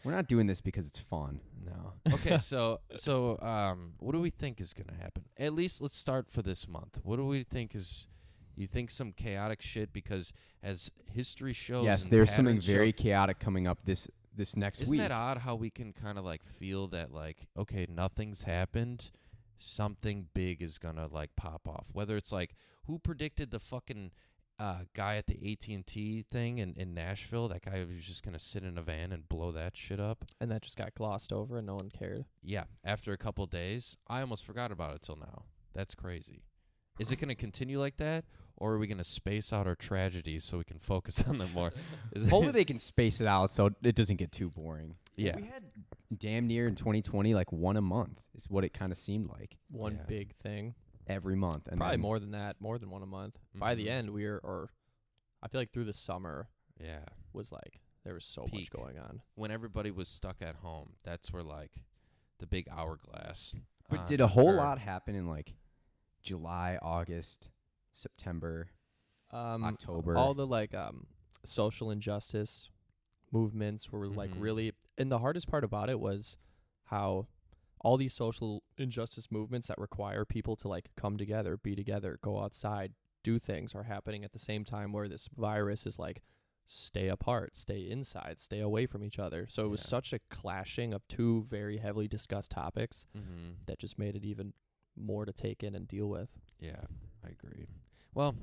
Speaker 3: We're not doing this because it's fun.
Speaker 2: No. Okay, so so um, what do we think is gonna happen? At least let's start for this month. What do we think is? You think some chaotic shit because as history shows,
Speaker 3: yes,
Speaker 2: and
Speaker 3: there's something
Speaker 2: patterns show-
Speaker 3: very chaotic coming up this this next
Speaker 2: Isn't
Speaker 3: week.
Speaker 2: that odd how we can kind of like feel that like okay nothing's happened, something big is gonna like pop off. Whether it's like who predicted the fucking uh, guy at the AT and T thing in, in Nashville, that guy who's just gonna sit in a van and blow that shit up.
Speaker 1: And that just got glossed over and no one cared.
Speaker 2: Yeah, after a couple days, I almost forgot about it till now. That's crazy. Is it gonna continue like that, or are we gonna space out our tragedies so we can focus on them more? Is it-
Speaker 3: Hopefully, they can space it out so it doesn't get too boring.
Speaker 2: yeah.
Speaker 3: we had damn near in 2020 like one a month is what it kind of seemed like
Speaker 1: One
Speaker 2: Yeah.
Speaker 1: big thing.
Speaker 3: every month. And
Speaker 1: Probably
Speaker 3: then-
Speaker 1: more than that, more than one a month. By
Speaker 2: Mhm.
Speaker 1: the end we are or I feel like through the summer
Speaker 2: Yeah.
Speaker 1: was like there was so
Speaker 2: Peak.
Speaker 1: much going on.
Speaker 2: when everybody was stuck at home, that's where like the big hourglass. uh,
Speaker 3: But
Speaker 1: Uh,
Speaker 2: on
Speaker 3: did
Speaker 2: the
Speaker 3: a whole
Speaker 2: curb.
Speaker 3: lot happen in like July, August, September,
Speaker 1: Um
Speaker 3: October?
Speaker 1: all the like um social injustice movements were like
Speaker 2: Mhm.
Speaker 1: really and the hardest part about it was how all these social injustice movements that require people to like come together, be together, go outside, do things are happening at the same time where this virus is like stay apart, stay inside, stay away from each other. So it was
Speaker 2: Yeah.
Speaker 1: such a clashing of two very heavily discussed topics
Speaker 2: Mhm.
Speaker 1: that just made it even more to take in and deal with.
Speaker 2: Yeah, I agree. Well,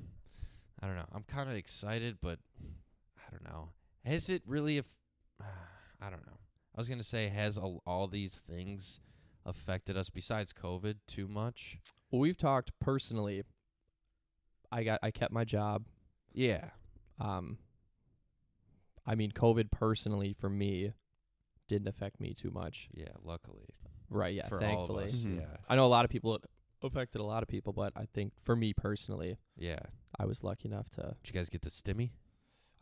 Speaker 2: I don't know. I'm kind of excited, but I don't know. Has it really? Af- I don't know. I was gonna say, has all, all these things affected us besides COVID too much?
Speaker 1: Well, we've talked personally. I got I kept my job
Speaker 2: Yeah.
Speaker 1: um I mean COVID personally for me didn't affect me too much.
Speaker 2: Yeah. Luckily.
Speaker 1: Right, yeah,
Speaker 2: For
Speaker 1: thankfully.
Speaker 2: all of us.
Speaker 3: Mhm.
Speaker 2: Yeah.
Speaker 1: I know a lot of people it affected a lot of people, but I think for me personally,
Speaker 2: Yeah.
Speaker 1: I was lucky enough to
Speaker 2: Did you guys get the stimmy?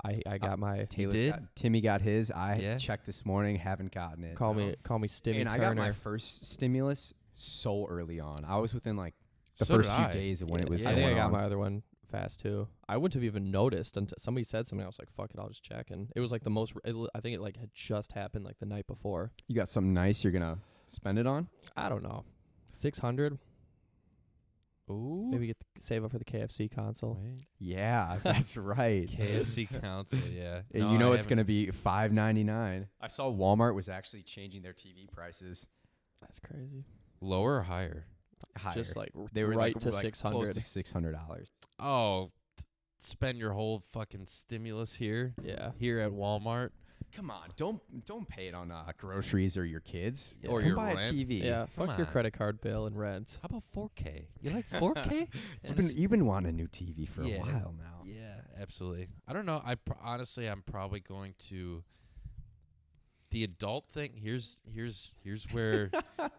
Speaker 1: I
Speaker 3: Uh,
Speaker 1: I got my
Speaker 3: Taylor
Speaker 2: did?
Speaker 3: got, Timmy got his. I
Speaker 2: Yeah.
Speaker 3: checked this morning, haven't gotten it.
Speaker 1: call
Speaker 2: no.
Speaker 1: me call me Stimmy
Speaker 3: and I
Speaker 1: Turner.
Speaker 3: got my first stimulus so early on. I was within like the
Speaker 2: So did
Speaker 3: first few
Speaker 2: I.
Speaker 3: days of when it was.
Speaker 1: I think I
Speaker 3: going
Speaker 1: got
Speaker 3: on.
Speaker 1: my other one fast too. I wouldn't have even noticed until somebody said something. I was like, "Fuck it, I'll just check." And it was like the most. It, li- I think it like had just happened like the night before.
Speaker 3: You got something nice you're gonna spend it on?
Speaker 1: I don't know, six hundred.
Speaker 2: Ooh.
Speaker 1: Maybe get the, save up for the KFC console.
Speaker 2: Wait.
Speaker 3: Yeah, that's right.
Speaker 2: KFC council. Yeah.
Speaker 3: And
Speaker 2: No,
Speaker 3: you know
Speaker 2: I
Speaker 3: it's
Speaker 2: haven't-
Speaker 3: gonna be five ninety nine. I saw Walmart was actually changing their TV prices
Speaker 1: That's crazy.
Speaker 2: lower or higher.
Speaker 3: higher.
Speaker 1: Just like r-
Speaker 3: they were
Speaker 1: right
Speaker 3: like,
Speaker 1: to
Speaker 3: like
Speaker 1: six
Speaker 3: close
Speaker 1: hundred.
Speaker 3: to six hundred dollars.
Speaker 2: Oh, t- spend your whole fucking stimulus here,
Speaker 1: Yeah.
Speaker 2: here at Walmart.
Speaker 3: Come on, don't don't pay it on uh, groceries or your kids
Speaker 2: Yeah. Or
Speaker 3: Come
Speaker 2: your
Speaker 3: buy
Speaker 2: rent.
Speaker 3: a TV.
Speaker 1: Yeah.
Speaker 2: Come
Speaker 1: Fuck your
Speaker 2: on.
Speaker 1: credit card bill and rent.
Speaker 2: How about 4K? You like 4K?
Speaker 3: You've
Speaker 2: And
Speaker 3: been,
Speaker 2: it's-
Speaker 3: you've been wanting a new TV for
Speaker 2: Yeah.
Speaker 3: a while now.
Speaker 2: yeah, absolutely. I don't know. I pr- honestly, I'm probably going to the adult thing. Here's here's here's where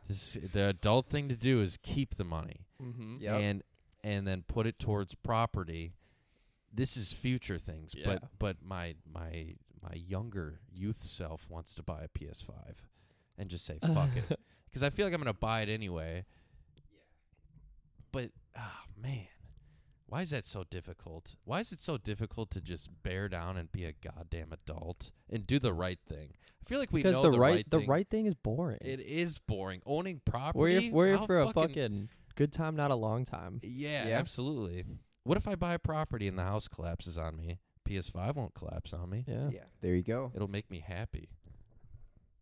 Speaker 2: this the adult thing to do is keep the money.
Speaker 1: Mm-hmm.
Speaker 3: Yep.
Speaker 2: and and then put it towards property. This is future things, but
Speaker 1: Yeah.
Speaker 2: but my my my younger youth self wants to buy a PS5 and just say fuck it because I feel like I'm gonna buy it anyway. But ah man, why is that so difficult? Why is it so difficult to just bear down and be a goddamn adult and do the right thing? I feel like we
Speaker 1: Because
Speaker 2: know
Speaker 1: the, right, the
Speaker 2: thing.
Speaker 1: right thing is boring.
Speaker 2: It is boring owning property.
Speaker 1: we're here, we're here
Speaker 2: how
Speaker 1: for a
Speaker 2: fucking
Speaker 1: fucking good time, not a long time.
Speaker 2: yeah,
Speaker 3: Yeah.
Speaker 2: absolutely. What if I buy a property and the house collapses on me? PS5 won't collapse on me.
Speaker 1: Yeah.
Speaker 3: Yeah, there you go.
Speaker 2: It'll make me happy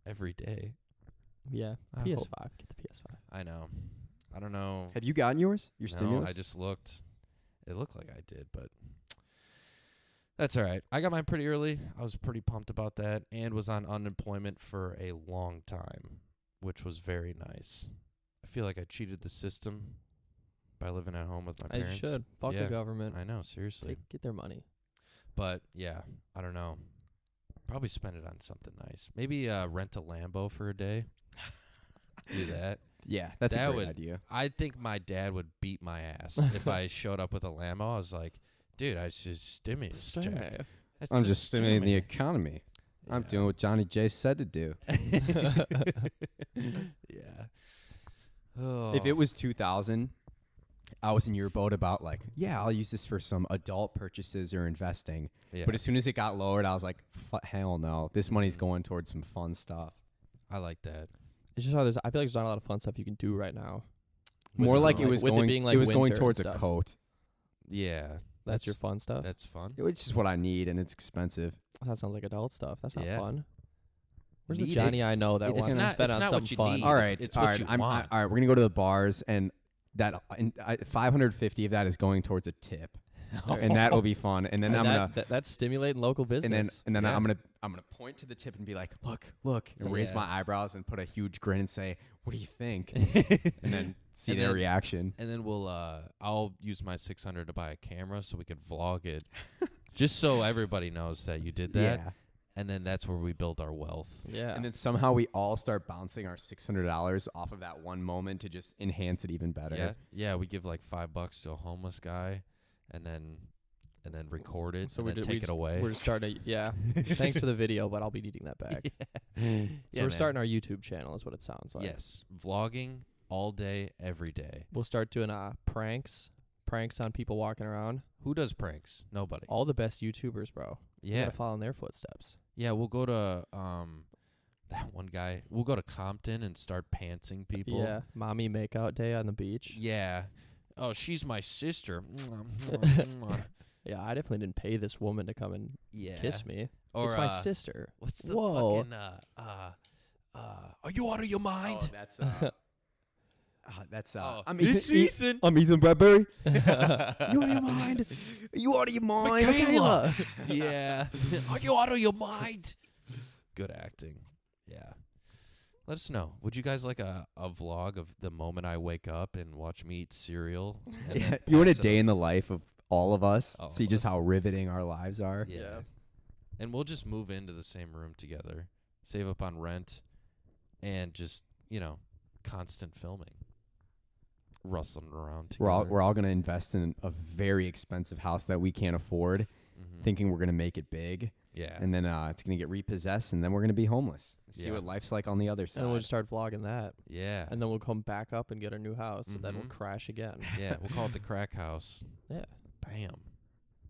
Speaker 2: every day.
Speaker 1: Yeah.
Speaker 2: I hope-
Speaker 1: PS5. Get the PS5.
Speaker 2: I know. I don't know.
Speaker 3: Have you gotten yours? Your
Speaker 2: No,
Speaker 3: stimulus?
Speaker 2: I just looked. It looked like I did, but That's all right. I got mine pretty early. I was pretty pumped about that and was on unemployment for a long time, which was very nice. I feel like I cheated the system by living at home with my
Speaker 1: I
Speaker 2: parents.
Speaker 1: should. Fuck
Speaker 2: Yeah.
Speaker 1: the government.
Speaker 2: I know, seriously.
Speaker 1: Take- get their money.
Speaker 2: But yeah, I don't know. Probably spend it on something nice. Maybe uh, rent a Lambo for a day. Do that.
Speaker 3: Yeah, that's
Speaker 2: That
Speaker 3: a great
Speaker 2: would-
Speaker 3: idea.
Speaker 2: I think my dad would beat my ass if I showed up with a Lambo. I was like, dude, I just stimulus check.
Speaker 1: Stay.
Speaker 2: That's
Speaker 3: I'm
Speaker 2: a
Speaker 3: just stimulating the
Speaker 2: stimmy."
Speaker 3: economy. I'm
Speaker 2: Yeah.
Speaker 3: doing what Johnny J said to do.
Speaker 2: yeah. Oh.
Speaker 3: If it was 2000, I was in your boat about like, yeah, I'll use this for some adult purchases or investing.
Speaker 2: yeah.
Speaker 3: But as soon as it got lowered, I was like, F- hell no, this money's
Speaker 1: Mm.
Speaker 2: Mhm.
Speaker 3: going towards some fun stuff.
Speaker 2: I like that.
Speaker 1: It's just how there's. I feel like there's not a lot of fun stuff you can do right now. With
Speaker 3: More
Speaker 1: it
Speaker 3: like
Speaker 1: being
Speaker 3: it
Speaker 1: like-
Speaker 3: was
Speaker 1: with it
Speaker 3: going,
Speaker 1: being like
Speaker 3: it was
Speaker 1: winter
Speaker 3: going
Speaker 1: and
Speaker 3: towards a
Speaker 1: stuff.
Speaker 3: coat.
Speaker 2: Yeah,
Speaker 1: That's, your
Speaker 2: That's-
Speaker 1: fun stuff.
Speaker 2: that's fun.
Speaker 3: It's just what I need, and it's expensive.
Speaker 1: That sounds like adult stuff. That's not
Speaker 2: Yeah.
Speaker 1: fun. Where's
Speaker 2: Need
Speaker 1: the
Speaker 2: it.
Speaker 1: Johnny I know that
Speaker 3: it's
Speaker 1: wants
Speaker 3: not-
Speaker 1: to spend
Speaker 2: it's
Speaker 1: on
Speaker 2: not what
Speaker 1: something
Speaker 2: you
Speaker 1: fun?
Speaker 2: need.
Speaker 3: All
Speaker 2: It's-
Speaker 3: right,
Speaker 2: it's
Speaker 3: all
Speaker 2: what
Speaker 3: right.
Speaker 2: you
Speaker 3: I'm, I-
Speaker 2: want.
Speaker 3: all right, we're gonna go to the bars, and that and I, 550 of that is going towards a tip, and that will be fun. And then
Speaker 1: And
Speaker 3: I'm
Speaker 1: that,
Speaker 3: gonna
Speaker 1: that, that's stimulating local business.
Speaker 3: and then and then
Speaker 2: Yeah.
Speaker 3: I'm gonna I'm gonna point to the tip and be like, look, look, and raise
Speaker 2: Yeah.
Speaker 3: my eyebrows and put a huge grin and say, what do you think? and then see
Speaker 2: And
Speaker 3: their
Speaker 2: then-
Speaker 3: reaction.
Speaker 2: and then we'll uh I'll use my 600 to buy a camera so we can vlog it. Just so everybody knows that you did that.
Speaker 3: yeah.
Speaker 2: And then that's where we build our wealth.
Speaker 1: yeah.
Speaker 3: And then somehow we all start bouncing our six hundred dollars off of that one moment to just enhance it even better.
Speaker 2: Yeah. Yeah, we give like 5 bucks to a homeless guy and then and then record it
Speaker 1: So
Speaker 2: and
Speaker 1: we
Speaker 2: then
Speaker 1: did- we
Speaker 2: take it
Speaker 1: just-
Speaker 2: away.
Speaker 1: we're just starting to yeah. Thanks for the video, but I'll be needing that back.
Speaker 2: yeah,
Speaker 1: So we're starting our YouTube channel is what it sounds like.
Speaker 2: Yes, vlogging all day every day.
Speaker 1: We'll start doing uh pranks. Pranks on people walking around.
Speaker 2: Who does pranks? Nobody.
Speaker 1: All the best YouTubers, bro. You
Speaker 2: Yeah.
Speaker 1: gotta follow in their footsteps.
Speaker 2: Yeah, we'll go to um that one guy. We'll go to Compton and start pantsing people.
Speaker 1: Yeah. Mommy makeout day on the beach.
Speaker 2: Yeah. Oh, she's my sister. Mwah, mwah, mwah.
Speaker 1: Yeah, I definitely didn't pay this woman to come and
Speaker 2: yeah.
Speaker 1: kiss me.
Speaker 2: Or
Speaker 1: it's my
Speaker 2: uh,
Speaker 1: sister.
Speaker 2: What's the
Speaker 1: Whoa.
Speaker 2: fucking uh, uh uh Are you out of your
Speaker 3: Oh,
Speaker 2: mind?
Speaker 3: that's uh, oh, that's uh,
Speaker 2: Oh,
Speaker 3: I'm
Speaker 2: this
Speaker 3: Ethan- E-
Speaker 2: Ethan.
Speaker 3: I'm Ethan Bradbury. you out of your mind? You out of your mind?
Speaker 2: Michaela. yeah. Are you out of your mind? Good acting. Yeah. Let us know. Would you guys like a, a vlog of the moment I wake up and watch me eat cereal? And
Speaker 3: Yeah,
Speaker 2: then
Speaker 3: you want a
Speaker 2: pass it
Speaker 3: day in the life of all of us.
Speaker 2: All
Speaker 3: see
Speaker 2: of
Speaker 3: just
Speaker 2: us.
Speaker 3: how riveting our lives are.
Speaker 2: Yeah.
Speaker 1: Yeah.
Speaker 2: And we'll just move into the same room together, save up on rent, and just, you know, constant filming. Rustling around together.
Speaker 3: We're all we're all gonna invest in a very expensive house that we can't afford,
Speaker 1: Mm-hmm.
Speaker 2: Mhm.
Speaker 3: thinking we're gonna make it big,
Speaker 2: yeah.
Speaker 3: and then uh, it's gonna get repossessed, and then we're gonna be homeless. See
Speaker 2: Yeah.
Speaker 3: what life's like on the other side.
Speaker 1: And then we'll just start vlogging that.
Speaker 2: yeah.
Speaker 1: And then we'll come back up and get our new house. And then we'll
Speaker 2: Mhm.
Speaker 1: crash again.
Speaker 2: yeah. We'll call it the crack house.
Speaker 1: Yeah.
Speaker 2: Bam.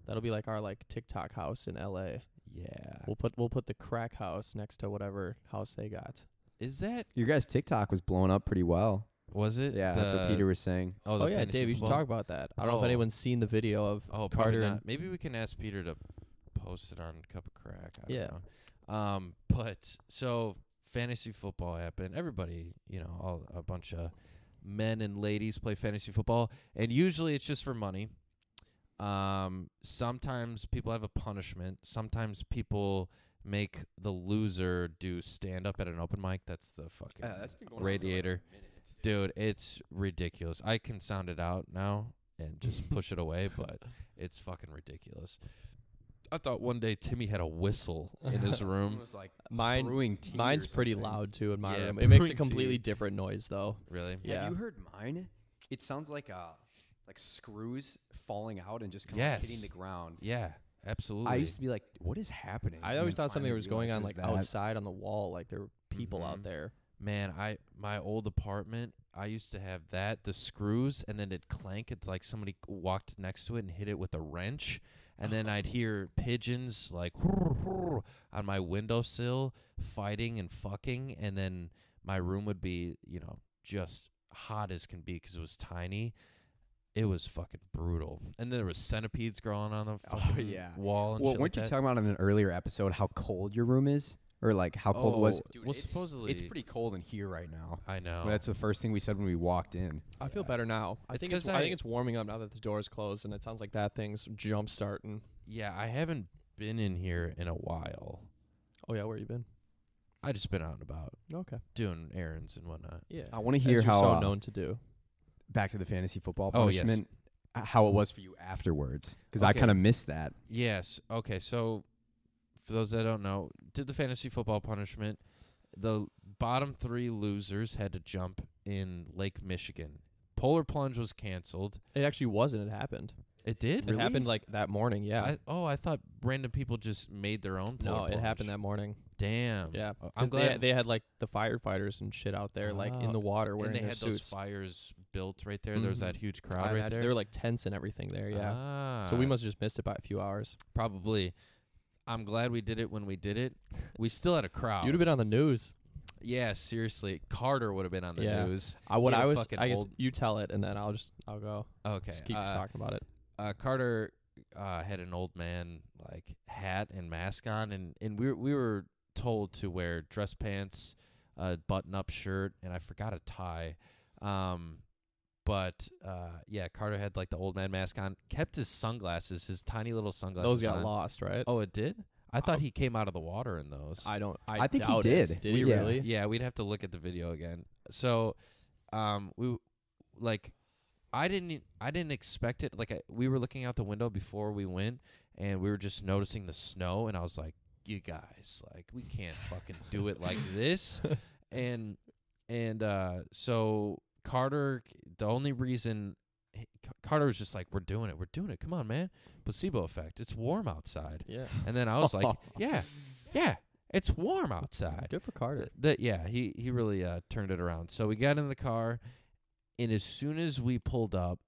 Speaker 1: That'll be like our like TikTok house in LA.
Speaker 2: Yeah.
Speaker 1: We'll put we'll put the crack house next to whatever house they got.
Speaker 2: Is that
Speaker 3: Your guys' TikTok was blowing up pretty well.
Speaker 2: was it?
Speaker 3: Yeah, that's what
Speaker 2: the-
Speaker 3: Peter was saying.
Speaker 2: Oh, the
Speaker 1: Oh, yeah,
Speaker 2: fantasy
Speaker 1: Dave, you should
Speaker 2: football?
Speaker 1: talk about that. I don't know if
Speaker 2: Oh.
Speaker 1: anyone's seen the video of
Speaker 2: Oh, probably
Speaker 1: Carter and
Speaker 2: not. Maybe we can ask Peter to post it on Cup of Crack. I
Speaker 1: Yeah.
Speaker 2: Don't know. Um, but so fantasy football happened. Everybody, you know, all a bunch of men and ladies play fantasy football, and usually it's just for money. Um, sometimes people have a punishment. Sometimes people make the loser do stand up at an open mic. That's the fucking radiator dude it's ridiculous i can sound it out now and just push it away but it's fucking ridiculous i thought one day timmy had a whistle in his room
Speaker 3: was like
Speaker 1: mine.
Speaker 3: brewing tea or
Speaker 1: Mine's pretty
Speaker 3: something.
Speaker 1: loud too in my
Speaker 2: Yeah,
Speaker 1: room. It makes a
Speaker 2: brewing tea.
Speaker 1: completely different noise though.
Speaker 2: really
Speaker 1: Yeah.
Speaker 3: Have you heard mine? It sounds like uh like screws falling out and just kind of hitting
Speaker 2: Yes.
Speaker 3: the ground.
Speaker 2: yeah absolutely
Speaker 3: I used to be like, what is happening?
Speaker 1: I
Speaker 3: And
Speaker 1: always
Speaker 3: then
Speaker 1: thought something
Speaker 3: finally
Speaker 1: was going
Speaker 3: realized
Speaker 1: on
Speaker 3: it
Speaker 1: like
Speaker 3: that.
Speaker 1: outside on the wall, like there were people out
Speaker 2: Mhm.
Speaker 1: there.
Speaker 2: man i my old apartment i used to have that the screws and then it'd clank it's like somebody walked next to it and hit it with a wrench and then i'd hear pigeons like on my windowsill fighting and fucking and then my room would be you know just hot as can be 'cause it was tiny it was fucking brutal and then there was centipedes growing on the
Speaker 3: Oh,
Speaker 2: fucking
Speaker 3: yeah.
Speaker 2: wall and
Speaker 3: Well,
Speaker 2: shit
Speaker 3: weren't
Speaker 2: like
Speaker 3: you
Speaker 2: that.
Speaker 3: talking about in an earlier episode how cold your room is or like how cold it was.
Speaker 2: Oh, well, supposedly Oh.
Speaker 3: it's pretty cold in here right now.
Speaker 2: I know.
Speaker 3: That's the first thing we said when we walked in.
Speaker 1: I feel better now. I
Speaker 2: It's
Speaker 1: think it's,
Speaker 2: 'cause
Speaker 1: I, think
Speaker 2: I-
Speaker 1: it's warming up now that the door's closed, and it sounds like that thing's jump starting.
Speaker 2: yeah, I haven't been in here in a while.
Speaker 1: Oh yeah, where you been?
Speaker 2: I just been out and about
Speaker 1: Okay.
Speaker 2: doing errands and whatnot.
Speaker 1: Yeah.
Speaker 3: I want to
Speaker 1: As
Speaker 3: hear
Speaker 1: you're
Speaker 3: how
Speaker 1: so
Speaker 3: uh,
Speaker 1: known to do.
Speaker 3: back to the fantasy football
Speaker 2: Oh, yes.
Speaker 3: punishment. h- How it was for you afterwards, because I
Speaker 2: Okay.
Speaker 3: kind of missed that.
Speaker 2: Yes. Okay. So, for those that don't know, did the fantasy football punishment? The bottom three losers had to jump in Lake Michigan. Polar plunge was canceled.
Speaker 1: It actually wasn't. It happened.
Speaker 2: It did.
Speaker 1: It happened like that morning. Yeah.
Speaker 2: I, oh, I thought random people just made their own. Polar
Speaker 1: no, it happened
Speaker 2: plunge.
Speaker 1: that morning.
Speaker 2: Damn.
Speaker 1: Yeah,
Speaker 2: Oh, I'm
Speaker 1: 'cause
Speaker 2: glad.
Speaker 1: they, they had like the firefighters and shit out there, like in
Speaker 2: Oh,
Speaker 1: the water
Speaker 2: and
Speaker 1: wearing
Speaker 2: they
Speaker 1: their
Speaker 2: had those
Speaker 1: suits.
Speaker 2: fires built right there. There was
Speaker 1: Mhm.
Speaker 2: that huge
Speaker 1: I
Speaker 2: crowd right
Speaker 1: imagine
Speaker 2: there.
Speaker 1: They were like tents and everything there. Yeah. so we
Speaker 2: Ah.
Speaker 1: must have just missed it by a few hours.
Speaker 2: probably. I'm glad we did it when we did it. We still had a crowd.
Speaker 1: You'd have been on the news.
Speaker 2: yeah, seriously. Carter would have been on the
Speaker 1: Yeah.
Speaker 2: news.
Speaker 1: I what
Speaker 2: He had
Speaker 1: I
Speaker 2: a
Speaker 1: was.
Speaker 2: fucking
Speaker 1: I guess
Speaker 2: old-
Speaker 1: you tell it, and then I'll just I'll go.
Speaker 2: Okay.
Speaker 1: Just keep
Speaker 2: uh,
Speaker 1: talking about it.
Speaker 2: uh, Carter uh, had an old man like hat and mask on, and and we were, we were told to wear dress pants, a button up shirt, and I forgot a tie. Um, but uh, yeah, Carter had like the old man mask on, kept his sunglasses, his tiny little sunglasses.
Speaker 1: Those got
Speaker 2: on.
Speaker 1: lost, right?
Speaker 2: Oh, it did. I thought
Speaker 1: Uh,
Speaker 2: he came out of the water in those.
Speaker 1: I don't. I,
Speaker 3: I think he
Speaker 1: doubt it.
Speaker 3: did.
Speaker 1: Did
Speaker 3: We-
Speaker 1: he
Speaker 3: yeah.
Speaker 1: really?
Speaker 2: Yeah, we'd have to look at the video again. So, um, we like, I didn't, e- I didn't expect it. Like, I, we were looking out the window before we went, and we were just noticing the snow, and I was like, "You guys, like, we can't fucking do it like this." And and uh, so Carter, the only reason he- Ca- Carter was just like, "We're doing it, we're doing it. Come on, man." Placebo effect. It's warm outside.
Speaker 1: Yeah.
Speaker 2: And then I was like, "Yeah, yeah, it's warm outside."
Speaker 1: Good for Carter.
Speaker 2: Th- That yeah, he he really uh, turned it around. So we got in the car, and as soon as we pulled up,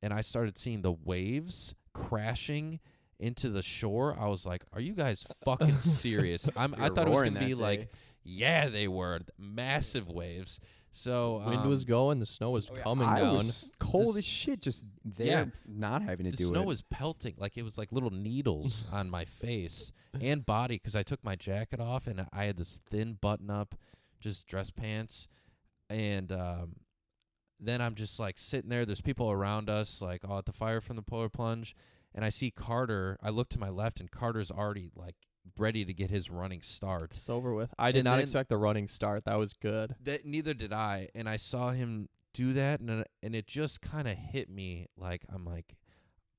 Speaker 2: and I started seeing the waves crashing into the shore, I was like, "Are you guys fucking serious?" I'm, I
Speaker 3: You're
Speaker 2: thought it was
Speaker 3: roaring
Speaker 2: gonna be
Speaker 3: that day.
Speaker 2: like, "Yeah, they were massive waves." So
Speaker 1: Wind
Speaker 2: um,
Speaker 1: was going. The snow was coming
Speaker 3: Oh, I
Speaker 1: down.
Speaker 3: was cold
Speaker 2: This-
Speaker 3: as shit, just there,
Speaker 2: Yeah.
Speaker 3: not having to
Speaker 2: the
Speaker 3: do
Speaker 2: snow
Speaker 3: it.
Speaker 2: was pelting like it was like little needles on my face and body because i took my jacket off and i had this thin button up just dress pants and um, then i'm just like sitting there there's people around us like all at the fire from the polar plunge and i see carter i look to my left and carter's already like ready to get his running start
Speaker 1: It's over with. I did
Speaker 2: And
Speaker 1: not
Speaker 2: then-
Speaker 1: expect the running start. That was good.
Speaker 2: that neither did I, and I saw him do that, and it- and it just kind of hit me like I'm like,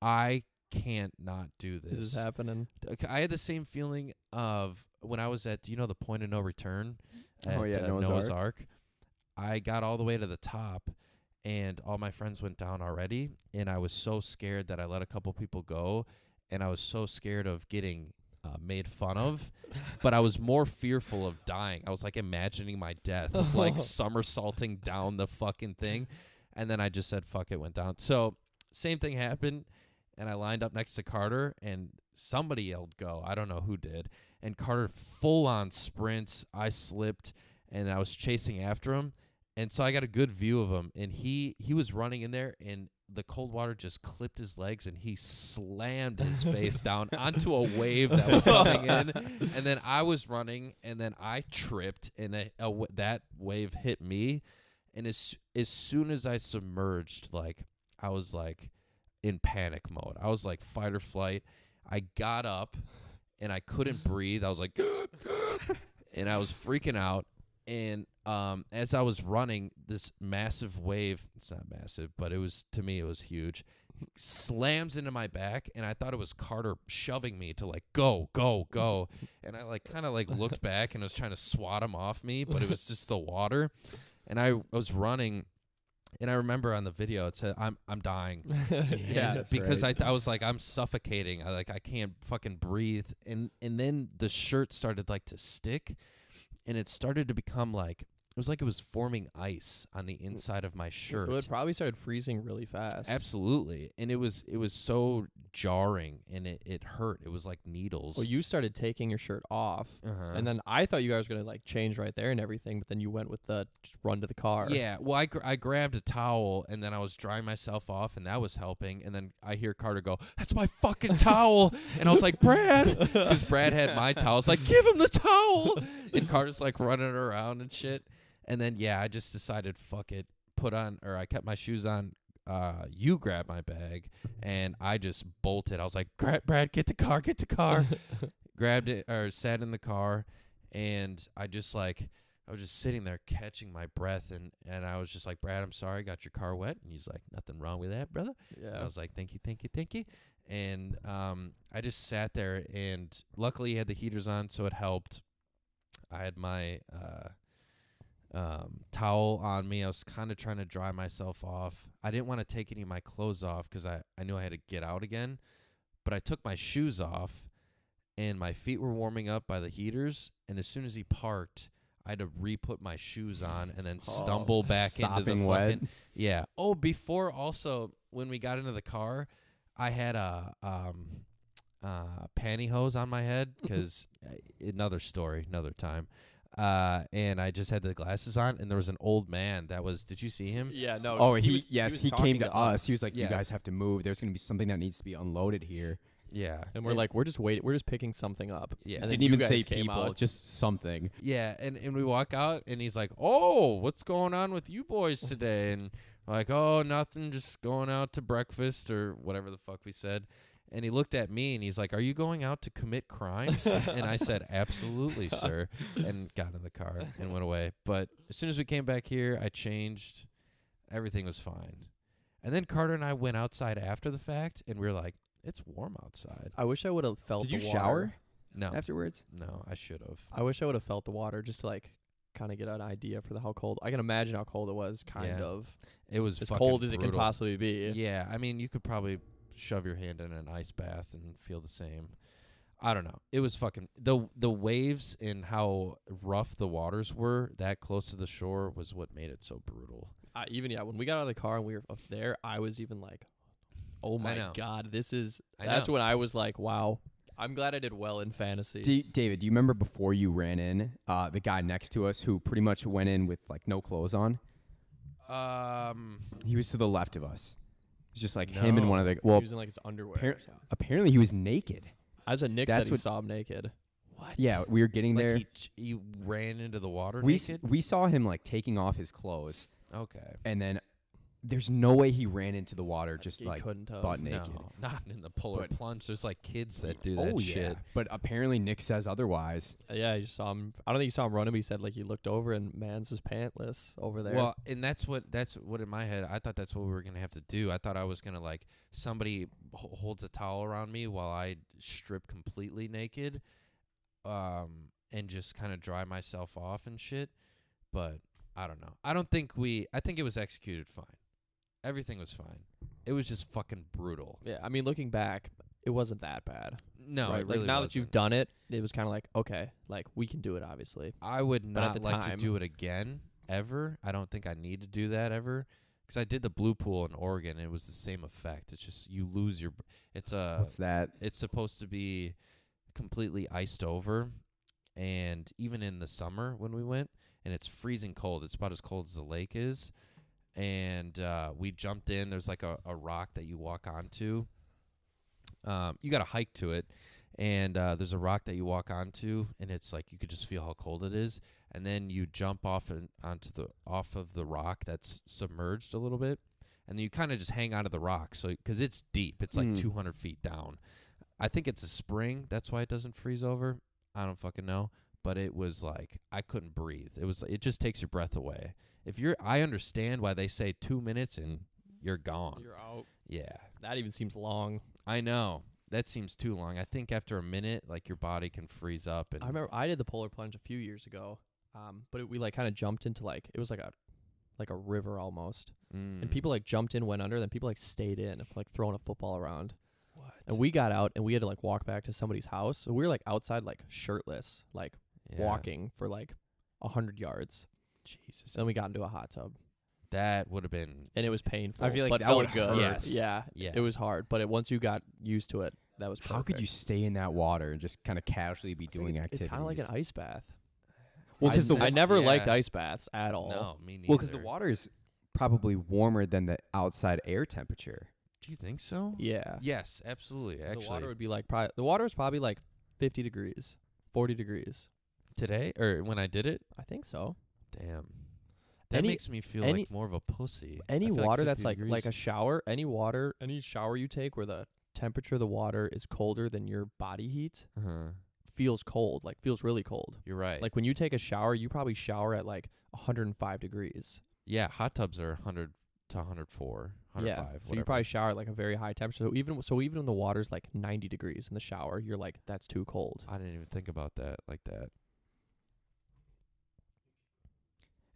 Speaker 2: I can't not do
Speaker 1: This is
Speaker 2: this.
Speaker 1: happening.
Speaker 2: Okay, I had the same feeling of when I was at do you know the point of no return at
Speaker 3: Oh, yeah,
Speaker 2: uh,
Speaker 3: Noah's
Speaker 2: Noah's Ark. I got all the way to the top, and all my friends went down already, and I was so scared that I let a couple people go, and I was so scared of getting. Uh, made fun of, but I was more fearful of dying. I was like imagining my death, of, like somersaulting down the fucking thing, and then I just said fuck it, went down. So same thing happened, and I lined up next to Carter, and somebody yelled go. I don't know who did. And Carter full on sprints. I slipped and I was chasing after him. And so I got a good view of him. And he he was running in there and the cold water just clipped his legs and he slammed his face down onto a wave that was coming in. And then I was running and then I tripped and a, a w- that wave hit me. And as as soon as I submerged, like I was like in panic mode. I was like fight or flight. I got up and I couldn't breathe. I was like, and I was freaking out. And um, as I was running, this massive wave, it's not massive, but it was, to me, it was huge, slams into my back. And I thought it was Carter shoving me to like, go, go, go. And I like kind of like looked back and was trying to swat him off me, but it was just the water. And I, I was running. And I remember on the video, it said, I'm, I'm dying.
Speaker 1: yeah.
Speaker 2: And
Speaker 3: that's
Speaker 2: because
Speaker 3: right.
Speaker 2: I, I was like I'm suffocating. I like I can't fucking breathe. And and then the shirt started like to stick, and it started to become like it was like it was forming ice on the inside of my
Speaker 1: It
Speaker 2: shirt.
Speaker 1: would probably started freezing really fast.
Speaker 2: Absolutely, and it was it was so jarring and it, it hurt. It was like needles.
Speaker 1: Well, you started taking your shirt off,
Speaker 2: uh-huh.
Speaker 1: and then I thought you guys were gonna like change right there and everything, but then you went with the just run to the car.
Speaker 2: Yeah, well, I, gr- I grabbed a towel and then I was drying myself off, and that was helping. And then I hear Carter go, "That's my fucking towel," and I was like, "Brad," because Brad had my towel. I was like, "Give him the towel," and Carter's like running around and shit. And then yeah, I just decided, fuck it, put on or I kept my shoes on. Uh, you grabbed my bag, and I just bolted. I was like, "Gra- "Brad, get the car, get the car." grabbed it or sat in the car and I just like I was just sitting there catching my breath and and I was just like, Brad, I'm sorry, I got your car wet and he's like, Nothing wrong with that, brother. And I
Speaker 1: yeah.
Speaker 2: was like, Thank you, thank you, thank you. And um I just sat there and luckily he had the heaters on so it helped. I had my uh um, towel on me. I was kind of trying to dry myself off. I didn't want to take any of my clothes off because I, I knew I had to get out again. But I took my shoes off and my feet were warming up by the heaters. And as soon as he parked, I had to re put my shoes on and then
Speaker 1: Oh,
Speaker 2: stumble back into the
Speaker 3: sopping
Speaker 2: fucking.
Speaker 3: wet.
Speaker 2: Yeah. Oh, before also when we got into the car, I had a um uh pantyhose on my head
Speaker 1: Mm-hmm.
Speaker 2: cuz another story, another time. Uh and I just had the glasses on and there was an old man that was did you see him?
Speaker 1: Yeah. No.
Speaker 3: Oh, he,
Speaker 1: was-
Speaker 3: yes,
Speaker 1: was
Speaker 3: he,
Speaker 1: talking
Speaker 3: came to us. He was like,
Speaker 2: Yeah.
Speaker 3: "You guys have to move. There's going to be something that needs to be unloaded here."
Speaker 2: Yeah.
Speaker 1: and we're like, we're just waiting. We're just picking something up.
Speaker 2: Yeah.
Speaker 1: And then
Speaker 3: Didn't
Speaker 1: you
Speaker 3: even
Speaker 1: guys
Speaker 3: say
Speaker 1: came
Speaker 3: people,
Speaker 1: out.
Speaker 3: just something.
Speaker 2: Yeah, and, and we walk out and he's like, "Oh, what's going on with you boys today?" And we're like, "Oh, nothing, just going out to breakfast or whatever the fuck we said." And he looked at me and he's like, "Are you going out to commit crimes?" and I said, "Absolutely, sir." And got in the car and went away. But as soon as we came back here, I changed. Everything was fine. And then Carter and I went outside after the fact and we were like, "It's warm outside."
Speaker 1: I wish I would have felt.
Speaker 3: Did
Speaker 1: the
Speaker 3: you
Speaker 1: water.
Speaker 3: shower?
Speaker 2: No.
Speaker 3: Afterwards,
Speaker 2: No, I should have.
Speaker 1: I wish I would have felt the water just to like kind of get an idea for the how cold. I can imagine how cold it was. Kind
Speaker 2: Yeah.
Speaker 1: of
Speaker 2: It was
Speaker 1: as
Speaker 2: fucking
Speaker 1: cold as it can
Speaker 2: brutal.
Speaker 1: possibly be.
Speaker 2: Yeah, I mean, you could probably shove your hand in an ice bath and feel the same. I don't know. It was fucking the the waves and how rough the waters were that close to the shore was what made it so brutal.
Speaker 1: I, even yeah, when we got out of the car and we were up there, I was even like, "Oh my
Speaker 2: know.
Speaker 1: god, this is."
Speaker 2: I
Speaker 1: that's
Speaker 2: know.
Speaker 1: when I was like, "Wow, I'm glad I did well in fantasy."
Speaker 3: D- David, do you remember before you ran in, uh, the guy next to us who pretty much went in with like no clothes on?
Speaker 2: Um,
Speaker 3: He was to the left of us. It was just like him and one of the well.
Speaker 1: using like his underwear.
Speaker 3: appar-
Speaker 1: or something.
Speaker 3: apparently, he was naked.
Speaker 1: As a Nick
Speaker 3: that's
Speaker 1: said, he
Speaker 3: what-
Speaker 1: saw him naked.
Speaker 2: what?
Speaker 3: Yeah, we were getting
Speaker 2: like
Speaker 3: there.
Speaker 2: he ch- he ran into the water
Speaker 3: we s-
Speaker 2: naked.
Speaker 3: we saw him like taking off his clothes,
Speaker 2: okay,
Speaker 3: and then there's no way he ran into the water just
Speaker 1: he
Speaker 3: like
Speaker 1: couldn't have.
Speaker 3: butt naked.
Speaker 2: no, not in the polar
Speaker 3: But-
Speaker 2: plunge. There's like kids that do that
Speaker 3: oh
Speaker 2: shit.
Speaker 3: yeah, but apparently Nick says otherwise.
Speaker 1: Yeah, you saw him. I don't think you saw him running, but he said like he looked over and man's was pantless over there.
Speaker 2: Well, and that's what that's what in my head I thought that's what we were gonna have to do. I thought I was gonna like somebody ho- holds a towel around me while I strip completely naked, um, and just kind of dry myself off and shit. But I don't know. I don't think we. I think it was executed fine. Everything was fine. It was just fucking brutal.
Speaker 1: yeah, I mean, looking back, it wasn't that bad.
Speaker 2: No,
Speaker 1: right?
Speaker 2: it really
Speaker 1: like now that
Speaker 2: wasn't.
Speaker 1: you've done it, it was kind of like okay, like we can do it. Obviously,
Speaker 2: I would
Speaker 1: But at
Speaker 2: not
Speaker 1: the
Speaker 2: like to
Speaker 1: time-
Speaker 2: do it again ever. I don't think I need to do that ever because I did the blue pool in Oregon. And it was the same effect. It's just you lose your. b- It's a.
Speaker 3: What's that?
Speaker 2: It's supposed to be completely iced over, and even in the summer when we went, and it's freezing cold. It's about as cold as the lake is, and uh, we jumped in. There's like a, a rock that you walk onto. Um, you got to hike to it, and uh, there's a rock that you walk onto, and it's like you could just feel how cold it is. And then you jump off and onto the off of the rock that's submerged a little bit, and you kind of just hang onto the rock, so because it's deep, it's like
Speaker 3: Mm.
Speaker 2: 200 feet down. I think it's a spring. That's why it doesn't freeze over. I don't fucking know. But it was like I couldn't breathe. It was it just takes your breath away. If you're I understand why they say two minutes and you're gone.
Speaker 1: you're out.
Speaker 2: yeah.
Speaker 1: That even seems long.
Speaker 2: I know. That seems too long. I think after a minute, like your body can freeze up and
Speaker 1: I remember I did the polar plunge a few years ago, um, but it, we like kind of jumped into like it was like a like a river almost, and
Speaker 2: Mm.
Speaker 3: Hmm.
Speaker 1: people like jumped in, went under, then people like stayed in, like throwing a football around,
Speaker 2: what?
Speaker 1: and we got out and we had to like walk back to somebody's house, so we were like outside like shirtless, like
Speaker 2: Yeah.
Speaker 1: walking for like a hundred yards,
Speaker 2: Jesus.
Speaker 1: and then we got into a hot tub.
Speaker 2: That would have been
Speaker 1: and it was painful.
Speaker 3: feel like
Speaker 1: but
Speaker 3: that
Speaker 1: felt
Speaker 3: would
Speaker 1: good.
Speaker 3: hurt.
Speaker 2: Yes.
Speaker 1: Yeah.
Speaker 2: yeah.
Speaker 1: It was hard, but it, once you got used to it, that was perfect.
Speaker 3: How could you stay in that water and just kind of casually be doing
Speaker 1: it's,
Speaker 3: activities?
Speaker 1: It's kind of like an ice bath.
Speaker 3: well, because the
Speaker 1: I
Speaker 2: wa-
Speaker 1: never liked
Speaker 2: yeah.
Speaker 1: ice baths at all.
Speaker 2: no me neither.
Speaker 3: well, because the water is probably warmer than the outside air temperature.
Speaker 2: Do you think so?
Speaker 1: Yeah.
Speaker 2: Yes, absolutely.
Speaker 1: 'Cause
Speaker 2: Actually,
Speaker 1: the water would be like probably the water is probably like 50 degrees, 40 degrees.
Speaker 2: today or when I did it,
Speaker 1: I think so.
Speaker 2: damn. That
Speaker 1: Any-
Speaker 2: makes me feel
Speaker 1: any-
Speaker 2: like more of a pussy. I
Speaker 1: Any
Speaker 2: feel like
Speaker 1: water
Speaker 2: 50
Speaker 1: that's like like a
Speaker 2: degrees-
Speaker 1: shower, any water, any shower you take where the temperature of the water is colder than your body heat
Speaker 2: uh-huh.
Speaker 1: feels cold, like feels really cold.
Speaker 2: You're right. Like
Speaker 1: Like when you take a shower, you probably shower at like 105 degrees.
Speaker 2: yeah, hot tubs are 100 to 104, 105.
Speaker 1: yeah. So you
Speaker 2: whatever.
Speaker 1: probably shower at like a very high temperature. So even so even when the water's like 90 degrees in the shower, you're like that's too cold.
Speaker 2: I didn't even think about that like that.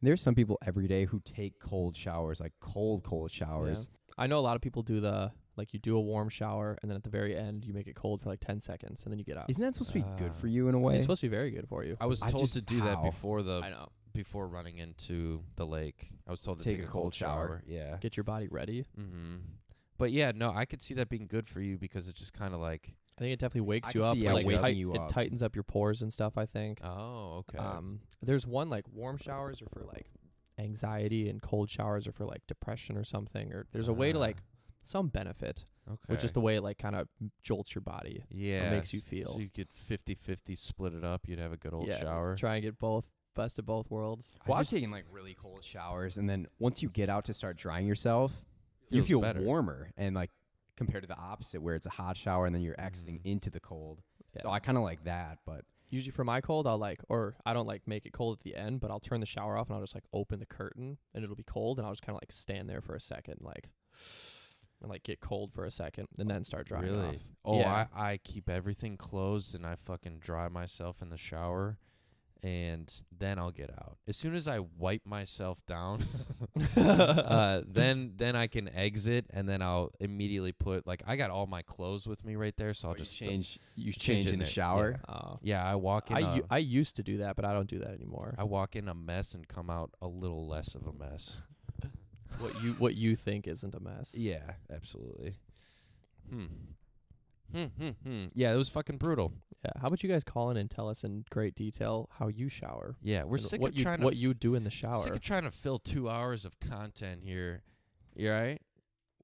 Speaker 3: There's some people every day who take cold showers, like cold, cold showers.
Speaker 1: I know a lot of people do the like you do a warm shower and then at the very end you make it cold for like 10 seconds and then you get out.
Speaker 3: Isn't that supposed to be good
Speaker 2: Ah.
Speaker 3: for you in a way?
Speaker 1: It's supposed to be very good for you.
Speaker 2: I was
Speaker 3: I
Speaker 2: told
Speaker 3: just-
Speaker 2: to do that
Speaker 3: how?
Speaker 2: before the
Speaker 1: I know.
Speaker 2: before running into the lake. I was told to
Speaker 3: Take
Speaker 2: take,
Speaker 3: a
Speaker 2: a
Speaker 3: cold shower.
Speaker 2: Yeah.
Speaker 1: Get your body ready.
Speaker 2: Mm-hmm. But yeah, no, I could see that being good for you because it's just kind of like,
Speaker 1: I think it definitely wakes
Speaker 3: I
Speaker 1: you
Speaker 3: could
Speaker 1: up.
Speaker 3: see
Speaker 1: and,
Speaker 2: it
Speaker 1: like,
Speaker 2: waking
Speaker 1: tight-
Speaker 3: you
Speaker 1: it
Speaker 3: up.
Speaker 1: tightens up your pores and stuff. I think.
Speaker 2: oh, okay.
Speaker 1: Um, there's one like warm showers are for like anxiety, and cold showers are for like depression or something. Or there's a way to
Speaker 2: Ah.
Speaker 1: like some benefit,
Speaker 2: okay.
Speaker 1: which is the way it like kind of jolts your body.
Speaker 2: yeah
Speaker 1: makes you
Speaker 2: s-
Speaker 1: feel.
Speaker 2: So you could 50-50 split it up. You'd have a good old
Speaker 1: Yeah,
Speaker 2: shower.
Speaker 1: Try and get both best of both worlds.
Speaker 2: I
Speaker 3: Well, I was
Speaker 2: just-
Speaker 3: taking like really cold showers, and then once you get out to start drying yourself, you
Speaker 2: Feels
Speaker 3: feel
Speaker 2: better.
Speaker 3: warmer, and like compared to the opposite, where it's a hot shower and then you're exiting
Speaker 2: Mhm.
Speaker 3: into the cold. So
Speaker 1: Yeah.
Speaker 3: I kind of like that, but
Speaker 1: Usually for my cold, I'll like, or I don't like make it cold at the end, but I'll turn the shower off and I'll just like open the curtain and it'll be cold, and I'll just kind of like stand there for a second, like, and like get cold for a second, and then start drying off.
Speaker 2: really? Oh,
Speaker 1: Yeah.
Speaker 2: I, I keep everything closed and I fucking dry myself in the shower and then I'll get out. As soon as I wipe myself down, uh, then then I can exit and then I'll immediately put like I got all my clothes with me right there,
Speaker 1: Oh,
Speaker 2: so I'll
Speaker 3: you
Speaker 2: just
Speaker 3: change you
Speaker 2: change
Speaker 3: change
Speaker 2: in
Speaker 3: in the
Speaker 2: there,
Speaker 3: shower.
Speaker 1: Uh,
Speaker 2: Yeah, I walk in
Speaker 1: I,
Speaker 2: a-
Speaker 1: u- I used to do that, but I don't do that anymore.
Speaker 2: I walk in a mess and come out a little less of a mess.
Speaker 1: what you what you think isn't a mess.
Speaker 2: Yeah, absolutely. Hmm. Hmm, hmm, hmm. Yeah, it was fucking brutal.
Speaker 1: Yeah. How about you guys call in and tell us in great detail how you shower?
Speaker 2: Yeah, we're
Speaker 1: and
Speaker 2: sick
Speaker 1: what
Speaker 2: of
Speaker 1: you,
Speaker 2: trying
Speaker 1: what
Speaker 2: to
Speaker 1: you do in the
Speaker 2: f-
Speaker 1: shower.
Speaker 2: sick of trying to fill two hours of content here. You all right?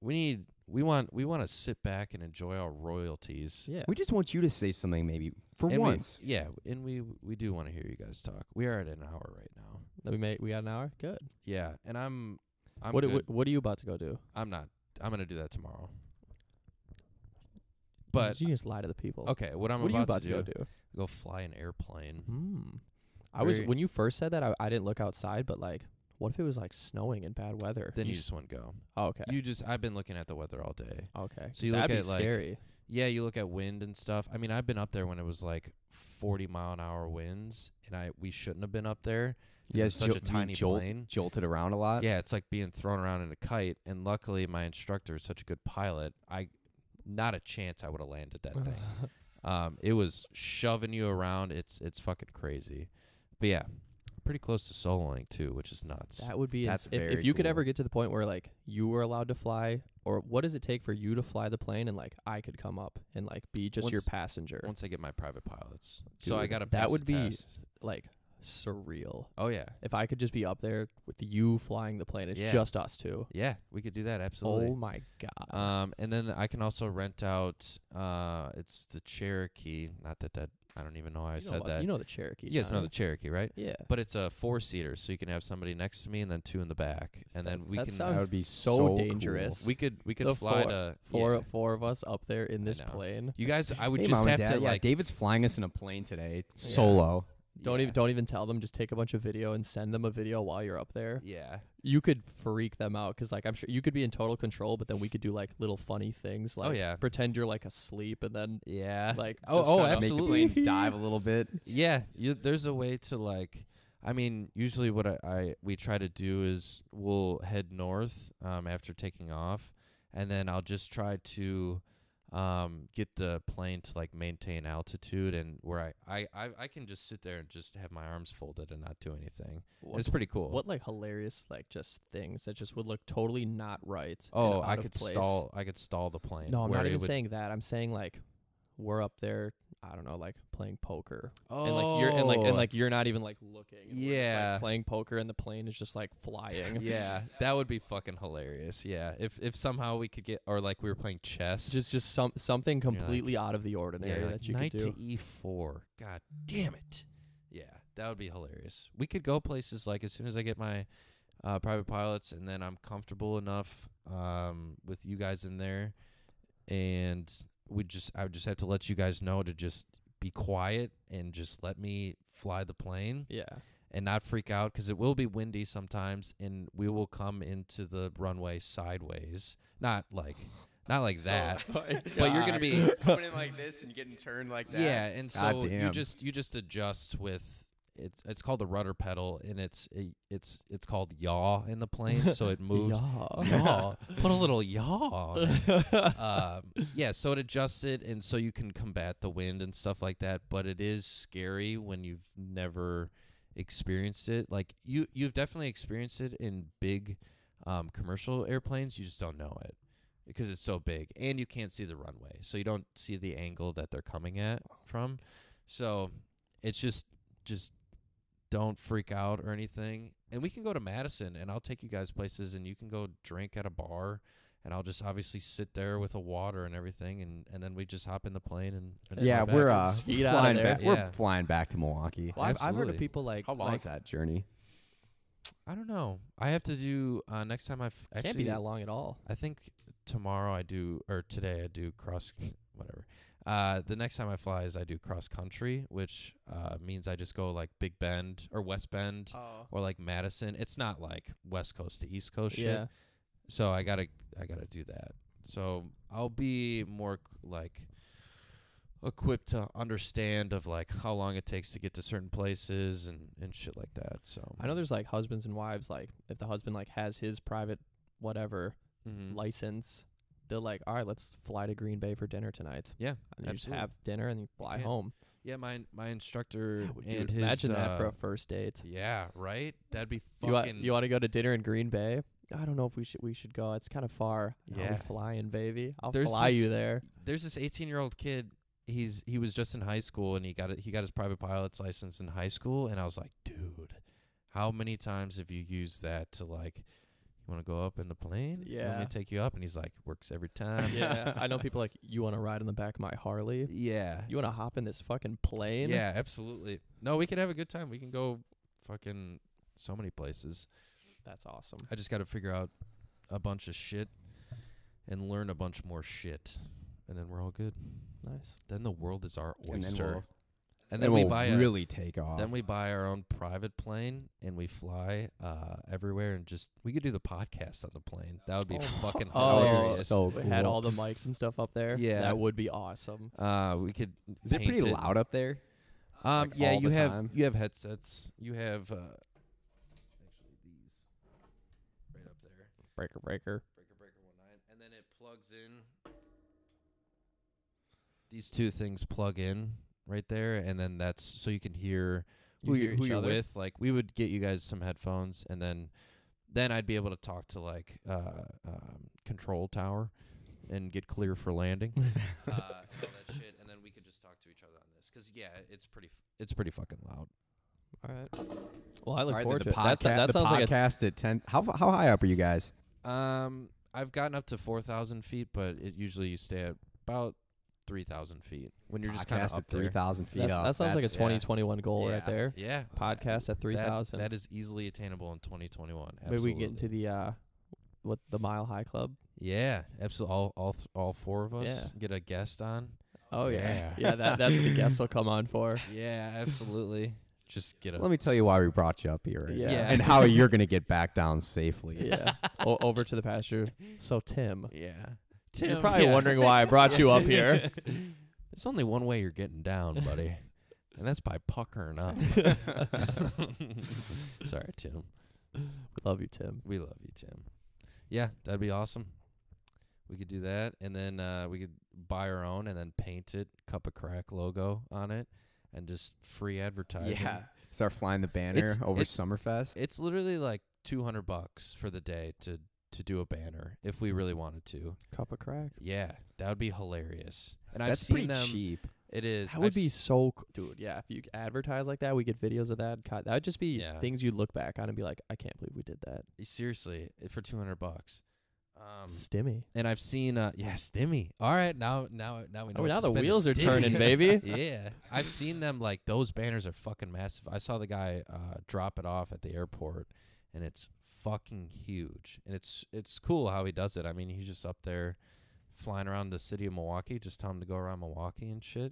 Speaker 2: We need we want we want to sit back and enjoy our royalties.
Speaker 1: yeah.
Speaker 3: We just want you to say something, maybe for
Speaker 2: And we-
Speaker 3: once.
Speaker 2: yeah, and we we do want to hear you guys talk. We are at an hour right now.
Speaker 1: we made we got an hour. Good.
Speaker 2: Yeah, and I'm I'm
Speaker 1: what,
Speaker 2: good.
Speaker 1: what what are you about to go do?
Speaker 2: I'm not. I'm gonna do that tomorrow. But
Speaker 1: you just lie to the people.
Speaker 2: okay, what I'm
Speaker 1: what are
Speaker 2: about,
Speaker 1: you about
Speaker 2: to, do,
Speaker 1: to, go do?
Speaker 2: go fly an airplane.
Speaker 1: Hmm. I was
Speaker 2: Very-
Speaker 1: when you first said that I, I didn't look outside, but like, what if it was like snowing and bad weather?
Speaker 2: Then you,
Speaker 1: s-
Speaker 2: just want to go.
Speaker 1: oh, okay.
Speaker 2: You just I've been looking at the weather all day.
Speaker 1: okay.
Speaker 2: so you
Speaker 1: 'Cause that'd
Speaker 2: look
Speaker 1: be
Speaker 2: at, like,
Speaker 1: scary.
Speaker 2: Yeah, you look at wind and stuff. I mean, I've been up there when it was like 40 mile an hour winds, and I we shouldn't have been up there. 'cause
Speaker 3: Yeah,
Speaker 2: it's
Speaker 3: it's
Speaker 2: such
Speaker 3: jol-
Speaker 2: a
Speaker 3: you
Speaker 2: tiny
Speaker 3: jolt-
Speaker 2: plane.
Speaker 3: Jolted around a lot.
Speaker 2: Yeah, it's like being thrown around in a kite. And luckily, my instructor is such a good pilot. I not a chance I would have landed that thing. Um, it was shoving you around. It's it's fucking crazy. But yeah, pretty close to soloing too, which is nuts.
Speaker 1: That would be ins-
Speaker 3: That's
Speaker 1: if, if
Speaker 3: very
Speaker 1: you could
Speaker 3: cool.
Speaker 1: ever get to the point where like you were allowed to fly, or what does it take for you to fly the plane and like I could come up and like be just your
Speaker 2: Once-
Speaker 1: passenger,
Speaker 2: Once I get my private pilots, so I
Speaker 1: Dude,
Speaker 2: got to
Speaker 1: that
Speaker 2: pass
Speaker 1: would
Speaker 2: the
Speaker 1: be-
Speaker 2: test.
Speaker 1: like surreal.
Speaker 2: Oh yeah,
Speaker 1: If I could just be up there with you flying the plane, it's
Speaker 2: Yeah.
Speaker 1: just us two.
Speaker 2: yeah, we could do that absolutely.
Speaker 1: Oh my god!
Speaker 2: Um, and then I can also rent out. Uh, it's the Cherokee. Not that that I don't even know why I
Speaker 1: you know
Speaker 2: said
Speaker 1: what-
Speaker 2: that.
Speaker 1: You know the Cherokee.
Speaker 2: you guys know
Speaker 1: Johnny.
Speaker 2: the Cherokee, right?
Speaker 1: yeah.
Speaker 2: But it's a four seater, so you can have somebody next to me and then two in the back, and then we
Speaker 1: that
Speaker 2: can
Speaker 1: sounds
Speaker 3: that would be
Speaker 1: so
Speaker 3: cool.
Speaker 1: dangerous.
Speaker 2: we could we could
Speaker 1: the
Speaker 2: fly
Speaker 1: four-
Speaker 2: to
Speaker 1: Four
Speaker 2: yeah.
Speaker 1: four of us up there in this
Speaker 2: know.
Speaker 1: plane.
Speaker 2: You guys, I would
Speaker 3: Hey,
Speaker 2: just
Speaker 3: Mom
Speaker 2: have
Speaker 3: and Dad,
Speaker 2: to
Speaker 3: yeah,
Speaker 2: like
Speaker 3: David's flying us in a plane today, solo.
Speaker 1: Don't
Speaker 2: yeah,
Speaker 1: even don't even tell them. Just take a bunch of video and send them a video while you're up there.
Speaker 2: Yeah,
Speaker 1: you could freak them out because like i'm sure you could be in total control but then we could do like little funny things like
Speaker 2: Oh, yeah.
Speaker 1: pretend you're like asleep and then
Speaker 2: yeah.
Speaker 1: like
Speaker 2: oh
Speaker 1: just
Speaker 2: oh
Speaker 1: kinda-
Speaker 3: Make the
Speaker 2: absolutely.
Speaker 3: plane dive a little bit.
Speaker 2: Yeah, you, there's a way to like. I mean, usually what I, I we try to do is we'll head north um, after taking off, and then I'll just try to um, get the plane to like maintain altitude and where I, I, I, I can just sit there and just have my arms folded and not do anything.
Speaker 1: What,
Speaker 2: it's pretty cool.
Speaker 1: what like hilarious like just things that just would look totally not right. and
Speaker 2: Oh,
Speaker 1: out
Speaker 2: I
Speaker 1: of
Speaker 2: could
Speaker 1: place.
Speaker 2: stall. I could stall the plane.
Speaker 1: No, I'm
Speaker 2: where
Speaker 1: not
Speaker 2: it
Speaker 1: even
Speaker 2: would-
Speaker 1: saying that. I'm saying like we're up there. I don't know, like playing poker,
Speaker 2: Oh,
Speaker 1: and like you're and like and like you're not even like looking. and we're just, like,
Speaker 2: Yeah.
Speaker 1: playing poker and the plane is just like flying.
Speaker 2: Oh. yeah, that would be fucking hilarious. Yeah, if if somehow we could get or like we were playing chess.
Speaker 1: Just just some something
Speaker 2: like-
Speaker 1: completely out of the
Speaker 2: yeah,
Speaker 1: ordinary
Speaker 2: like,
Speaker 1: that you could
Speaker 2: knight
Speaker 1: do.
Speaker 2: to e four. God damn it. Yeah, that would be hilarious. We could go places like as soon as I get my uh, private pilots, and then I'm comfortable enough um, with you guys in there, and we just I would just have to let you guys know to just be quiet and just let me fly the plane.
Speaker 1: Yeah.
Speaker 2: and not freak out because it will be windy sometimes, and we will come into the runway sideways. Not like, not like that.
Speaker 3: but
Speaker 2: you're gonna be-
Speaker 3: coming in like this and getting turned like that.
Speaker 2: Yeah, and so you
Speaker 3: Goddamn.
Speaker 2: just you just adjust with it's it's called a rudder pedal, and it's a, it's it's called yaw in the plane, so it moves. Yaw. Put a little yaw on it. um, yeah, so it adjusts it, and so you can combat the wind and stuff like that. But it is scary when you've never experienced it. Like you, you've definitely experienced it in big um, commercial airplanes. You just don't know it because it's so big, and you can't see the runway, so you don't see the angle that they're coming at from. So it's just, just don't freak out or anything. And we can go to Madison, and I'll take you guys places, and you can go drink at a bar and I'll just obviously sit there with a water and everything, and, and then we just hop in the plane and, and
Speaker 3: Yeah,
Speaker 2: fly back
Speaker 3: we're
Speaker 2: and
Speaker 3: uh,
Speaker 2: s-
Speaker 1: skeet outta
Speaker 3: flying
Speaker 1: there.
Speaker 3: back.
Speaker 2: Yeah.
Speaker 3: We're flying back to Milwaukee.
Speaker 1: Well, I've, I've heard of
Speaker 2: Absolutely.
Speaker 1: people like
Speaker 3: How long
Speaker 1: like,
Speaker 3: is that journey?
Speaker 2: I don't know. I have to do uh, next time. I f- actually
Speaker 1: Can't be that long at all.
Speaker 2: I think tomorrow I do or today I do cross whatever. Uh, the next time I fly is I do cross country, which uh, means I just go like Big Bend or West Bend
Speaker 1: Oh.
Speaker 2: or like Madison. It's not like West Coast to East Coast shit.
Speaker 1: Yeah.
Speaker 2: So I gotta I gotta do that. So I'll be more c- like equipped to understand of like how long it takes to get to certain places and and shit like that. So
Speaker 1: I know there's like husbands and wives. Like if the husband like has his private whatever
Speaker 2: Mhm.
Speaker 1: license, they're like, all right, let's fly to Green Bay for dinner tonight.
Speaker 2: Yeah,
Speaker 1: and you just
Speaker 2: absolutely.
Speaker 1: have dinner and you fly
Speaker 2: can't-
Speaker 1: home.
Speaker 2: yeah my my instructor
Speaker 1: Dude,
Speaker 2: and his
Speaker 1: imagine that for
Speaker 2: uh,
Speaker 1: a first date.
Speaker 2: yeah right that'd be
Speaker 1: You want,
Speaker 2: fucking
Speaker 1: you want to go to dinner in Green Bay? I don't know if we should we should go. It's kind of far. "No,
Speaker 2: Yeah.
Speaker 1: we flying baby. I'll
Speaker 2: There's
Speaker 1: fly
Speaker 2: this-
Speaker 1: you there.
Speaker 2: there's this 18 year old kid. He's he was just in high school and he got it, he got his private pilot's license in high school and I was like, dude, how many times have you used that to like, you want to go up in the plane? You want me
Speaker 1: Yeah.
Speaker 2: to take you up? And he's like, works every time.
Speaker 1: yeah, I know people like you want to ride in the back of my Harley.
Speaker 2: yeah,
Speaker 1: You want to hop in this fucking plane?
Speaker 2: yeah, absolutely. No, we could have a good time. We can go fucking so many places.
Speaker 1: that's awesome.
Speaker 2: I just got to figure out a bunch of shit and learn a bunch more shit, and then we're all good.
Speaker 1: Nice.
Speaker 2: Then the world is our oyster.
Speaker 3: And then we'll,
Speaker 2: And
Speaker 3: then
Speaker 2: then we
Speaker 3: we'll
Speaker 2: buy a,
Speaker 3: really take off.
Speaker 2: Then we buy our own private plane and we fly uh, everywhere and just we could do the podcast on the plane. That would be
Speaker 1: Oh.
Speaker 2: fucking
Speaker 1: Oh,
Speaker 2: hilarious.
Speaker 3: so
Speaker 1: We had
Speaker 3: cool.
Speaker 1: all the mics and stuff up there.
Speaker 2: Yeah.
Speaker 1: that would be awesome.
Speaker 2: uh, we could.
Speaker 3: Is it pretty
Speaker 2: paint
Speaker 3: loud up there?
Speaker 2: Um,
Speaker 3: Like,
Speaker 2: yeah,
Speaker 3: all
Speaker 2: you
Speaker 3: the
Speaker 2: have
Speaker 3: time?
Speaker 2: you have headsets. You have uh, actually these right up there.
Speaker 1: Breaker, breaker.
Speaker 2: Breaker Breaker One Nine, and then it plugs in. These two things plug in right there, and then that's so you can hear
Speaker 1: You
Speaker 2: who
Speaker 1: hear
Speaker 2: you're, who
Speaker 1: each
Speaker 2: you're
Speaker 1: other.
Speaker 2: with. Like we would get you guys some headphones, and then then I'd be able to talk to like uh, um, control tower and get clear for landing. uh, and all that shit, and then we could just talk to each other on this because yeah, it's pretty f- it's pretty fucking loud.
Speaker 1: All right. Well, I look
Speaker 3: All right,
Speaker 1: forward
Speaker 3: then
Speaker 1: to
Speaker 3: the
Speaker 1: it. That's,
Speaker 3: podca-
Speaker 1: that
Speaker 3: the
Speaker 1: sounds like a,
Speaker 3: podcast at ten. How f- how high up are you guys?
Speaker 2: Um, I've gotten up to four thousand feet, but it usually you stay at about three thousand feet when you're just kind of
Speaker 3: Podcast
Speaker 2: up
Speaker 3: at three
Speaker 2: there.
Speaker 3: thousand feet
Speaker 1: that's,
Speaker 3: up.
Speaker 1: that sounds like a
Speaker 3: That's-
Speaker 2: yeah.
Speaker 1: 2021 goal right
Speaker 3: Yeah.
Speaker 1: there.
Speaker 2: Yeah,
Speaker 1: Podcast at
Speaker 2: That-
Speaker 1: 3,000.
Speaker 2: That is easily attainable in 2021.
Speaker 1: Maybe we can get into
Speaker 2: absolutely.
Speaker 1: the uh, what the Mile High Club.
Speaker 2: yeah, absolutely. All all th- all four of us
Speaker 1: Yeah.
Speaker 2: get a guest on.
Speaker 1: Oh yeah,
Speaker 2: Yeah.
Speaker 1: yeah. that, that's what the guests will come on for.
Speaker 2: Yeah, absolutely. Just get a.
Speaker 3: Let me tell you why we brought you up here,
Speaker 1: Yeah.
Speaker 2: Yeah.
Speaker 3: and how you're gonna get back down safely.
Speaker 1: Yeah, o- over to the pasture. So Tim,
Speaker 2: Yeah,
Speaker 1: you're
Speaker 2: Tim,
Speaker 1: probably
Speaker 2: Um, yeah.
Speaker 1: wondering why I brought you up here.
Speaker 2: There's only one way you're getting down, buddy, and that's by puckering up. Sorry, Tim.
Speaker 1: Love you, Tim.
Speaker 2: We love you, Tim. Yeah, that'd be awesome. We could do that, and then uh, we could buy our own, and then paint it, cup of crack logo on it, and just free advertising.
Speaker 3: Yeah. Start flying the banner
Speaker 2: It's-
Speaker 3: over
Speaker 2: it's-
Speaker 3: Summerfest.
Speaker 2: It's literally like two hundred bucks for the day to to do a banner if we really wanted to.
Speaker 1: Cup of crack.
Speaker 2: Yeah, that would be hilarious. And I've
Speaker 3: That's
Speaker 2: seen um,
Speaker 3: pretty
Speaker 2: them.
Speaker 3: cheap.
Speaker 2: It is.
Speaker 1: That would
Speaker 2: I've
Speaker 1: be
Speaker 2: s-
Speaker 1: so, c- dude. Yeah, if you advertise like that, we get videos of that. God, that would just be
Speaker 2: Yeah.
Speaker 1: things you look back on and be like, I can't believe we did that.
Speaker 2: seriously i- for two hundred bucks. Um,
Speaker 1: Stimmy.
Speaker 2: and I've seen. Uh, yeah, Stimmy. All right, now now now we know.
Speaker 1: Oh,
Speaker 2: what
Speaker 1: now
Speaker 2: to
Speaker 1: the
Speaker 2: spend is
Speaker 1: wheels are
Speaker 2: Stimmy.
Speaker 1: turning, baby.
Speaker 2: yeah, I've seen them. Like those banners are fucking massive. I saw the guy uh, drop it off at the airport, and it's fucking huge. And it's it's cool how he does it. I mean, he's just up there, flying around the city of Milwaukee. Just tell him to go around Milwaukee and shit.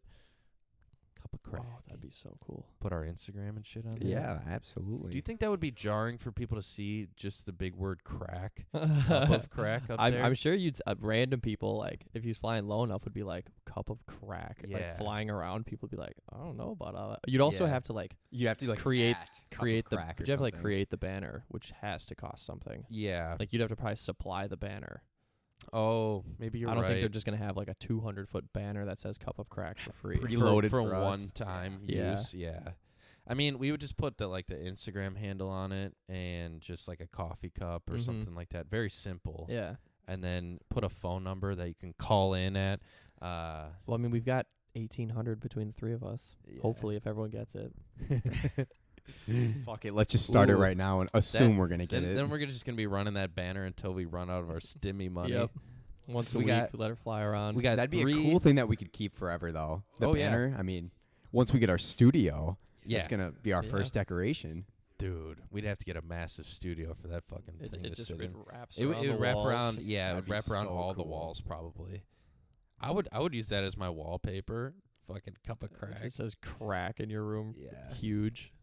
Speaker 2: Cup of crack.
Speaker 1: Oh, that'd be so cool.
Speaker 2: Put our Instagram and shit on there.
Speaker 3: Yeah, absolutely.
Speaker 2: Do you think that would be jarring for people to see just the big word crack? Cup of crack up
Speaker 1: I'm,
Speaker 2: there.
Speaker 1: I'm sure you'd s- uh, random people like if he's flying low enough would be like cup of crack
Speaker 2: Yeah.
Speaker 1: like flying around people would be like I don't know about all that. You'd also
Speaker 2: Yeah.
Speaker 1: have to like
Speaker 3: you have to like
Speaker 1: create-
Speaker 3: at Cup of
Speaker 1: create the
Speaker 3: Crack or
Speaker 1: you'd have to like
Speaker 3: something.
Speaker 1: create the banner which has to cost something.
Speaker 2: Yeah.
Speaker 1: Like you'd have to probably supply the banner.
Speaker 2: oh, maybe you're
Speaker 1: I don't
Speaker 2: right.
Speaker 1: think they're just gonna have like a 200 foot banner that says cup of crack for free.
Speaker 3: Pretty-
Speaker 2: for-
Speaker 3: Preloaded
Speaker 2: for,
Speaker 3: for us.
Speaker 2: one time
Speaker 1: Yeah.
Speaker 2: use. Yeah. I mean, we would just put the like the Instagram handle on it and just like a coffee cup or
Speaker 1: Mhm.
Speaker 2: something like that. Very simple.
Speaker 1: yeah.
Speaker 2: And then put a phone number that you can call in at. Uh,
Speaker 1: Well, I mean we've got 1800 between the three of us.
Speaker 2: yeah.
Speaker 1: Hopefully, if everyone gets it.
Speaker 3: Fuck it, let's just start it
Speaker 2: Ooh.
Speaker 3: right now and assume we're gonna get
Speaker 2: Then,
Speaker 3: it.
Speaker 2: then we're gonna- just gonna be running that banner until we run out of our stimmy money.
Speaker 1: Yep. Once a
Speaker 2: We
Speaker 1: week,
Speaker 2: got-
Speaker 1: let her fly around.
Speaker 2: We got
Speaker 3: That'd be
Speaker 2: three,
Speaker 3: a cool thing that we could keep forever, though. The
Speaker 2: Oh, yeah.
Speaker 3: banner. I mean, once we get our studio,
Speaker 2: Yeah,
Speaker 3: it's gonna be our
Speaker 1: Yeah.
Speaker 3: first decoration.
Speaker 2: dude, we'd have to get a massive studio for that fucking
Speaker 1: it,
Speaker 2: thing
Speaker 1: it
Speaker 2: to
Speaker 1: just
Speaker 2: sit
Speaker 1: it
Speaker 2: in.
Speaker 1: wraps.
Speaker 2: It, would-
Speaker 1: around
Speaker 2: it
Speaker 1: the
Speaker 2: would wrap
Speaker 1: walls.
Speaker 2: around, yeah, it
Speaker 3: That'd
Speaker 2: would
Speaker 3: be
Speaker 2: wrap around
Speaker 3: so
Speaker 2: all the
Speaker 3: cool.
Speaker 2: walls probably. I would, I would use that as my wallpaper. Fucking cup of
Speaker 1: It
Speaker 2: crack.
Speaker 1: just says crack in your room.
Speaker 2: Yeah,
Speaker 1: mm, Huge.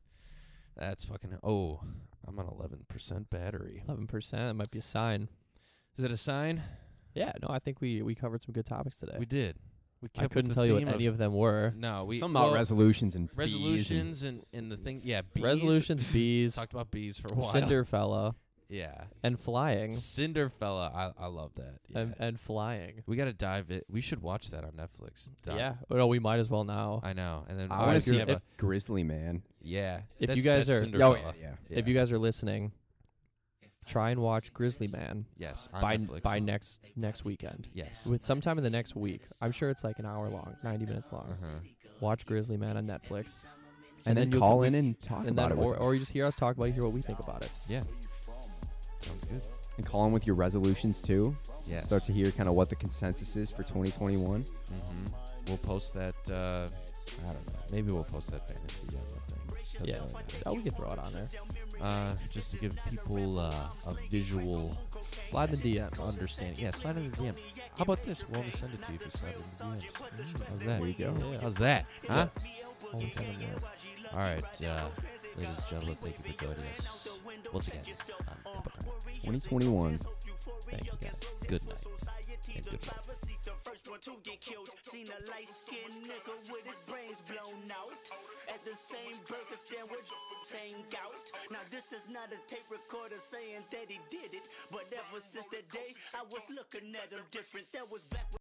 Speaker 2: that's fucking. Oh, I'm on eleven percent battery.
Speaker 1: Eleven percent. That might be a sign.
Speaker 2: Is it a sign?
Speaker 1: Yeah. No, I think we we covered some good topics today.
Speaker 2: We did. We kept
Speaker 1: Uh, I
Speaker 2: with
Speaker 1: couldn't
Speaker 2: the
Speaker 1: tell you what
Speaker 2: theme
Speaker 1: any of them were.
Speaker 2: No, we
Speaker 3: Something about
Speaker 2: well,
Speaker 3: resolutions and bees and-
Speaker 2: resolutions and, and the thing. Yeah, bees.
Speaker 1: Resolutions, bees,
Speaker 2: Talked about bees for a while.
Speaker 1: Cinderfella,
Speaker 2: Yeah.
Speaker 1: and flying,
Speaker 2: Cinderfella. I I love that. Yeah.
Speaker 1: and, and flying.
Speaker 2: we gotta dive it. We should watch that on Netflix. Dive-
Speaker 1: Yeah. Oh, no, we might as well now.
Speaker 2: I know. And then
Speaker 3: I want
Speaker 1: wanna
Speaker 3: to
Speaker 2: always
Speaker 3: see
Speaker 1: if-
Speaker 2: have
Speaker 3: a
Speaker 2: a,
Speaker 3: grizzly man. Oh,
Speaker 2: yeah.
Speaker 1: If
Speaker 2: that's-
Speaker 1: you guys
Speaker 2: that's
Speaker 1: are-
Speaker 2: Cinderfella.
Speaker 3: yeah.
Speaker 1: If you
Speaker 2: Yeah.
Speaker 1: guys are listening, try and watch Grizzly Man
Speaker 2: yes on
Speaker 1: by
Speaker 2: Netflix.
Speaker 1: by next next weekend.
Speaker 2: yes.
Speaker 1: With sometime in the next week, I'm sure it's like an hour long, 90 minutes long.
Speaker 2: uh-huh.
Speaker 1: Watch Grizzly Man on Netflix,
Speaker 3: And, then,
Speaker 1: you'll
Speaker 3: call
Speaker 1: come-
Speaker 3: in and talk
Speaker 1: and
Speaker 3: about
Speaker 1: then
Speaker 3: it, with
Speaker 1: or,
Speaker 3: us.
Speaker 1: or you just hear us talk about it, hear what we think about it.
Speaker 2: Yeah. Sounds good.
Speaker 3: and call in with your resolutions too.
Speaker 2: Yes.
Speaker 3: Start to hear kind of what the consensus is for 2021.
Speaker 2: hmm We'll post that. Uh, I don't know. Maybe we'll post that fantasy. Yeah. Thing. Doesn't
Speaker 1: Yeah.
Speaker 2: really matter.
Speaker 1: Oh, we can throw it on there.
Speaker 2: Uh, just to give people uh, a visual
Speaker 1: Slide the DM.
Speaker 2: understanding. Yeah. Slide in the DM. How about this? We'll only send it to you if you slide in the DMs. Mm, how's that? There you
Speaker 1: go. Yeah.
Speaker 2: How's that? Huh?
Speaker 1: Only send them there.
Speaker 2: All right, uh, ladies and gentlemen, thank you for joining us once again. on Cup of Crack.
Speaker 3: 2021.
Speaker 1: Thank you guys.
Speaker 2: Good night and good night.
Speaker 4: prophecy, the first one to get killed. Seen a light skinned nigga with his brains blown out. At the same burger stand with saying out. Now, this is not a tape recorder saying that he did it. But ever since that day, I was looking at him different. That was back when.